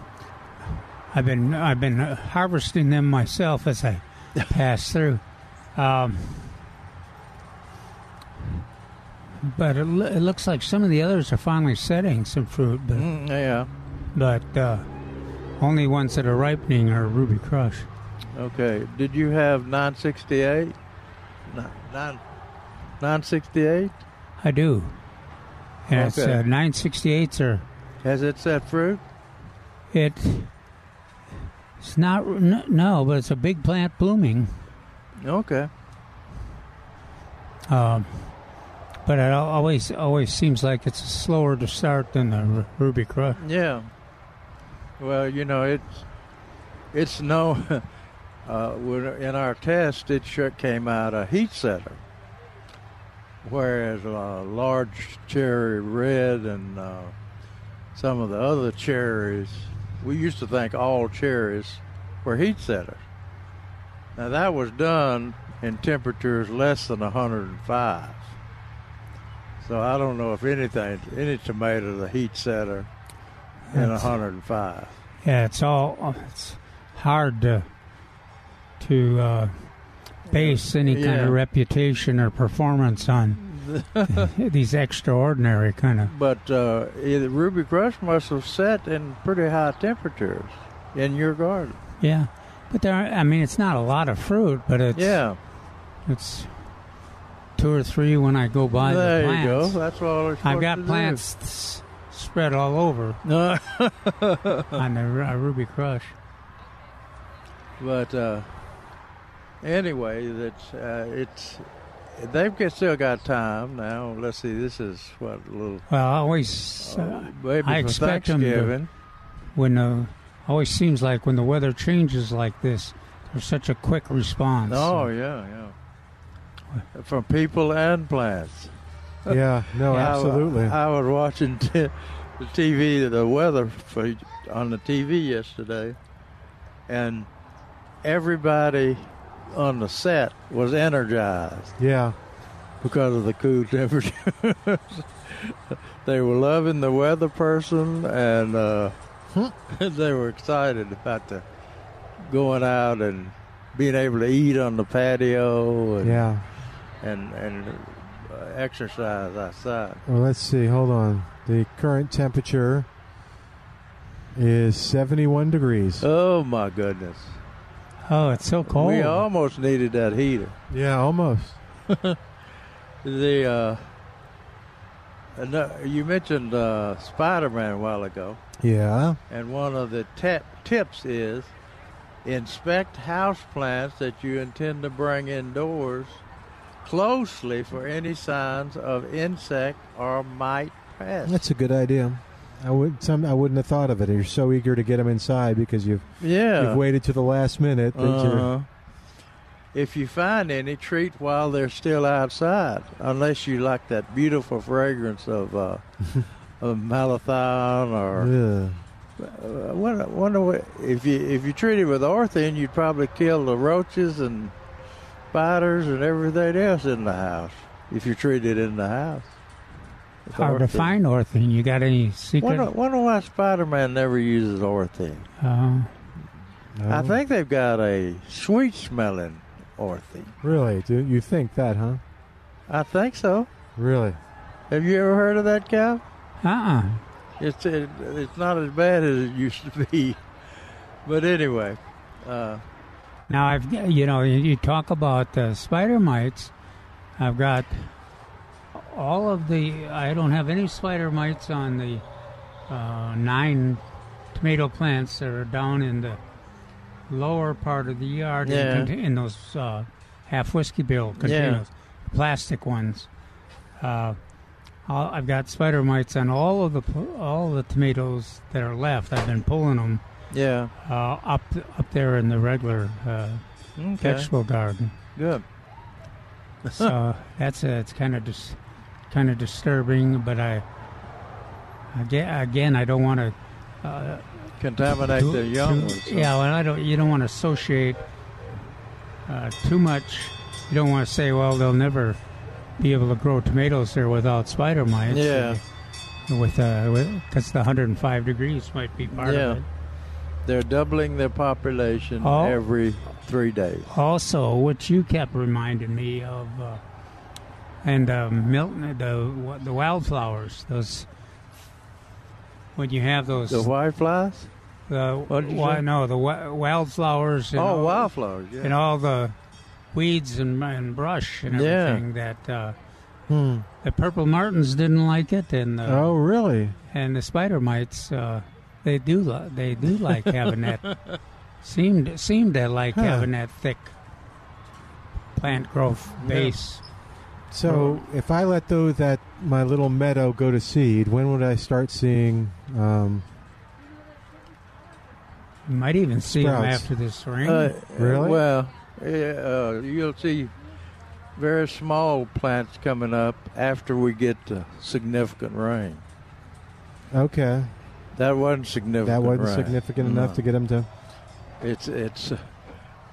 Speaker 4: I've been I've been uh, harvesting them myself
Speaker 3: <laughs>
Speaker 4: as I pass through. Um, but it, loo- it looks like some of the others are finally setting some fruit, but
Speaker 5: Mm, yeah.
Speaker 4: but uh, only ones that are ripening are Ruby Crush.
Speaker 5: Okay. Did you have 968? Nine, nine, 968?
Speaker 4: I do. And it's
Speaker 5: Okay.
Speaker 4: uh, 968s are
Speaker 5: Has it set fruit?
Speaker 4: it. It's not n- no, but it's a big plant blooming.
Speaker 5: Okay.
Speaker 4: Um, but it al- always always seems like it's slower to start than the Ru- Ruby Crush.
Speaker 5: Yeah. Well, you know, it's it's no. <laughs> Uh, we're- in our test, it sure came out a heat setter, whereas uh, large cherry red and uh, some of the other cherries, we used to think all cherries were heat setters. Now that was done in temperatures less than 105. So I don't know if anything, any tomato, the heat setter, and
Speaker 4: That's-
Speaker 5: 105.
Speaker 4: Yeah, it's all it's hard to to uh, base any kind
Speaker 5: Yeah.
Speaker 4: of reputation or performance
Speaker 5: <laughs>
Speaker 4: on <laughs> these extraordinary kind of.
Speaker 5: But uh, either Ruby Crush must have set in pretty high temperatures in your garden.
Speaker 4: Yeah, But there, are, I mean, it's not a lot of fruit, but it's
Speaker 5: yeah,
Speaker 4: it's two or three when I go by
Speaker 5: there
Speaker 4: the
Speaker 5: you go.
Speaker 4: plants.
Speaker 5: That's all we're supposed
Speaker 4: I've
Speaker 5: to
Speaker 4: got
Speaker 5: do.
Speaker 4: plants s- spread all
Speaker 5: <laughs>
Speaker 4: over
Speaker 5: Uh,
Speaker 4: on the Ru- uh, Ruby Crush.
Speaker 5: But uh, anyway, that's uh, it's they've got, still got time now. Let's see, this is what a little
Speaker 4: Well, I always uh,
Speaker 5: uh, maybe
Speaker 4: I
Speaker 5: for
Speaker 4: expect 'em to-
Speaker 5: Thanksgiving.
Speaker 4: when uh, always seems like when the weather changes like this, there's such a quick response.
Speaker 5: Oh yeah, yeah, from people and plants.
Speaker 3: Yeah,
Speaker 4: Oh,
Speaker 3: no,
Speaker 5: I-
Speaker 3: absolutely.
Speaker 5: I, was watching <laughs> t- the TV, the weather for, on the TV yesterday, and everybody on the set was energized
Speaker 3: yeah,
Speaker 5: because of the cool temperatures. <laughs> they were loving the weather person, and uh, <laughs> they were excited about the going out and being able to eat on the patio and
Speaker 3: yeah.
Speaker 5: and, and uh, exercise outside.
Speaker 3: Well, let's see. Hold on. The current temperature is 71 degrees.
Speaker 5: Oh my goodness.
Speaker 4: Oh, it's so cold.
Speaker 5: We almost needed that heater.
Speaker 3: yeah, almost.
Speaker 5: The uh, and, uh, you mentioned uh, Spider-Man a while ago,
Speaker 3: Yeah.
Speaker 5: and one of the te- tips is inspect houseplants that you intend to bring indoors closely for any signs of insect or mite pests.
Speaker 3: That's a good idea. I would some I wouldn't have thought of it. You're so eager to get them inside because you've
Speaker 5: yeah.
Speaker 3: you've waited to the last minute. That you're,
Speaker 5: Uh-huh. If you find any, treat while they're still outside, unless you like that beautiful fragrance
Speaker 3: <laughs>
Speaker 5: of uh, of malathion or
Speaker 3: Ugh.
Speaker 5: uh, wonder, wonder what, if you if you treat it with orthine, you'd probably kill the roaches and spiders and everything else in the house. If you treat it in the house, With
Speaker 4: hard to
Speaker 5: orthine.
Speaker 4: find Orthon. You got any secret?
Speaker 5: Wonder, wonder why Spider-Man never uses orthine.
Speaker 4: uh,
Speaker 5: I
Speaker 3: No.
Speaker 4: Oh.
Speaker 5: think they've got a sweet-smelling orthine.
Speaker 3: really. Do you think that, huh?
Speaker 5: I think so.
Speaker 3: Really?
Speaker 5: Have you ever heard of that cow?
Speaker 4: uh-uh.
Speaker 5: It's it, it's not as bad as it used to be, <laughs> but anyway, uh,
Speaker 4: Now I've you know you- you talk about uh, spider mites. I've got all of the. I don't have any spider mites on the uh, nine tomato plants that are down in the lower part of the yard in
Speaker 5: Yeah.
Speaker 4: cont- in, those uh, half whiskey barrel containers, plastic ones. Uh, I'll- I've got spider mites on all of the pl- all the tomatoes that are left. I've been pulling them
Speaker 5: yeah,
Speaker 4: uh, up up there in the regular uh,
Speaker 5: okay,
Speaker 4: vegetable
Speaker 5: <laughs>
Speaker 4: garden.
Speaker 5: good.
Speaker 4: So that's a, it's kind of dis, kind of disturbing. But I again, again I don't uh, want to
Speaker 5: Contaminate the young ones. so-
Speaker 4: Yeah, well, I don't. You don't want to associate uh, too much. You don't want to say, well, they'll never be able to grow tomatoes there without spider mites.
Speaker 5: Yeah.
Speaker 4: With because the 105 degrees might be part
Speaker 5: Yeah.
Speaker 4: of it.
Speaker 5: they're doubling their population
Speaker 4: Oh.
Speaker 5: every three days.
Speaker 4: also what you kept reminding me of uh, and uh, Milton the the wildflowers those when you have those
Speaker 5: The white flies?
Speaker 4: the
Speaker 5: what did you
Speaker 4: why
Speaker 5: say?
Speaker 4: no the wi- wildflowers and
Speaker 5: Oh,
Speaker 4: all,
Speaker 5: wildflowers. Yeah.
Speaker 4: and all the weeds and, and brush and
Speaker 5: Yeah.
Speaker 4: everything that uh,
Speaker 3: Hmm.
Speaker 4: the purple martins didn't like it and the,
Speaker 3: Oh, really?
Speaker 4: and the spider mites uh, they do li- they do like having that
Speaker 3: <laughs>
Speaker 4: seemed seemed to like
Speaker 3: Huh.
Speaker 4: having that thick plant growth base.
Speaker 3: So if I let though that my little meadow go to seed, when would I start seeing? Um,
Speaker 4: You might even see them
Speaker 3: Sprouts.
Speaker 4: after this rain.
Speaker 5: Uh,
Speaker 3: Really?
Speaker 5: Well, yeah, uh, you'll see very small plants coming up after we get to significant rain.
Speaker 3: okay,
Speaker 5: That wasn't significant.
Speaker 3: that wasn't
Speaker 5: rain.
Speaker 3: significant enough
Speaker 5: No.
Speaker 3: to get him to.
Speaker 5: It's it's uh,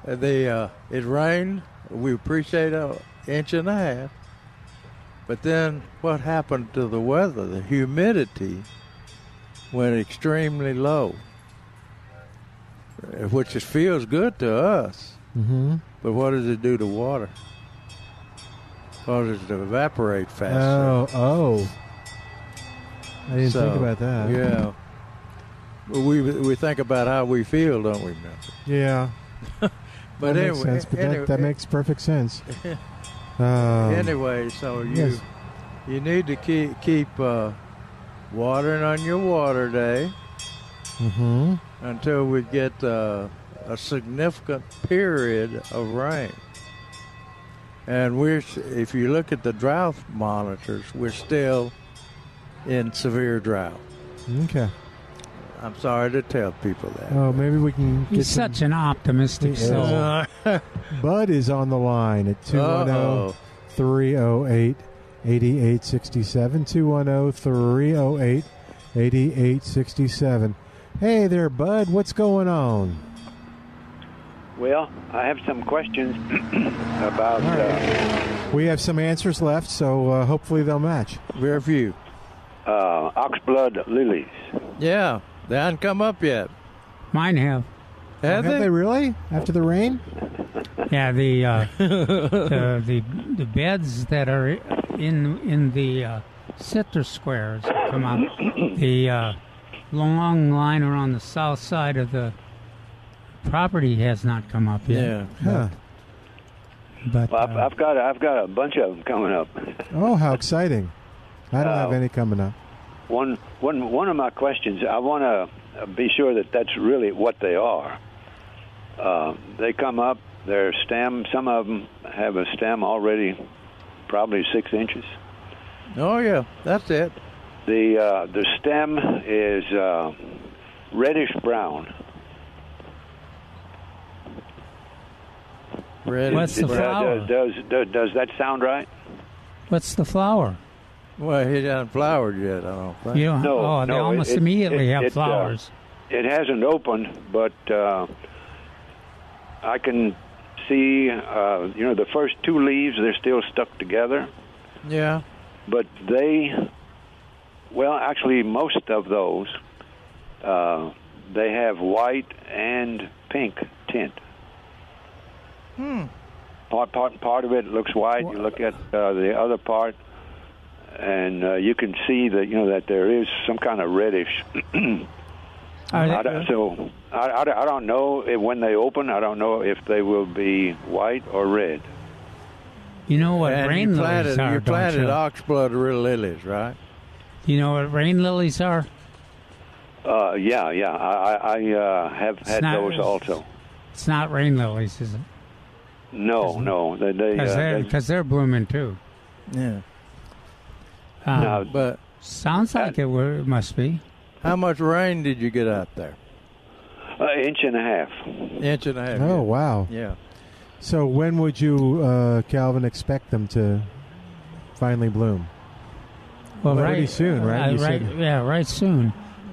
Speaker 5: they uh, it rained. We appreciate an inch and a half, but then what happened to the weather? The humidity went extremely low, uh, which is, feels good to us.
Speaker 3: Mm-hmm.
Speaker 5: But what does it do to water? Causes it to evaporate faster.
Speaker 3: Oh, oh. I didn't
Speaker 5: So,
Speaker 3: think about that.
Speaker 5: Yeah. Well, We we think about how we feel, don't we? Milton?
Speaker 3: Yeah.
Speaker 5: But
Speaker 3: that
Speaker 5: anyway,
Speaker 3: makes sense. But
Speaker 5: anyway-
Speaker 3: that, that makes perfect
Speaker 5: <laughs>
Speaker 3: sense. Um,
Speaker 5: anyway, so you
Speaker 3: yes.
Speaker 5: you need to keep keep uh, watering on your water day
Speaker 3: mhm.
Speaker 5: until we get uh, a significant period of rain. And we're if you look at the drought monitors, we're still in severe drought.
Speaker 3: Okay.
Speaker 5: I'm sorry to tell people that.
Speaker 3: Oh, maybe we can get
Speaker 4: He's
Speaker 3: some-
Speaker 4: such an optimistic
Speaker 3: Yeah.
Speaker 4: soul.
Speaker 3: <laughs> Bud is on the line at oh. 210 308 8867. 210 308 8867. Hey there, Bud. What's going on?
Speaker 9: Well, I have some questions <clears throat> about uh,
Speaker 3: We have some answers left, so uh, hopefully they'll match.
Speaker 5: Very few.
Speaker 9: uh, oxblood lilies.
Speaker 5: Yeah, they haven't come up yet.
Speaker 4: Mine have.
Speaker 5: Have
Speaker 3: Have they
Speaker 5: they?
Speaker 3: really? After the rain?
Speaker 4: Yeah,
Speaker 9: <laughs>
Speaker 4: the uh, the, the the beds that are in in the uh, citrus squares that
Speaker 9: <coughs>
Speaker 4: come out. The uh, long line around the south side of the property has not come up yet.
Speaker 5: Yeah.
Speaker 3: Huh.
Speaker 4: But
Speaker 9: Well, I've,
Speaker 4: uh,
Speaker 9: I've got I've got a bunch of them coming up.
Speaker 3: Oh, how exciting. I don't have
Speaker 9: Oh.
Speaker 3: any coming up.
Speaker 9: One one one of my questions. I want to be sure that that's really what they are. Uh, they come up. Their stem. Some of them have a stem already, probably six inches.
Speaker 5: Oh yeah, that's it.
Speaker 9: The uh, the stem is uh, reddish brown.
Speaker 5: Red.
Speaker 4: What's the flower?
Speaker 9: does, does, does does that sound right?
Speaker 4: what's the flower?
Speaker 5: Well, he hasn't flowered yet. I don't think.
Speaker 4: You don't,
Speaker 9: No,
Speaker 4: oh, they
Speaker 9: no, it-
Speaker 4: almost
Speaker 9: it-
Speaker 4: immediately
Speaker 9: it-
Speaker 4: have
Speaker 9: it, uh,
Speaker 4: flowers.
Speaker 9: It hasn't opened, but uh, I can see, uh, you know, the first two leaves, they're still stuck together,
Speaker 5: Yeah.
Speaker 9: but they, well, actually, most of those, uh, they have white and pink tint.
Speaker 4: Hmm.
Speaker 9: Part, part, part of it looks white. You look at uh, the other part, and uh, you can see that you know that there is some kind of reddish <clears throat>
Speaker 4: Are
Speaker 9: I don't,
Speaker 4: they, uh,
Speaker 9: so I, I don't- I don't know if, when they open. I don't know if they will be white or red.
Speaker 4: you know what
Speaker 5: and
Speaker 4: rain
Speaker 5: you
Speaker 4: lilies
Speaker 5: planted,
Speaker 4: are,
Speaker 5: you
Speaker 4: don't
Speaker 5: planted
Speaker 4: you?
Speaker 5: oxblood real lilies, right?
Speaker 4: You know what rain lilies are?
Speaker 9: Uh, yeah, yeah. I, I, I uh, have had
Speaker 4: not-
Speaker 9: those also.
Speaker 4: It's not rain lilies, is it?
Speaker 9: No, no. They, they,
Speaker 4: Because
Speaker 9: uh,
Speaker 4: they're,
Speaker 9: they-
Speaker 4: 'cause they're blooming too.
Speaker 5: Yeah.
Speaker 4: Um,
Speaker 9: No.
Speaker 5: But
Speaker 4: Sounds like it were, it must be.
Speaker 5: how much rain did you get out there?
Speaker 9: an uh, inch and a half.
Speaker 5: Inch and a half.
Speaker 3: Oh, wow.
Speaker 5: Yeah.
Speaker 3: So when would you, uh, Calvin, expect them to finally bloom?
Speaker 4: Well,
Speaker 3: Pretty soon, right?
Speaker 4: uh,
Speaker 3: You
Speaker 4: right,
Speaker 3: said-
Speaker 4: yeah, right soon.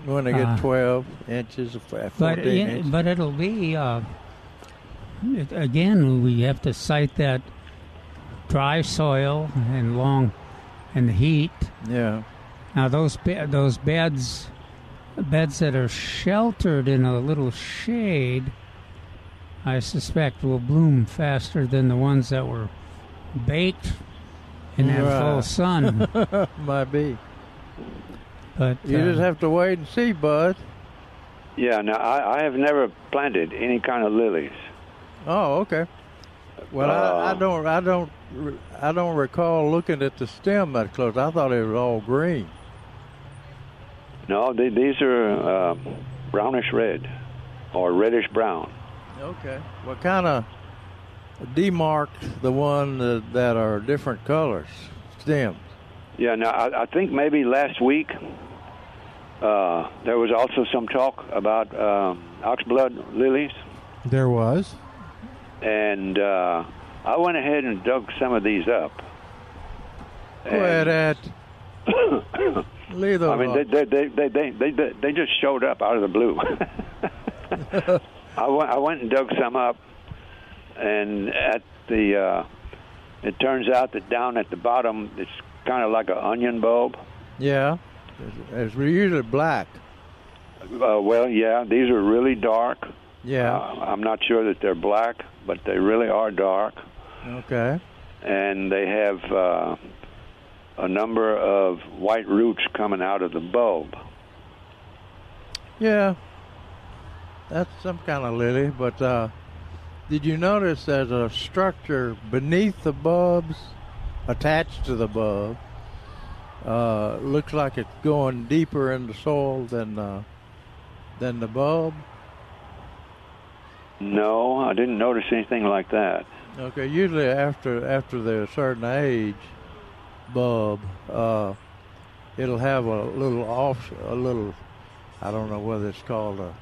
Speaker 5: When they get
Speaker 4: Uh,
Speaker 5: 12 inches, f- 14
Speaker 4: But in,
Speaker 5: inches.
Speaker 4: but it'll be uh, it, again. We have to cite that dry soil and long and heat.
Speaker 5: yeah.
Speaker 4: Now those be- those beds beds that are sheltered in a little shade, I suspect will bloom faster than the ones that were baked in that full
Speaker 5: Right. <laughs>
Speaker 4: sun.
Speaker 5: Might be.
Speaker 4: But
Speaker 5: You
Speaker 4: uh,
Speaker 5: just have to wait and see, bud.
Speaker 9: Yeah. Now I, I have never planted any kind of lilies.
Speaker 5: Oh, okay. Well, I, I
Speaker 9: Uh,
Speaker 5: don't, I don't, re- I don't recall looking at the stem that close. I thought it was all green.
Speaker 9: No, they, these are uh, brownish red or reddish brown.
Speaker 5: Okay. What kind of demark the one that, that are different colors stems?
Speaker 9: Yeah, now I, I think maybe last week uh, there was also some talk about um, oxblood lilies,
Speaker 3: There was.
Speaker 9: and uh, I went ahead and dug some of these up.
Speaker 5: Go
Speaker 9: <coughs>
Speaker 5: ahead, at leave those.
Speaker 9: I mean, they
Speaker 5: alone.
Speaker 9: they, they, they, they, they, they they just showed up out of the blue. <laughs> I, went, I went and dug some up, and at the uh, it turns out that down at the bottom it's kind of like an onion bulb.
Speaker 5: yeah, it's, it's usually black.
Speaker 9: Uh, well, yeah, these are really dark.
Speaker 5: Yeah.
Speaker 9: Uh, I'm not sure that they're black, but they really are dark, Uh,
Speaker 5: Okay.
Speaker 9: and they have uh, a number of white roots coming out of the bulb.
Speaker 5: Yeah. That's some kind of lily, but uh, Did you notice there's a structure beneath the bulbs, attached to the bulb? Uh, looks like it's going deeper in the soil than uh, than the bulb.
Speaker 9: No, I didn't notice anything like that.
Speaker 5: Okay, usually after after they're a certain age, bulb, uh, it'll have a little off, a little, I don't know whether it's called a,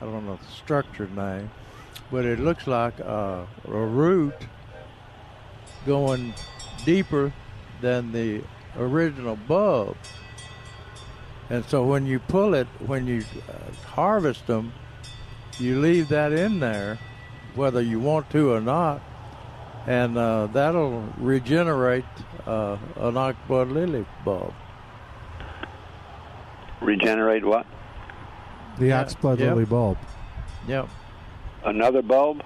Speaker 5: I don't know the structured name, but it looks like a, a root going deeper than the original bulb. And so when you pull it, when you uh, harvest them, you leave that in there, whether you want to or not, and uh, that'll regenerate uh, an aquabud lily bulb.
Speaker 9: Regenerate what?
Speaker 3: The oxblood
Speaker 5: yeah.
Speaker 3: lily bulb.
Speaker 5: Yep.
Speaker 9: Another bulb?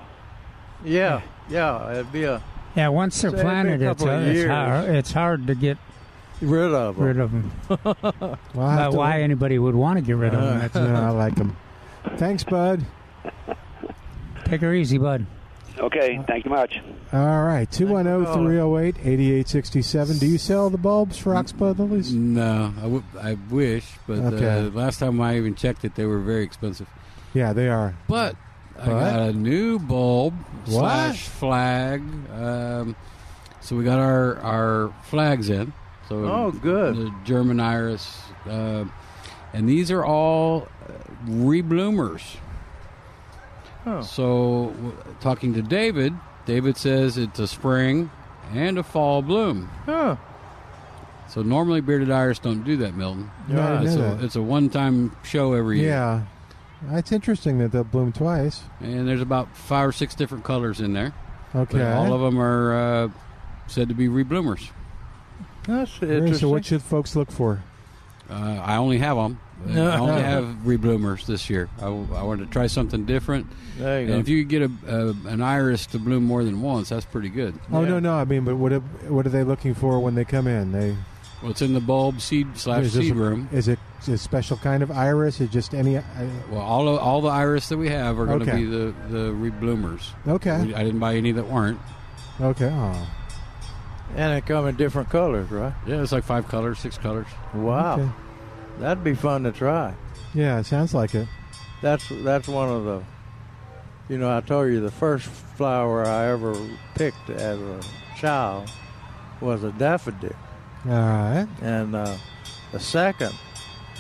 Speaker 5: Yeah, yeah. It'd be a
Speaker 4: Yeah, once they're
Speaker 5: Say it'd be a
Speaker 4: planted, it's,
Speaker 5: couple of
Speaker 4: uh, it's,
Speaker 5: years.
Speaker 4: hard, it's hard to get
Speaker 5: rid of 'em.
Speaker 4: rid of them.
Speaker 3: Well, I have to-
Speaker 4: why anybody would want to get rid of them?
Speaker 5: Uh-huh.
Speaker 4: That's,
Speaker 3: No, I like them. Thanks, bud.
Speaker 4: take her easy, bud.
Speaker 9: Okay, thank you much.
Speaker 3: All right, oh, 210 308 8867. Do you sell the bulbs for oxblood lilies?
Speaker 6: No, I, w- I wish, but
Speaker 3: Okay.
Speaker 6: uh, last time I even checked it, they were very expensive.
Speaker 3: Yeah, they are.
Speaker 6: But, I
Speaker 3: But?
Speaker 6: got a new bulb
Speaker 3: What?
Speaker 6: slash flag. Um, so we got our our flags in. So
Speaker 5: Oh, good.
Speaker 6: The German iris, uh, and these are all uh, rebloomers.
Speaker 5: Oh.
Speaker 6: So, w- talking to David, David says it's a spring and a fall bloom.
Speaker 5: Huh.
Speaker 6: So normally bearded iris don't do that, Milton.
Speaker 3: No, I didn't
Speaker 6: it's,
Speaker 3: know
Speaker 6: a,
Speaker 3: that.
Speaker 6: it's a one-time show every year.
Speaker 3: Yeah. It's interesting that they'll bloom twice.
Speaker 6: And there's about five or six different colors in there. But
Speaker 3: Okay.
Speaker 6: all of them are uh, said to be rebloomers.
Speaker 5: That's
Speaker 3: All right,
Speaker 5: interesting.
Speaker 3: so, what should folks look for?
Speaker 6: Uh, I only have them. I only have rebloomers this year. I, I wanted to try something different.
Speaker 5: there you
Speaker 6: And
Speaker 5: go.
Speaker 6: if you could get a, a, an iris to bloom more than once, that's pretty good.
Speaker 3: Oh
Speaker 5: Yeah.
Speaker 3: no, no. I mean, but what are, what are they looking for when they come in? They
Speaker 6: Well, it's in the bulb seed slash
Speaker 3: is this-
Speaker 6: Uh, seed room.
Speaker 3: Is it a special kind of iris? Is it just any? uh, I-
Speaker 6: Well, all of, all the iris that we have are going to
Speaker 3: Okay.
Speaker 6: be the the rebloomers.
Speaker 3: Okay,
Speaker 6: We- I didn't buy any that weren't.
Speaker 3: okay. Oh,
Speaker 5: and they come in different colors, right?
Speaker 6: Yeah, it's like five colors, six colors.
Speaker 5: Wow,
Speaker 3: okay.
Speaker 5: that'd be fun to try.
Speaker 3: Yeah, it sounds like it.
Speaker 5: That's that's one of the. You know, I told you the first flower I ever picked as a child was a daffodil.
Speaker 3: All right.
Speaker 5: and uh, the second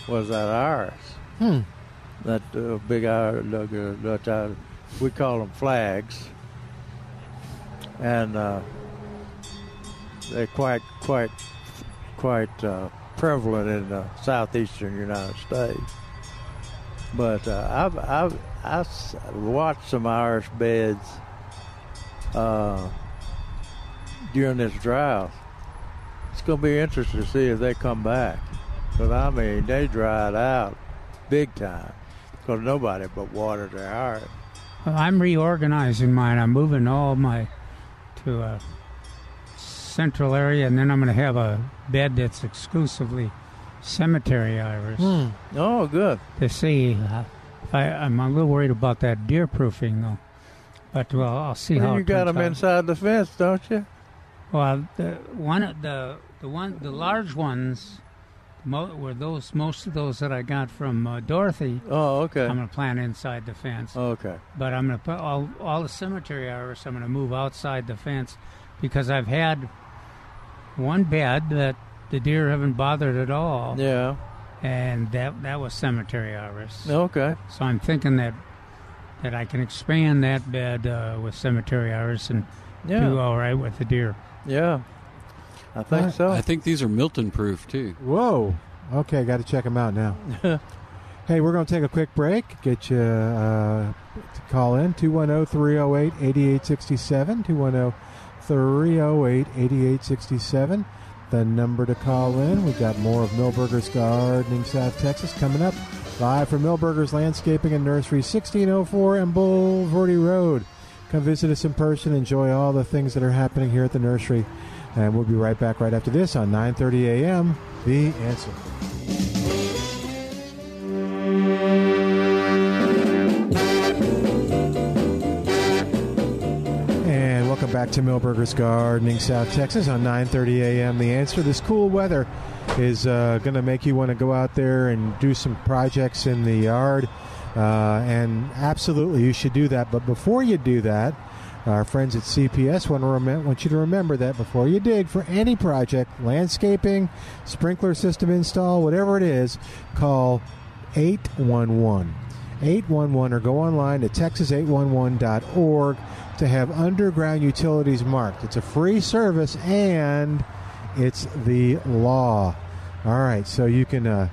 Speaker 5: was that iris.
Speaker 3: Hmm.
Speaker 5: That uh, big iris, uh, Dutch iris. We call them flags, and uh, they're quite, quite, quite uh, prevalent in the southeastern United States. But uh, I've, I've, I've s- watched some iris beds uh, during this drought. It's going to be interesting to see if they come back. Because, I mean, they dried out big time. Because nobody but watered their iris.
Speaker 4: Well, I'm reorganizing mine. I'm moving all my to a central area, and then I'm going to have a bed that's exclusively cemetery iris
Speaker 3: Hmm.
Speaker 5: Oh, good.
Speaker 4: to see. Uh, if I, I'm a little worried about that deer proofing, though. But well, I'll see how
Speaker 5: you
Speaker 4: it
Speaker 5: got
Speaker 4: turns
Speaker 5: them
Speaker 4: out.
Speaker 5: inside the fence, don't you?
Speaker 4: Well, the one of the the one the large ones mo- were those most of those that I got from uh, Dorothy.
Speaker 5: Oh, okay. Oh.
Speaker 4: I'm going to plant inside the fence,
Speaker 5: Okay.
Speaker 4: but I'm going to put all all the cemetery iris. I'm going to move outside the fence because I've had one bed that the deer haven't bothered at all,
Speaker 5: Yeah.
Speaker 4: and that that was cemetery iris.
Speaker 5: Okay.
Speaker 4: So I'm thinking that that I can expand that bed uh, with cemetery iris and do
Speaker 5: Yeah.
Speaker 4: all right with the deer.
Speaker 5: Yeah. I think so.
Speaker 6: I think these are Milton proof too.
Speaker 3: Whoa. Okay, got to check them out now. hey, we're going to take a quick break. Get you uh, to call in oh, 210 308 8867. 210 308 8867. The number to call in. We've got more of Millburgers Gardening South Texas coming up live from Millburgers Landscaping and Nursery, 1604 and Boulevardy Road. Come visit us in person. Enjoy all the things that are happening here at the nursery. And we'll be right back right after this on 9:30 a.m. The Answer. back to Millburgers Gardening, South Texas, on 9:30 a.m. The answer: This cool weather is uh, going to make you want to go out there and do some projects in the yard, uh, and absolutely you should do that. But before you do that, our friends at CPS want to rem- want you to remember that before you dig for any project, landscaping, sprinkler system install, whatever it is, call 811. 811 or go online to texas811.org to have underground utilities marked. It's a free service and it's the law. All right, so you can uh,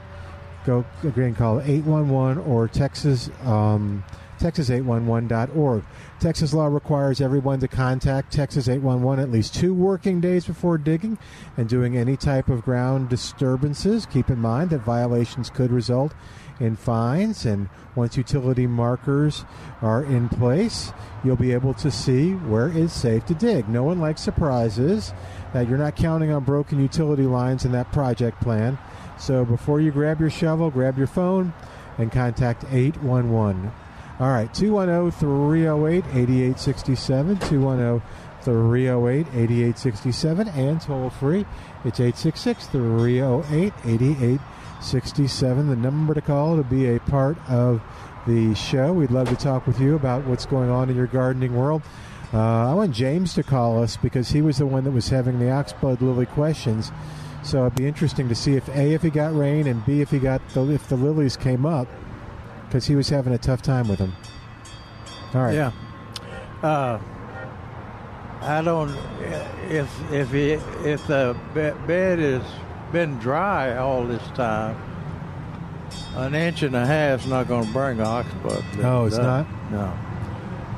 Speaker 3: go again call 811 or Texas um, texas811.org. Texas law requires everyone to contact Texas 811 at least two working days before digging and doing any type of ground disturbances. Keep in mind that violations could result in fines, and once utility markers are in place, you'll be able to see where it's safe to dig. No one likes surprises. That you're not counting on broken utility lines in that project plan. So before you grab your shovel, grab your phone and contact 811. All right, oh, 210 308 8867. 210 308 8867. And toll free, it's 866 308 8867. The number to call to be a part of the show. We'd love to talk with you about what's going on in your gardening world. Uh, I want James to call us because he was the one that was having the oxblood lily questions. So it'd be interesting to see if A, if he got rain, and B, if he got the, if the lilies came up because he was having a tough time with them. All right.
Speaker 5: Yeah. Uh, I don't. If if he, if the be- bed has been dry all this time, an inch and a half's not going to bring oxbud. lilies
Speaker 3: Oh, it's
Speaker 5: up. No.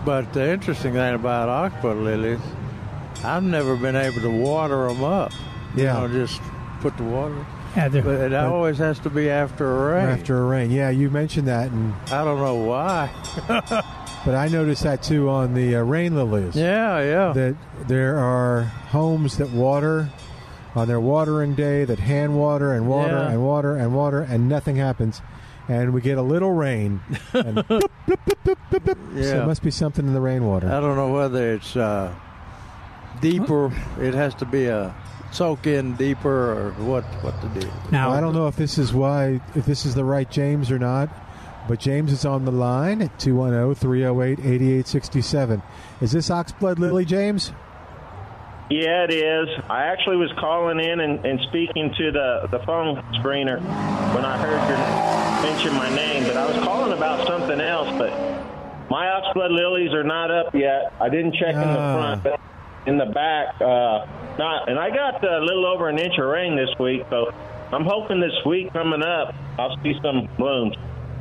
Speaker 5: But the interesting thing about oxbud lilies, I've never been able to water them up.
Speaker 3: Yeah.
Speaker 5: You know, just put the water.
Speaker 4: Yeah, they're-
Speaker 5: But uh, it always has to be after a rain.
Speaker 3: After a rain. Yeah, you mentioned that, and
Speaker 5: I don't know why.
Speaker 3: but I noticed that too on the uh, rain lilies.
Speaker 5: Yeah, yeah.
Speaker 3: <laughs> That there are homes that water on their watering day that hand water and water
Speaker 5: Yeah.
Speaker 3: and water and water and nothing happens. And we get a little rain. And bloop, bloop, bloop, bloop, bloop, bloop. So
Speaker 5: Yeah.
Speaker 3: it must be something in the rainwater.
Speaker 5: I don't know whether it's uh, deeper. It has to be a soak in deeper or what? What the deal?
Speaker 4: Now
Speaker 3: I don't know if this is why, if this is the right James or not, but James is on the line at 210 308 8867. Is this Oxblood Lily, James?
Speaker 10: Yeah, it is. I actually was calling in and, and speaking to the, the phone screener when I heard you mention my name, but I was calling about something else. But my oxblood lilies are not up yet. I didn't check in the
Speaker 3: Ah.
Speaker 10: front, but in the back, uh, not. And I got a little over an inch of rain this week, so I'm hoping this week coming up I'll see some blooms.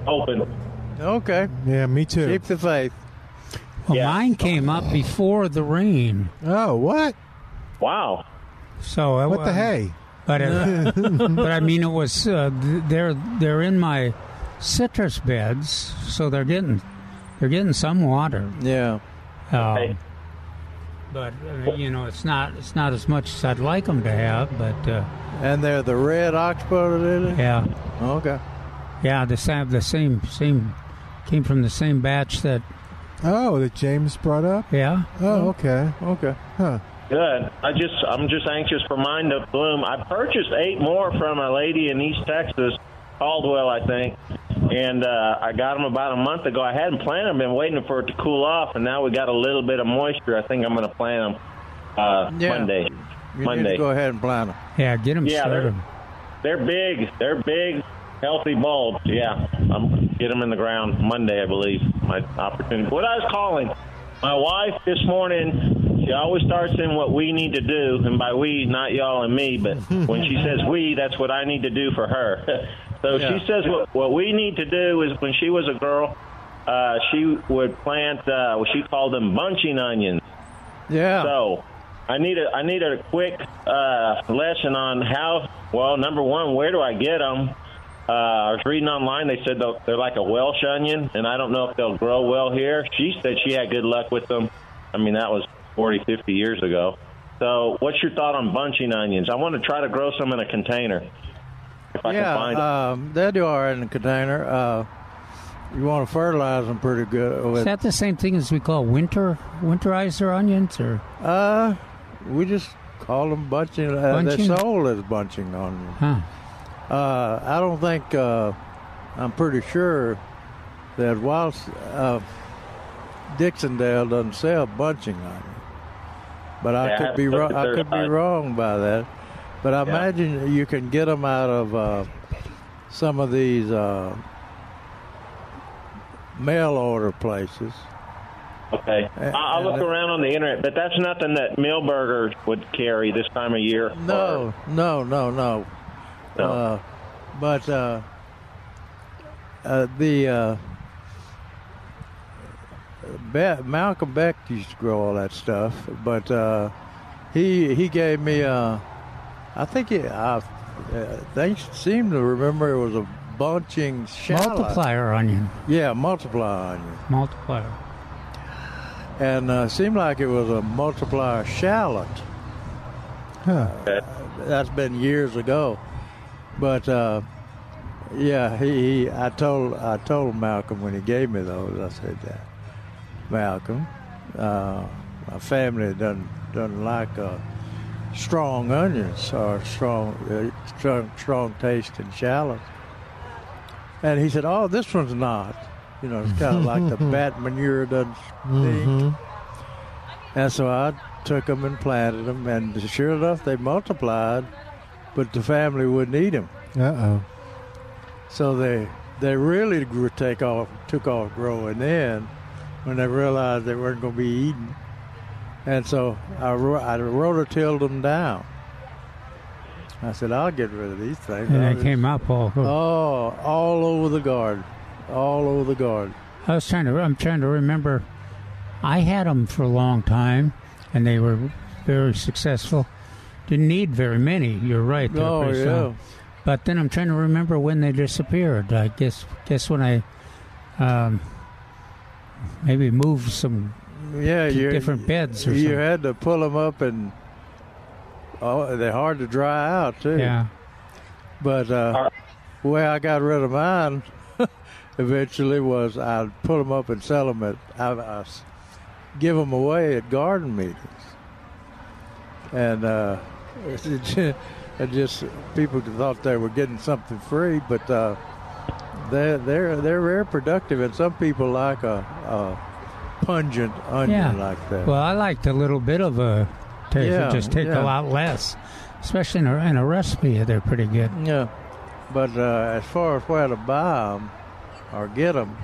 Speaker 10: Hoping.
Speaker 5: Okay,
Speaker 3: Yeah, me too.
Speaker 5: keep the faith.
Speaker 4: Well,
Speaker 10: Yeah.
Speaker 4: mine came up before the rain,
Speaker 3: Oh, what?
Speaker 10: Wow.
Speaker 4: so I-
Speaker 3: What the hey? <laughs>
Speaker 4: But it, but I mean, it was uh, th- they're they're in my citrus beds, so they're getting they're getting some water.
Speaker 5: Yeah,
Speaker 4: Um,
Speaker 10: Okay.
Speaker 4: But uh, you know, it's not it's not as much as I'd like them to have. But uh,
Speaker 5: and they're the red oxbow lily.
Speaker 4: yeah,
Speaker 5: Okay.
Speaker 4: yeah, the same the same same came from the same batch that
Speaker 3: Oh, that James brought up?
Speaker 4: yeah.
Speaker 3: Oh, okay.
Speaker 5: Okay.
Speaker 3: Huh.
Speaker 10: Good. I just I'm just anxious for mine to bloom. I purchased eight more from a lady in East Texas, Caldwell, I think, and uh, I got them about a month ago. I hadn't planted them, been waiting for it to cool off, and now we got a little bit of moisture. I think I'm going to plant them uh,
Speaker 5: Yeah.
Speaker 10: Monday.
Speaker 5: You need
Speaker 10: Monday.
Speaker 5: to go ahead and plant them.
Speaker 4: Yeah, get them
Speaker 10: Yeah, they're-
Speaker 4: started.
Speaker 10: They're big. They're big, healthy bulbs. Yeah, I'm get them in the ground Monday, I believe. My opportunity. What I was calling, my wife this morning. She always starts in what we need to do, and by we, not y'all and me, but when she says we, that's what I need to do for her. <laughs> so
Speaker 5: Yeah.
Speaker 10: she says what what we need to do is when she was a girl, uh, she would plant uh, what she called them bunching onions.
Speaker 5: Yeah.
Speaker 10: So, I need a I need a quick uh, lesson on how. Well, number one, where do I get them? Uh, I was reading online. They said they'll- they're like a Welsh onion, and I don't know if they'll grow well here. She said she had good luck with them. I mean, that was 40, 50 years ago. So, what's your thought on bunching onions? I want to try to grow some in a container. If I can
Speaker 5: yeah,
Speaker 10: find
Speaker 5: um, they do are in the container. Uh, You want to fertilize them pretty good.
Speaker 4: Is
Speaker 5: With,
Speaker 4: that the same thing as we call winter winterizer onions, or
Speaker 5: uh, we just call them bunching. Uh, the
Speaker 4: Bunching?
Speaker 5: soul is bunching on them.
Speaker 4: huh?
Speaker 5: Uh, I don't think. Uh, I'm pretty sure that whilst uh, Dixondale doesn't sell bunching on it, but I
Speaker 10: Yeah, I
Speaker 5: could be
Speaker 10: haven't
Speaker 5: wrong.
Speaker 10: looked at
Speaker 5: I
Speaker 10: their
Speaker 5: could be
Speaker 10: site.
Speaker 5: wrong by that. But I imagine you can get them out of uh, some of these uh, mail order places.
Speaker 10: Okay. I-
Speaker 5: uh,
Speaker 10: I'll look around on the internet, but that's nothing that Millburger would carry this time of year.
Speaker 5: No, no, no, no. Uh, but uh, uh, the uh, Be- Malcolm Beck used to grow all that stuff, but uh, he he gave me. Uh, I think he, I, uh, they seem to remember it was a bunching shallot.
Speaker 4: Multiplier onion,
Speaker 5: Yeah, multiplier onion
Speaker 4: multiplier.
Speaker 5: and uh, seemed like it was a multiplier shallot. Uh, That's been years ago, but uh, yeah, he, he. I told I told Malcolm when he gave me those. I said that Malcolm, uh, my family doesn't doesn't like uh, strong onions or strong uh, strong strong taste in shallots. And he said, "Oh, this one's not." You know, it's kind of like the bat manure doesn't stink. And so I took them and planted them, and sure enough, they multiplied, but the family wouldn't eat them.
Speaker 3: Uh oh.
Speaker 5: So they they really grew, take off, took off growing then when they realized they weren't going to be eaten. And so I, ro- I rototilled them down. I said, I'll get rid of these things.
Speaker 4: And
Speaker 5: I'll
Speaker 4: it
Speaker 5: just-
Speaker 4: came up all.
Speaker 5: Oh, all over the garden. All over the garden.
Speaker 4: I was trying to. I'm trying to remember. I had them for a long time, and they were very successful. Didn't need very many. You're right. they were
Speaker 5: Oh,
Speaker 4: pretty strong. But then I'm trying to remember when they disappeared. I guess guess when I um, maybe moved some
Speaker 5: Yeah,
Speaker 4: to
Speaker 5: you
Speaker 4: different beds or
Speaker 5: You
Speaker 4: something.
Speaker 5: had to pull them up, and oh, they're hard to dry out too.
Speaker 4: Yeah.
Speaker 5: But uh, the way I got rid of mine <laughs> eventually was I'd pull them up and sell them at I, I s- give them away at garden meetings, and uh, <laughs> it just people thought they were getting something free, but. Uh, they're they're they're very productive, and some people like a, a pungent onion
Speaker 4: Yeah.
Speaker 5: like that.
Speaker 4: Well, I liked a little bit of a taste.
Speaker 5: Yeah,
Speaker 4: it just take
Speaker 5: yeah.
Speaker 4: a lot less, especially in a, in a recipe. They're pretty good.
Speaker 5: Yeah, but uh, as far as where to buy them or get them,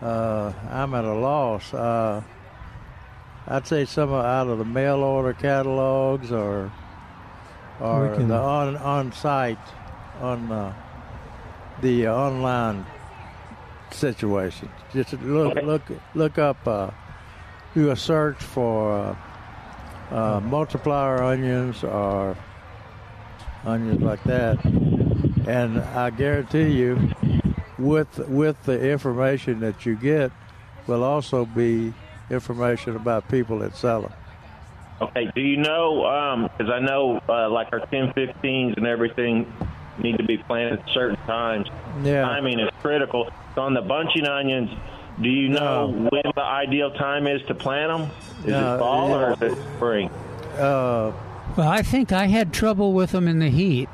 Speaker 5: uh, I'm at a loss. Uh, I'd say some are out of the mail order catalogs or or
Speaker 3: We can-
Speaker 5: the on on site on uh, the online situation. Just look look look up. Uh, do a search for uh, uh, multiplier onions or onions like that, and I guarantee you, with with the information that you get, will also be information about people that sell them.
Speaker 10: Okay. Do you know? Because I know, uh, like our 1015s and everything need to be planted at certain times.
Speaker 5: Yeah.
Speaker 10: Timing is critical. So on the bunching onions, do you know when the ideal time is to plant them? Is
Speaker 5: No,
Speaker 10: it fall
Speaker 5: yeah.
Speaker 10: or is it spring?
Speaker 5: Uh,
Speaker 4: Well, I think I had trouble with them in the heat.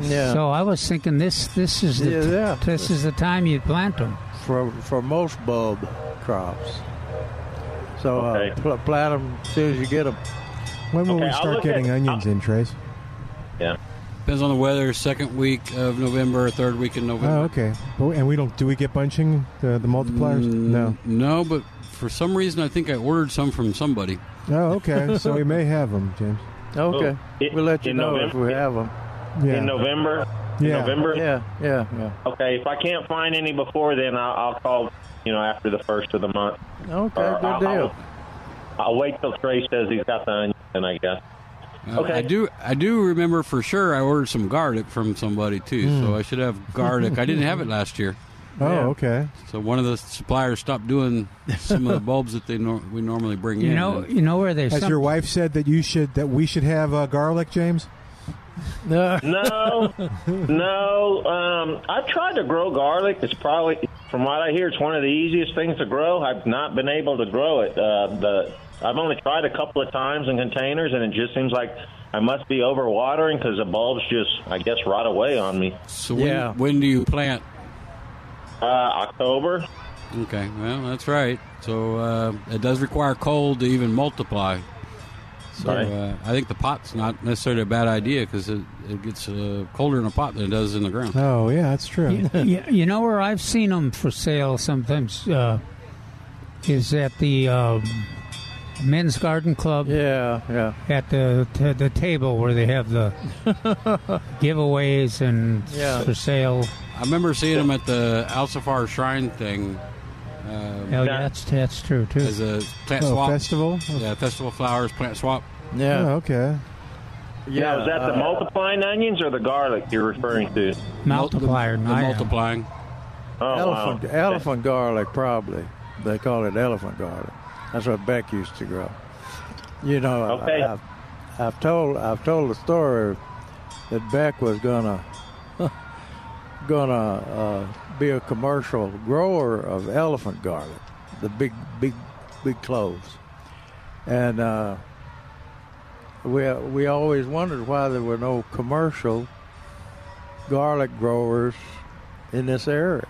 Speaker 5: Yeah.
Speaker 4: So I was thinking this this is the
Speaker 5: Yeah, yeah.
Speaker 4: this is the time you plant them.
Speaker 5: for for most bulb crops. So
Speaker 10: Okay.
Speaker 5: uh, pl- plant them as soon as you get them.
Speaker 3: When will
Speaker 10: Okay,
Speaker 3: we
Speaker 10: I'll
Speaker 3: start
Speaker 10: look
Speaker 3: getting
Speaker 10: at-
Speaker 3: onions in, Trace?
Speaker 10: Yeah.
Speaker 6: Depends on the weather. Second week of November, third week in
Speaker 3: Oh,
Speaker 6: November.
Speaker 3: okay. But, and we don't. Do we get bunching the the multipliers? No.
Speaker 6: No, but for some reason, I think I ordered some from somebody.
Speaker 3: Oh, okay. so we may have them, James.
Speaker 5: Okay,
Speaker 10: in-
Speaker 5: we'll let you
Speaker 10: in
Speaker 5: know if
Speaker 10: November-
Speaker 5: we have them.
Speaker 3: Yeah.
Speaker 10: In November. In
Speaker 3: Yeah.
Speaker 10: November.
Speaker 5: Yeah, yeah, yeah.
Speaker 10: Okay. If I can't find any before then, I'll, I'll call. You know, after the first of the month.
Speaker 5: Okay,
Speaker 10: Or
Speaker 5: good
Speaker 10: I'll-
Speaker 5: deal.
Speaker 10: I'll, I'll wait till Trey says he's got the onion, and I guess.
Speaker 6: Uh,
Speaker 10: Okay.
Speaker 6: I do. I do remember for sure. I ordered some garlic from somebody too,
Speaker 10: Hmm.
Speaker 6: so I should have garlic. I didn't have it last year,
Speaker 3: Oh,
Speaker 5: Yeah.
Speaker 3: okay.
Speaker 6: so one of the suppliers stopped doing some
Speaker 10: <laughs>
Speaker 6: of the bulbs that they nor- we normally bring
Speaker 4: You
Speaker 6: in.
Speaker 4: know you know where they
Speaker 3: As your wife said that you should that we should have uh, garlic, James.
Speaker 10: No, no, no. Um, I've tried to grow garlic. It's probably, from what I hear, it's one of the easiest things to grow. I've not been able to grow it. Uh, the I've only tried a couple of times in containers, and it just seems like I must be overwatering because the bulbs just, I guess, rot away on me.
Speaker 6: So when, when do you plant?
Speaker 10: Uh, October.
Speaker 6: Okay, well, that's right. So uh, it does require cold to even multiply. So
Speaker 10: Right.
Speaker 6: uh, I think the pot's not necessarily a bad idea because it, it gets uh, colder in a pot than it does in the ground.
Speaker 3: Oh yeah, that's true.
Speaker 4: you, you know where I've seen them for sale sometimes uh, is at the um, men's garden club.
Speaker 5: Yeah, yeah.
Speaker 4: At the t- the table where they have the giveaways and
Speaker 6: Yeah.
Speaker 4: for sale.
Speaker 6: I remember seeing them at the Alcifar Shrine thing. Uh,
Speaker 4: Oh, yeah, that's that's true too.
Speaker 6: As a plant
Speaker 4: Oh,
Speaker 6: swap
Speaker 3: festival.
Speaker 6: Yeah, festival of flowers, plant swap.
Speaker 3: Oh, okay.
Speaker 10: Yeah, now, is that
Speaker 5: uh,
Speaker 10: the multiplying onions or the garlic you're referring to?
Speaker 4: Multiplier,
Speaker 6: the multiplying.
Speaker 10: Oh,
Speaker 5: elephant,
Speaker 10: wow.
Speaker 5: elephant garlic, probably. They call it elephant garlic. That's what Beck used to grow. You know, I-
Speaker 10: Okay.
Speaker 5: I've, I've told I've told the story that Beck was gonna <laughs> gonna uh, be a commercial grower of elephant garlic, the big big big cloves, and uh, we we always wondered why there were no commercial garlic growers in this area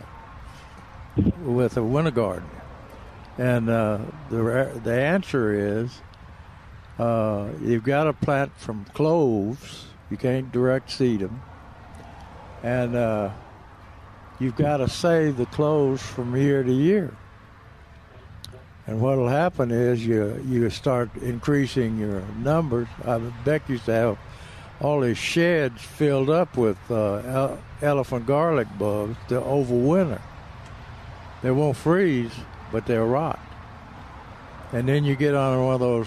Speaker 5: with a winter garden. And uh, the re- the answer is uh, you've got to plant from cloves. You can't direct seed them, and uh, you've got to save the cloves from year to year. And what'll happen is you you start increasing your numbers. I Beck used to have all his sheds filled up with uh, ele- elephant garlic bugs to overwinter. They won't freeze, but they'll rot. And then you get on one of those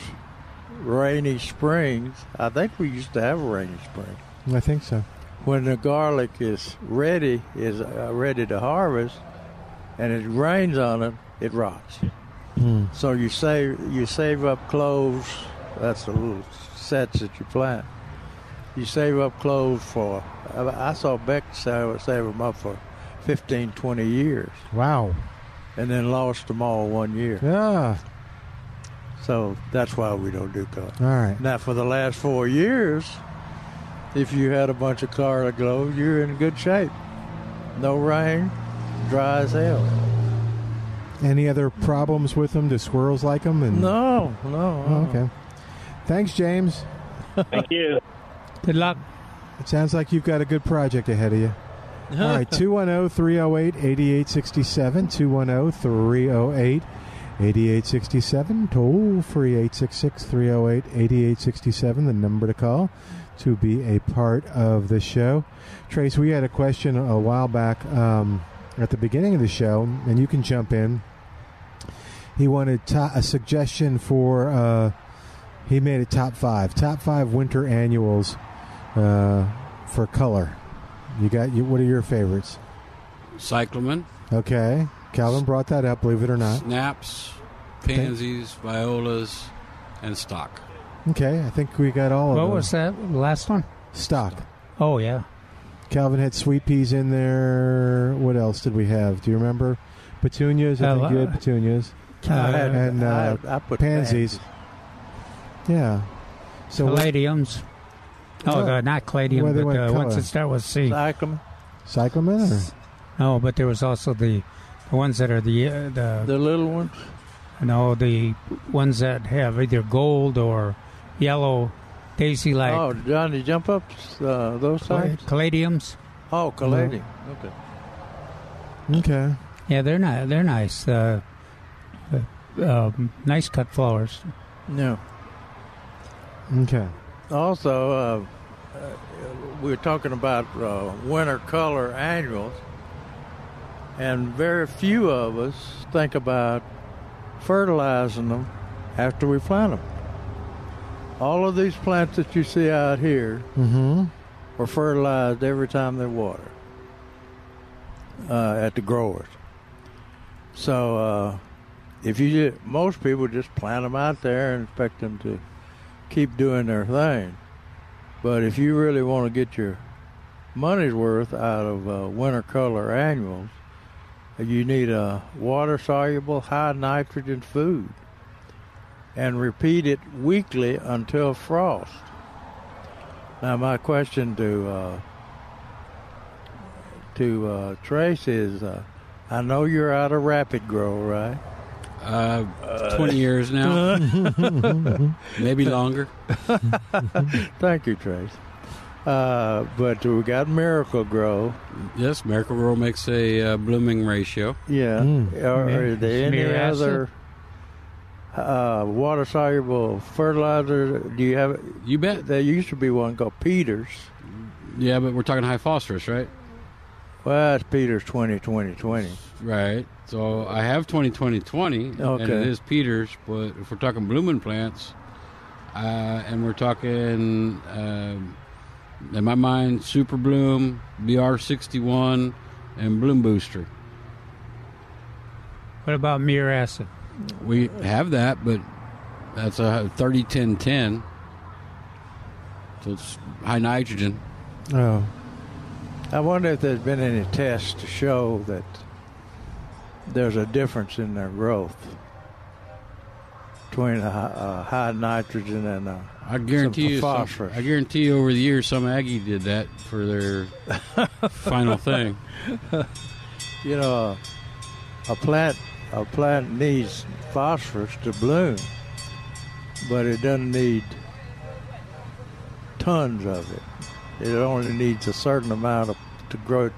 Speaker 5: rainy springs. I think we used to have a rainy spring
Speaker 3: I think so.
Speaker 5: when the garlic is ready is uh, ready to harvest and it rains on it it rots
Speaker 3: Hmm.
Speaker 5: so you save you save up cloves that's the little sets that you plant you save up cloves for i I saw beck save, save them up for 15 20 years
Speaker 3: wow
Speaker 5: and then lost them all one year
Speaker 3: yeah
Speaker 5: so that's why we don't do cloves
Speaker 3: All right.
Speaker 5: now, for the last four years, if you had a bunch of garlic cloves, you're in good shape. No rain, dry as hell.
Speaker 3: Any other problems with them? Do squirrels like them? And
Speaker 5: No, no.
Speaker 3: Oh, okay. Thanks, James.
Speaker 10: Thank you.
Speaker 4: Good luck.
Speaker 3: It sounds like you've got a good project ahead of you. <laughs> All right, oh, 210 308 8867. 210 308 8867. Toll free 866 308 8867, the number to call to be a part of the show. Trace, we had a question a while back um, at the beginning of the show, and you can jump in. He wanted to- a suggestion for. Uh, he made it top five, top five winter annuals uh, for color. You got you. What are your favorites?
Speaker 6: Cyclamen,
Speaker 3: Okay, Calvin brought that up. Believe it or not.
Speaker 6: snaps, pansies, violas, and stock.
Speaker 3: Okay, I think we got all of
Speaker 4: What
Speaker 3: them.
Speaker 4: was that last one?
Speaker 3: Stock.
Speaker 4: Oh yeah.
Speaker 3: Calvin had sweet peas in there. What else did we have? Do you remember? Petunias. I
Speaker 4: Uh,
Speaker 3: think you had petunias.
Speaker 4: I had-
Speaker 3: and uh,
Speaker 4: I- I put
Speaker 3: pansies. Yeah. So what-
Speaker 4: caladiums. Oh,
Speaker 3: Oh.
Speaker 4: the, not
Speaker 3: Well,
Speaker 4: caladium,
Speaker 3: they
Speaker 4: but
Speaker 3: went
Speaker 4: uh, once
Speaker 3: color.
Speaker 4: it starts with C.
Speaker 5: Cyclamen.
Speaker 3: Cyclamen. Or?
Speaker 4: No, but there was also the, the ones that are the uh, the
Speaker 5: the little ones.
Speaker 4: No, the ones that have either gold or yellow daisy like
Speaker 5: Oh, Johnny, jump ups, uh, those types?
Speaker 4: caladiums.
Speaker 5: Oh, caladium. Okay.
Speaker 3: Okay.
Speaker 4: Yeah, they're not. They're nice. Uh, uh, um, nice cut flowers.
Speaker 5: No.
Speaker 3: Okay.
Speaker 5: Also, uh, uh, we were talking about uh, winter color annuals, and very few of us think about fertilizing them after we plant them. All of these plants that you see out here
Speaker 3: Mm-hmm.
Speaker 5: are fertilized every time they water uh, at the growers. So uh, if you ju- most people just plant them out there and expect them to keep doing their thing, But if you really want to get your money's worth out of uh, winter color annuals, you need a water soluble, high nitrogen food and repeat it weekly until frost. Now, my question to uh, to uh, Trace is: uh, I know you're out of rapid grow, right?
Speaker 6: Uh, 20 years now. Maybe longer.
Speaker 5: Thank you, Trace. Uh, but we got Miracle Grow.
Speaker 6: Yes, Miracle Grow makes a uh, blooming ratio.
Speaker 5: Yeah. Are, are there any
Speaker 6: Smear acid?
Speaker 5: other uh, water soluble fertilizer? Do you have?
Speaker 6: You bet.
Speaker 5: There used to be one called Peters.
Speaker 6: Yeah, but we're talking high phosphorus, right?
Speaker 5: Well, it's Peters 20 20 20.
Speaker 6: Right. So I have 20 20 20, and it
Speaker 5: Okay.
Speaker 6: is Peters, but if we're talking blooming plants, uh, and we're talking, um in my mind, Super Bloom, BR61, and Bloom Booster.
Speaker 4: What about mere acid?
Speaker 6: We have that, but that's a 30 10 10. So it's high nitrogen.
Speaker 3: Oh.
Speaker 5: I wonder if there's been any tests to show that there's a difference in their growth between a, hi- a high nitrogen and a
Speaker 6: I guarantee
Speaker 5: some
Speaker 6: you, some-
Speaker 5: phosphorus.
Speaker 6: I guarantee you over the years, some Aggie did that for
Speaker 5: <laughs>
Speaker 6: their final thing.
Speaker 5: you know, a plant a plant needs phosphorus to bloom, but it doesn't need tons of it. It only needs a certain amount of, to grow,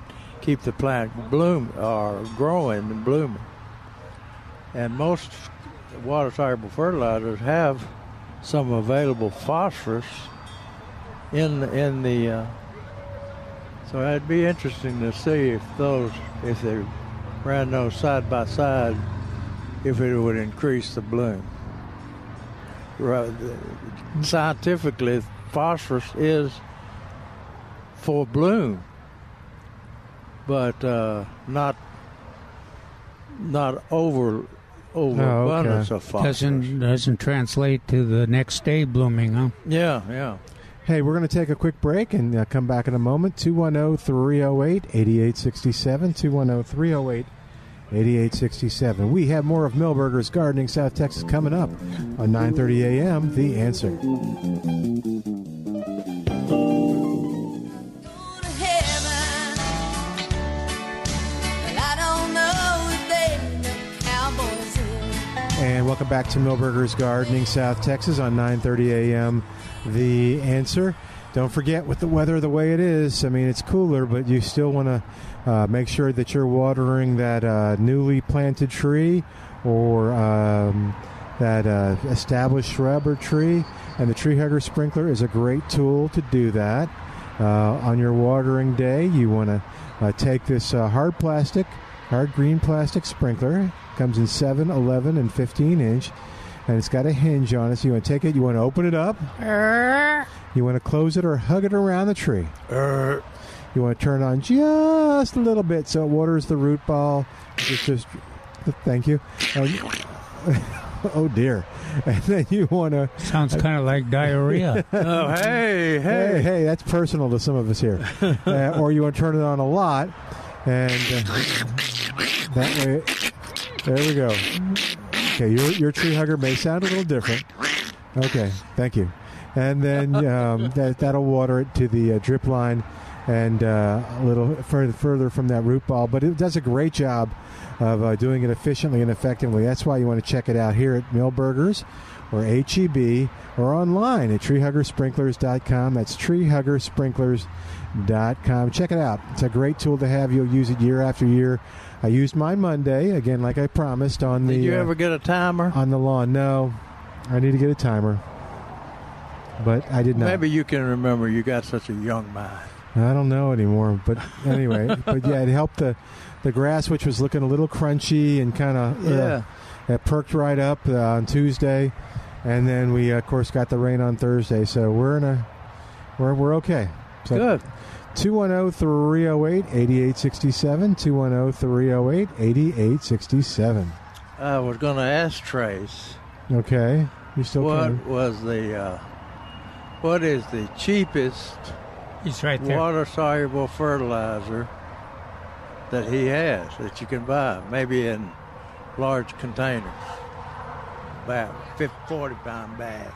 Speaker 5: keep the plant bloom or growing and blooming. And most water soluble fertilizers have some available phosphorus in the, in the uh, so it'd be interesting to see if those, if they ran those side by side, if it would increase the bloom. Right. Scientifically, phosphorus is for bloom, but uh, not not over overabundance of phosphorus.
Speaker 4: Doesn't doesn't translate to the next day blooming, huh?
Speaker 5: Yeah, yeah.
Speaker 3: Hey, we're going to take a quick break and uh, come back in a moment. oh, 210 308 8867. 210 308 8867. We have more of Millburgers Gardening South Texas coming up on 9.30 a.m. The Answer.
Speaker 11: Well, I don't know if they know cowboys in.
Speaker 3: And welcome back to Millburgers Gardening South Texas on 9:30 a.m. The answer. Don't forget with the weather the way it is. I mean, it's cooler, but you still want to uh, make sure that you're watering that uh, newly planted tree or um, that uh, established shrub or tree. And the tree hugger sprinkler is a great tool to do that. Uh, on your watering day, you want to uh, take this uh, hard plastic Hard green plastic sprinkler. Comes in 7, 11, and 15 inch. And it's got a hinge on it. So you want to take it, you want to open it up, you want to close it or hug it around the tree. You want to turn it on just a little bit so it waters the root ball. It's just, thank you. And- <laughs> oh dear. And then you want to.
Speaker 4: Sounds kind of like
Speaker 3: <laughs>
Speaker 4: diarrhea.
Speaker 5: Oh, hey,
Speaker 3: hey, hey! That's personal to some of us here. uh, or you want to turn it on a lot, and uh, that way, there we go. Okay, your your tree hugger may sound a little different. Okay, thank you. And then um, that that'll water it to the uh, drip line, and uh, a little further further from that root ball. But it does a great job of uh, doing it efficiently and effectively. That's why you want to check it out here at Millburgers or HEB or online at treehuggersprinklers.com. That's treehuggersprinklers.com. Check it out. It's a great tool to have. You'll use it year after year. I used mine Monday, again, like I promised, on the
Speaker 5: Did you
Speaker 3: uh,
Speaker 5: ever get a timer?
Speaker 3: on the lawn. No, I need to get a timer. But I did not.
Speaker 5: Maybe you can remember. You got such a young mind.
Speaker 3: I don't know anymore. But
Speaker 5: <laughs>
Speaker 3: anyway, but yeah, it helped the the grass, which was looking a little crunchy and kind of
Speaker 5: Yeah.
Speaker 3: it perked right up uh, on Tuesday, and then we uh, of course got the rain on Thursday. So we're in a we're we're okay. So oh,
Speaker 5: Good.
Speaker 3: 210-308-8867, 210-308-8867.
Speaker 5: I was going to ask Trace
Speaker 3: Okay, you still
Speaker 5: what
Speaker 3: can.
Speaker 5: was the uh, What is the cheapest
Speaker 4: He's right there.
Speaker 5: water soluble fertilizer that he has that you can buy, maybe in large containers, about 50, 40 pound bags,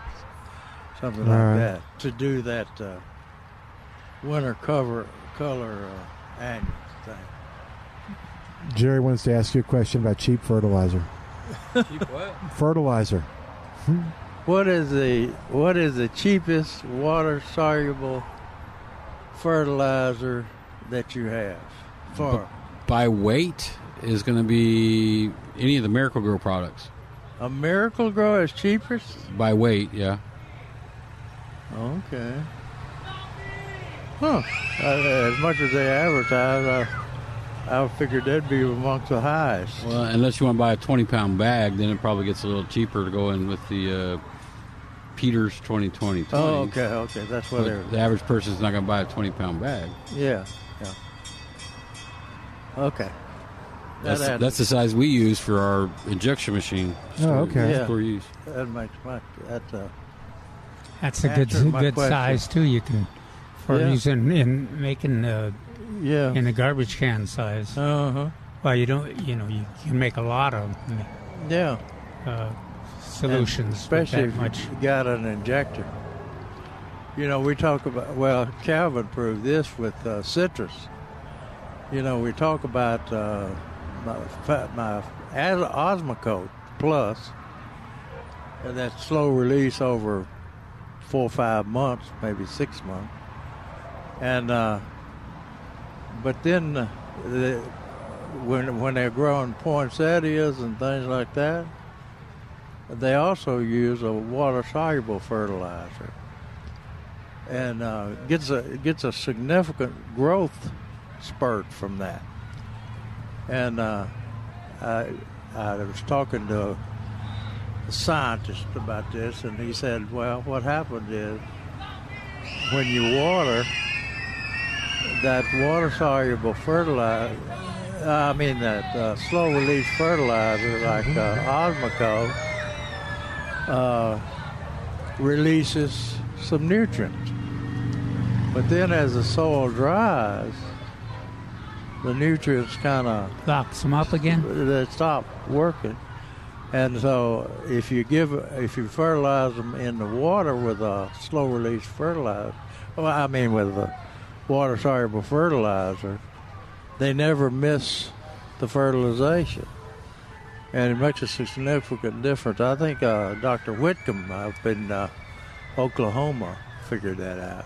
Speaker 5: something like
Speaker 3: All right.
Speaker 5: that, to do that uh, winter cover color uh, annual thing.
Speaker 3: Jerry wants to ask you a question about cheap fertilizer.
Speaker 5: Cheap what?
Speaker 3: Fertilizer.
Speaker 5: What is the what is the cheapest water soluble fertilizer that you have for
Speaker 6: By weight is going to be any of the Miracle Grow products.
Speaker 5: a miracle grow is cheapest?
Speaker 6: By weight, yeah.
Speaker 5: Okay. Huh. Uh, as much as they advertise, I, I figured that'd be amongst the highest.
Speaker 6: Well, unless you want to buy a 20 pound bag, then it probably gets a little cheaper to go in with the uh, Peters 2020.
Speaker 5: Oh, okay, okay, that's what
Speaker 6: But
Speaker 5: they were-
Speaker 6: The average person's not going to buy a 20 pound bag.
Speaker 5: Yeah. Yeah. Okay.
Speaker 6: That's,
Speaker 5: That adds-
Speaker 6: that's the size we use for our injection machine.
Speaker 3: Oh,
Speaker 6: Store- store use.
Speaker 5: Yeah, that makes much. That, uh,
Speaker 4: That's a good
Speaker 5: answered my
Speaker 4: good
Speaker 5: question.
Speaker 4: size too. You can for
Speaker 5: Yeah.
Speaker 4: using in making uh,
Speaker 5: Yeah.
Speaker 4: in the garbage can size.
Speaker 5: Uh huh.
Speaker 4: Well, you don't. You know, you can make a lot of mm,
Speaker 5: Yeah.
Speaker 4: uh, solutions, with
Speaker 5: especially
Speaker 4: that
Speaker 5: if
Speaker 4: much.
Speaker 5: you got an injector. You know, we talk about well, Calvin proved this with uh, citrus. You know, we talk about uh, my, fa- my As- Osmocote Plus, and that slow release over four or five months, maybe six months, and uh, but then uh, the, when when they're growing poinsettias and things like that, they also use a water soluble fertilizer and uh, gets a gets a significant growth spurt from that. And uh, I, I was talking to a scientist about this, and he said, "Well, what happened is when you water that water soluble fertilizer." I mean that uh, slow-release fertilizer like uh, Osmocote uh, releases some nutrients. But then as the soil dries, the nutrients kind of
Speaker 4: locks them up again.
Speaker 5: They stop working, and so if you give if you fertilize them in the water with a slow release fertilizer, well, I mean with a water soluble fertilizer, they never miss the fertilization. And it makes a significant difference. I think uh, Dr. Whitcomb up in uh, Oklahoma figured that out.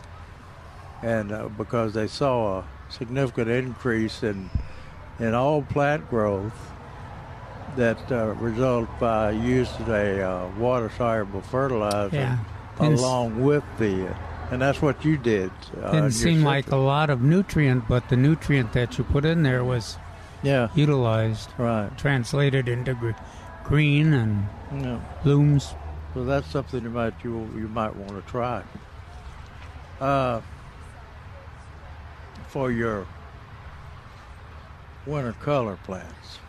Speaker 5: And uh, because they saw a significant increase in, in all plant growth that uh, result by use of a uh, water soluble fertilizer
Speaker 4: Yeah. Didn't s-
Speaker 5: along with the. And that's what you did. uh,
Speaker 4: Didn't
Speaker 5: in your
Speaker 4: seem like a lot of nutrient, but the nutrient that you put in there was
Speaker 5: yeah
Speaker 4: utilized,
Speaker 5: right,
Speaker 4: translated into gr- green and
Speaker 5: Yeah.
Speaker 4: blooms.
Speaker 5: So that's something you might you you might want to try. Uh, for your winter color plants. <laughs>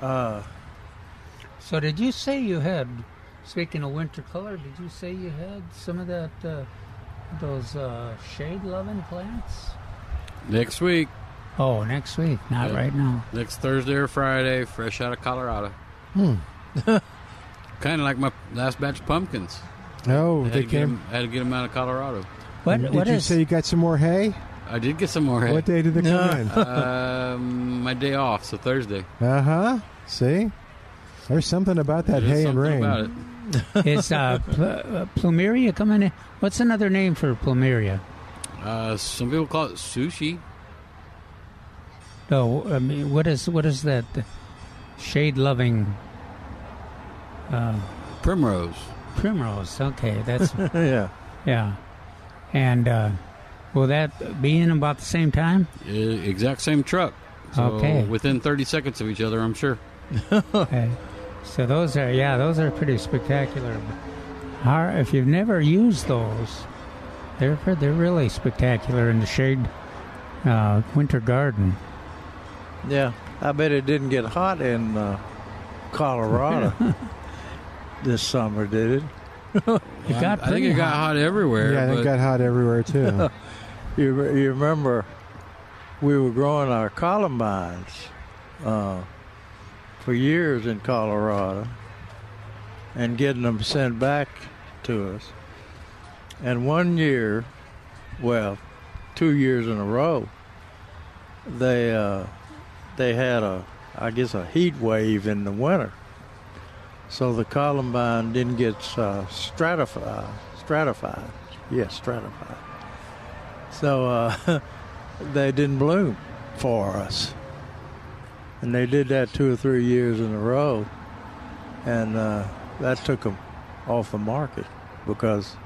Speaker 5: Uh,
Speaker 4: So, did you say you had? Speaking of winter color, did you say you had some of that uh, those uh, shade loving plants?
Speaker 6: Next week.
Speaker 4: Oh, next week, not
Speaker 6: Yeah.
Speaker 4: right now.
Speaker 6: Next Thursday or Friday, fresh out of Colorado. <laughs>
Speaker 3: Hmm.
Speaker 6: kind of like my last batch of pumpkins.
Speaker 3: Oh,
Speaker 6: had,
Speaker 3: they
Speaker 6: to get
Speaker 3: came.
Speaker 6: 'em- had to get them out of Colorado.
Speaker 3: did you say
Speaker 4: <laughs>
Speaker 3: you got some more hay?
Speaker 6: I did get some more. hay.
Speaker 3: What day did they come in?
Speaker 6: um, my day off, so Thursday.
Speaker 3: Uh huh. See, there's something about that hay and rain.
Speaker 4: it's uh, pl- uh, plumeria coming in. What's another name for plumeria?
Speaker 6: Uh, some people call it sushi.
Speaker 4: No, Oh, I mean, what is what is that uh, shade loving? Uh,
Speaker 6: primrose.
Speaker 4: Primrose. Okay,
Speaker 3: <laughs>
Speaker 4: that's
Speaker 5: yeah,
Speaker 4: yeah. And uh, will that be in about the same time?
Speaker 6: Uh, exact same truck. So
Speaker 4: Okay.
Speaker 6: Within 30 seconds of each other, I'm sure.
Speaker 4: okay. So those are yeah, those are pretty spectacular. Har- If you've never used those, they're pre- they're really spectacular in the shade uh, winter garden.
Speaker 5: yeah. I bet it didn't get hot in uh, Colorado this summer, did it?
Speaker 4: It got
Speaker 6: I think it got hot everywhere.
Speaker 3: Yeah, I think it
Speaker 6: but-
Speaker 3: got hot everywhere too. <laughs>
Speaker 5: you, re- you remember we were growing our columbines uh, for years in Colorado and getting them sent back to us. And one year, well, two years in a row, they uh, they had a I guess a heat wave in the winter, so the columbine didn't get uh, stratified. Stratified, yes, stratified. So uh, <laughs> they didn't bloom for us, and they did that two or three years in a row, and uh, that took them off the market because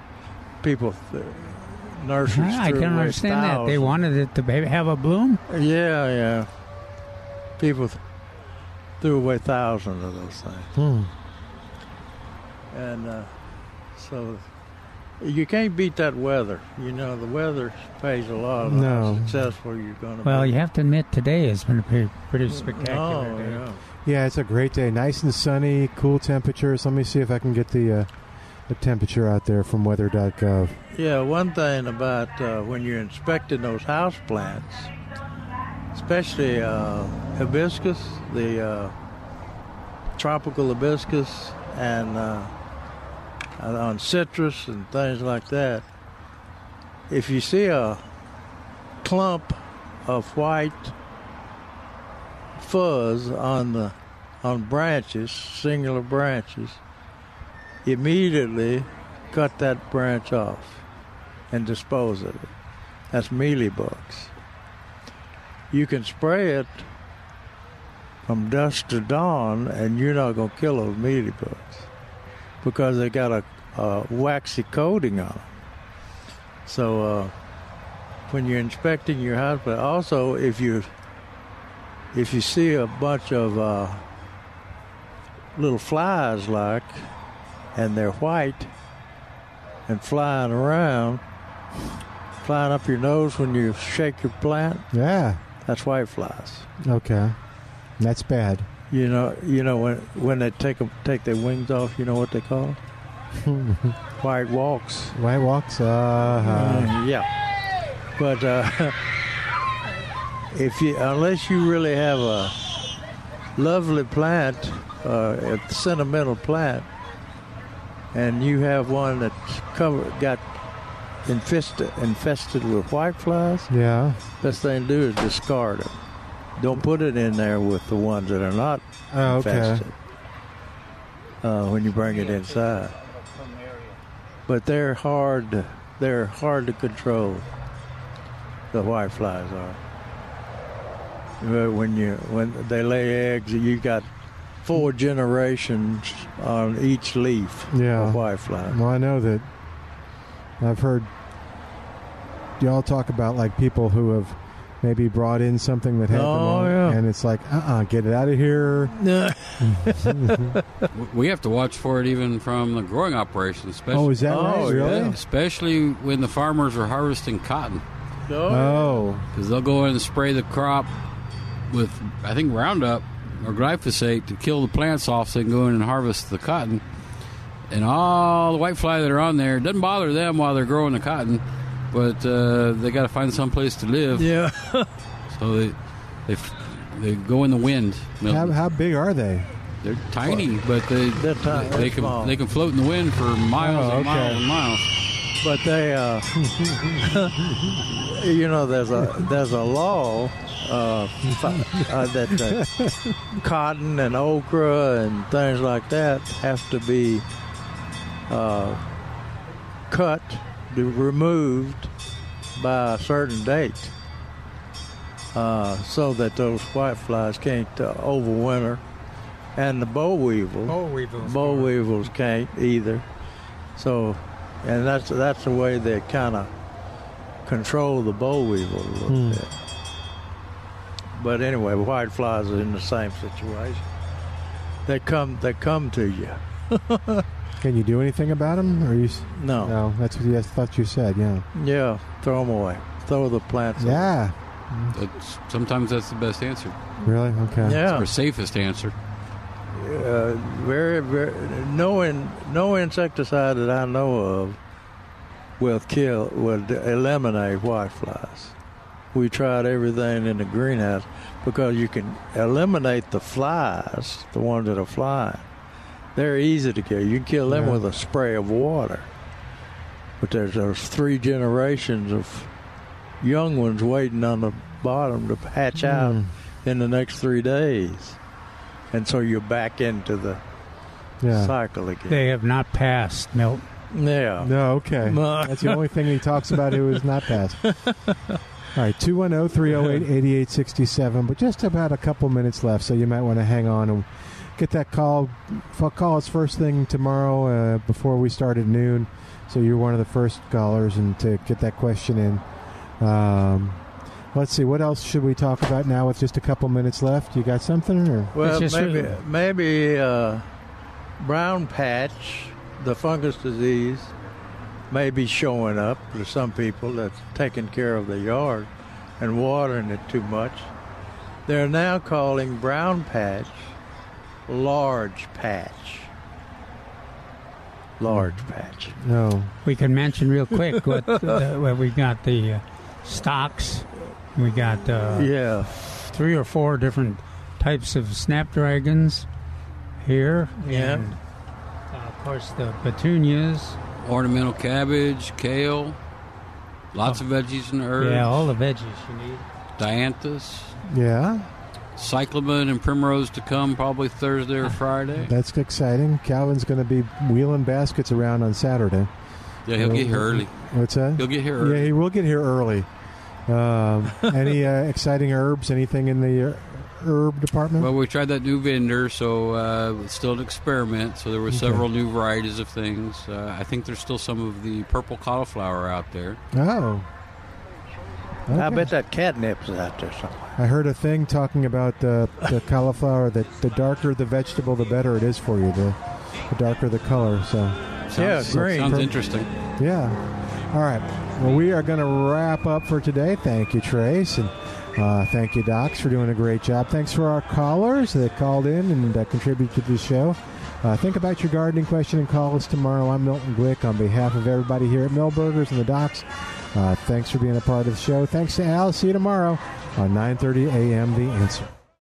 Speaker 5: people. Nurseries
Speaker 4: I
Speaker 5: threw
Speaker 4: don't
Speaker 5: away
Speaker 4: understand that. They
Speaker 5: thousands.
Speaker 4: wanted it to ba- have a bloom.
Speaker 5: Yeah, yeah. People th- threw away thousands of those things,
Speaker 3: Hmm.
Speaker 5: and uh, so you can't beat that weather. You know, the weather pays a lot. Of
Speaker 3: No.
Speaker 5: How successful you're going to
Speaker 4: Well,
Speaker 5: be.
Speaker 4: you have to admit today has been a pretty, pretty spectacular
Speaker 5: Oh,
Speaker 4: day.
Speaker 5: yeah.
Speaker 3: Yeah, it's a great day. Nice and sunny, cool temperatures. Let me see if I can get the uh, the temperature out there from weather.gov.
Speaker 5: Yeah, one thing about uh, when you're inspecting those house plants, especially uh, hibiscus, the uh, tropical hibiscus, and uh, and on citrus and things like that, if you see a clump of white fuzz on the on branches, singular branches, immediately cut that branch off and dispose of it. That's mealybugs. You can spray it from dusk to dawn, and you're not going to kill those mealybugs because they got a, a waxy coating on them. So uh, when you're inspecting your house, but also if you if you see a bunch of uh, little flies like, and they're white and flying around, flying up your nose when you shake your plant,
Speaker 3: Yeah.
Speaker 5: that's white flies.
Speaker 3: Okay. That's bad.
Speaker 5: You know, you know when when they take 'em- take their wings off, you know what they call 'em? white walks.
Speaker 3: White walks. Uh,
Speaker 5: Mm, yeah, but uh, <laughs> if you unless you really have a lovely plant, uh, a sentimental plant, and you have one that's covered got infested infested with white flies,
Speaker 3: yeah.
Speaker 5: best thing to do is discard it. Don't put it in there with the ones that are not
Speaker 3: Oh, okay.
Speaker 5: infested. Uh, when you bring it inside, but they're hard. They're hard to control. The white flies are. But When you when they lay eggs, you got four generations on each leaf
Speaker 3: Yeah.
Speaker 5: of white flies.
Speaker 3: <laughs> Well, I know that I've heard y'all talk about like people who have maybe brought in something that happened,
Speaker 5: Oh,
Speaker 3: wrong,
Speaker 5: yeah.
Speaker 3: and it's like, uh, uh get it out of here.
Speaker 6: W- We have to watch for it even from the growing operation, especially.
Speaker 3: Oh, is that
Speaker 5: Oh,
Speaker 3: right? Really?
Speaker 5: yeah.
Speaker 6: Especially when the farmers are harvesting cotton,
Speaker 3: Oh,
Speaker 6: because they'll go in and spray the crop with, I think, Roundup or glyphosate to kill the plants off, so they can go in and harvest the cotton. And all the white fly that are on there it doesn't bother them while they're growing the cotton, but uh, they got to find some place to live.
Speaker 5: yeah.
Speaker 6: So they they f- they go in the wind.
Speaker 3: how,
Speaker 6: Milton.
Speaker 3: how big are they?
Speaker 6: They're tiny, but they
Speaker 5: They're ti-
Speaker 6: they
Speaker 5: they're
Speaker 6: can
Speaker 5: small.
Speaker 6: they can float in the wind for miles
Speaker 3: Oh,
Speaker 6: and miles
Speaker 3: okay.
Speaker 6: and miles.
Speaker 5: but they uh, <laughs> you know there's a there's a law uh, fi- uh, that uh, cotton and okra and things like that have to be uh, cut to- removed by a certain date uh, so that those white flies can't uh, overwinter and the boll weevil boll weevils can't either. So, and that's that's the way they kind of control the boll weevil a little
Speaker 3: Hmm.
Speaker 5: bit. But anyway, white flies are in the same situation. They come, they come to you.
Speaker 3: Can you do anything about them? Or you? s-
Speaker 5: No,
Speaker 3: No, that's what you, I thought you said. Yeah.
Speaker 5: yeah, throw them away. Throw the plants. away.
Speaker 3: Yeah.
Speaker 6: That's, sometimes that's the best answer
Speaker 3: Really? Okay.
Speaker 5: yeah.
Speaker 6: or safest answer.
Speaker 5: uh, very, very no in, no insecticide that I know of will kill will d- eliminate whiteflies. We tried everything in the greenhouse because you can eliminate the flies, the ones that are flying. They're easy to kill. You can kill them
Speaker 12: Yeah.
Speaker 5: with a spray of water. But there's those three generations of young ones waiting on the bottom to hatch out
Speaker 3: Hmm.
Speaker 5: in the next three days. And so you're back into the
Speaker 3: Yeah.
Speaker 5: cycle again.
Speaker 4: They have not passed, Milt.
Speaker 5: Yeah.
Speaker 3: No, okay.
Speaker 5: No.
Speaker 3: That's the only thing he talks about who is not passed. All right, oh, 210 308 8867, but just about a couple minutes left, so you might want to hang on and get that call. f- Call us first thing tomorrow uh, before we start at noon, so you're one of the first callers and to get that question in. Um, let's see, what else should we talk about now with just a couple minutes left? You got something? Or?
Speaker 5: Well, maybe, maybe uh, brown patch, the fungus disease, may be showing up to some people that's taking care of the yard and watering it too much. They're now calling brown patch large patch. Large patch.
Speaker 3: No.
Speaker 4: We can mention real quick
Speaker 6: <laughs>
Speaker 4: what, uh, what we got the uh, stocks. We got uh,
Speaker 5: yeah,
Speaker 4: three or four different types of snapdragons here.
Speaker 5: Yeah.
Speaker 4: And, uh, of course, the petunias.
Speaker 6: Ornamental cabbage, kale, lots of veggies and herbs.
Speaker 4: Yeah, all the veggies you need.
Speaker 6: Dianthus,
Speaker 3: Yeah.
Speaker 6: cyclamen, and primrose to come probably Thursday or Friday.
Speaker 3: That's exciting. Calvin's going to be wheeling baskets around on Saturday.
Speaker 6: Yeah, he'll get here early.
Speaker 3: What's that?
Speaker 6: He'll get here early.
Speaker 3: Yeah, he will get here early. Um, any uh, exciting herbs? Anything in the uh, herb department?
Speaker 6: Well, we tried that new vendor, so uh, it's still an experiment. So there were
Speaker 3: Okay.
Speaker 6: several new varieties of things. Uh, I think there's still some of the purple cauliflower out there.
Speaker 3: oh,
Speaker 5: I
Speaker 3: Okay.
Speaker 5: bet that catnip's out there somewhere.
Speaker 3: I heard a thing talking about the, the cauliflower. That the darker the vegetable, the better it is for you. The, the darker the color. So
Speaker 6: Sounds- Sounds interesting.
Speaker 3: Yeah. All right. Well, we are going to wrap up for today. Thank you, Trace, and uh, thank you, Docs, for doing a great job. Thanks for our callers that called in and uh, contributed to the show. Uh, think about your gardening question and call us tomorrow. I'm Milton Glick on behalf of everybody here at Millburgers and the Docs. Uh, thanks for being a part of the show. Thanks to Al. See you tomorrow on 9:30 a.m. The Answer.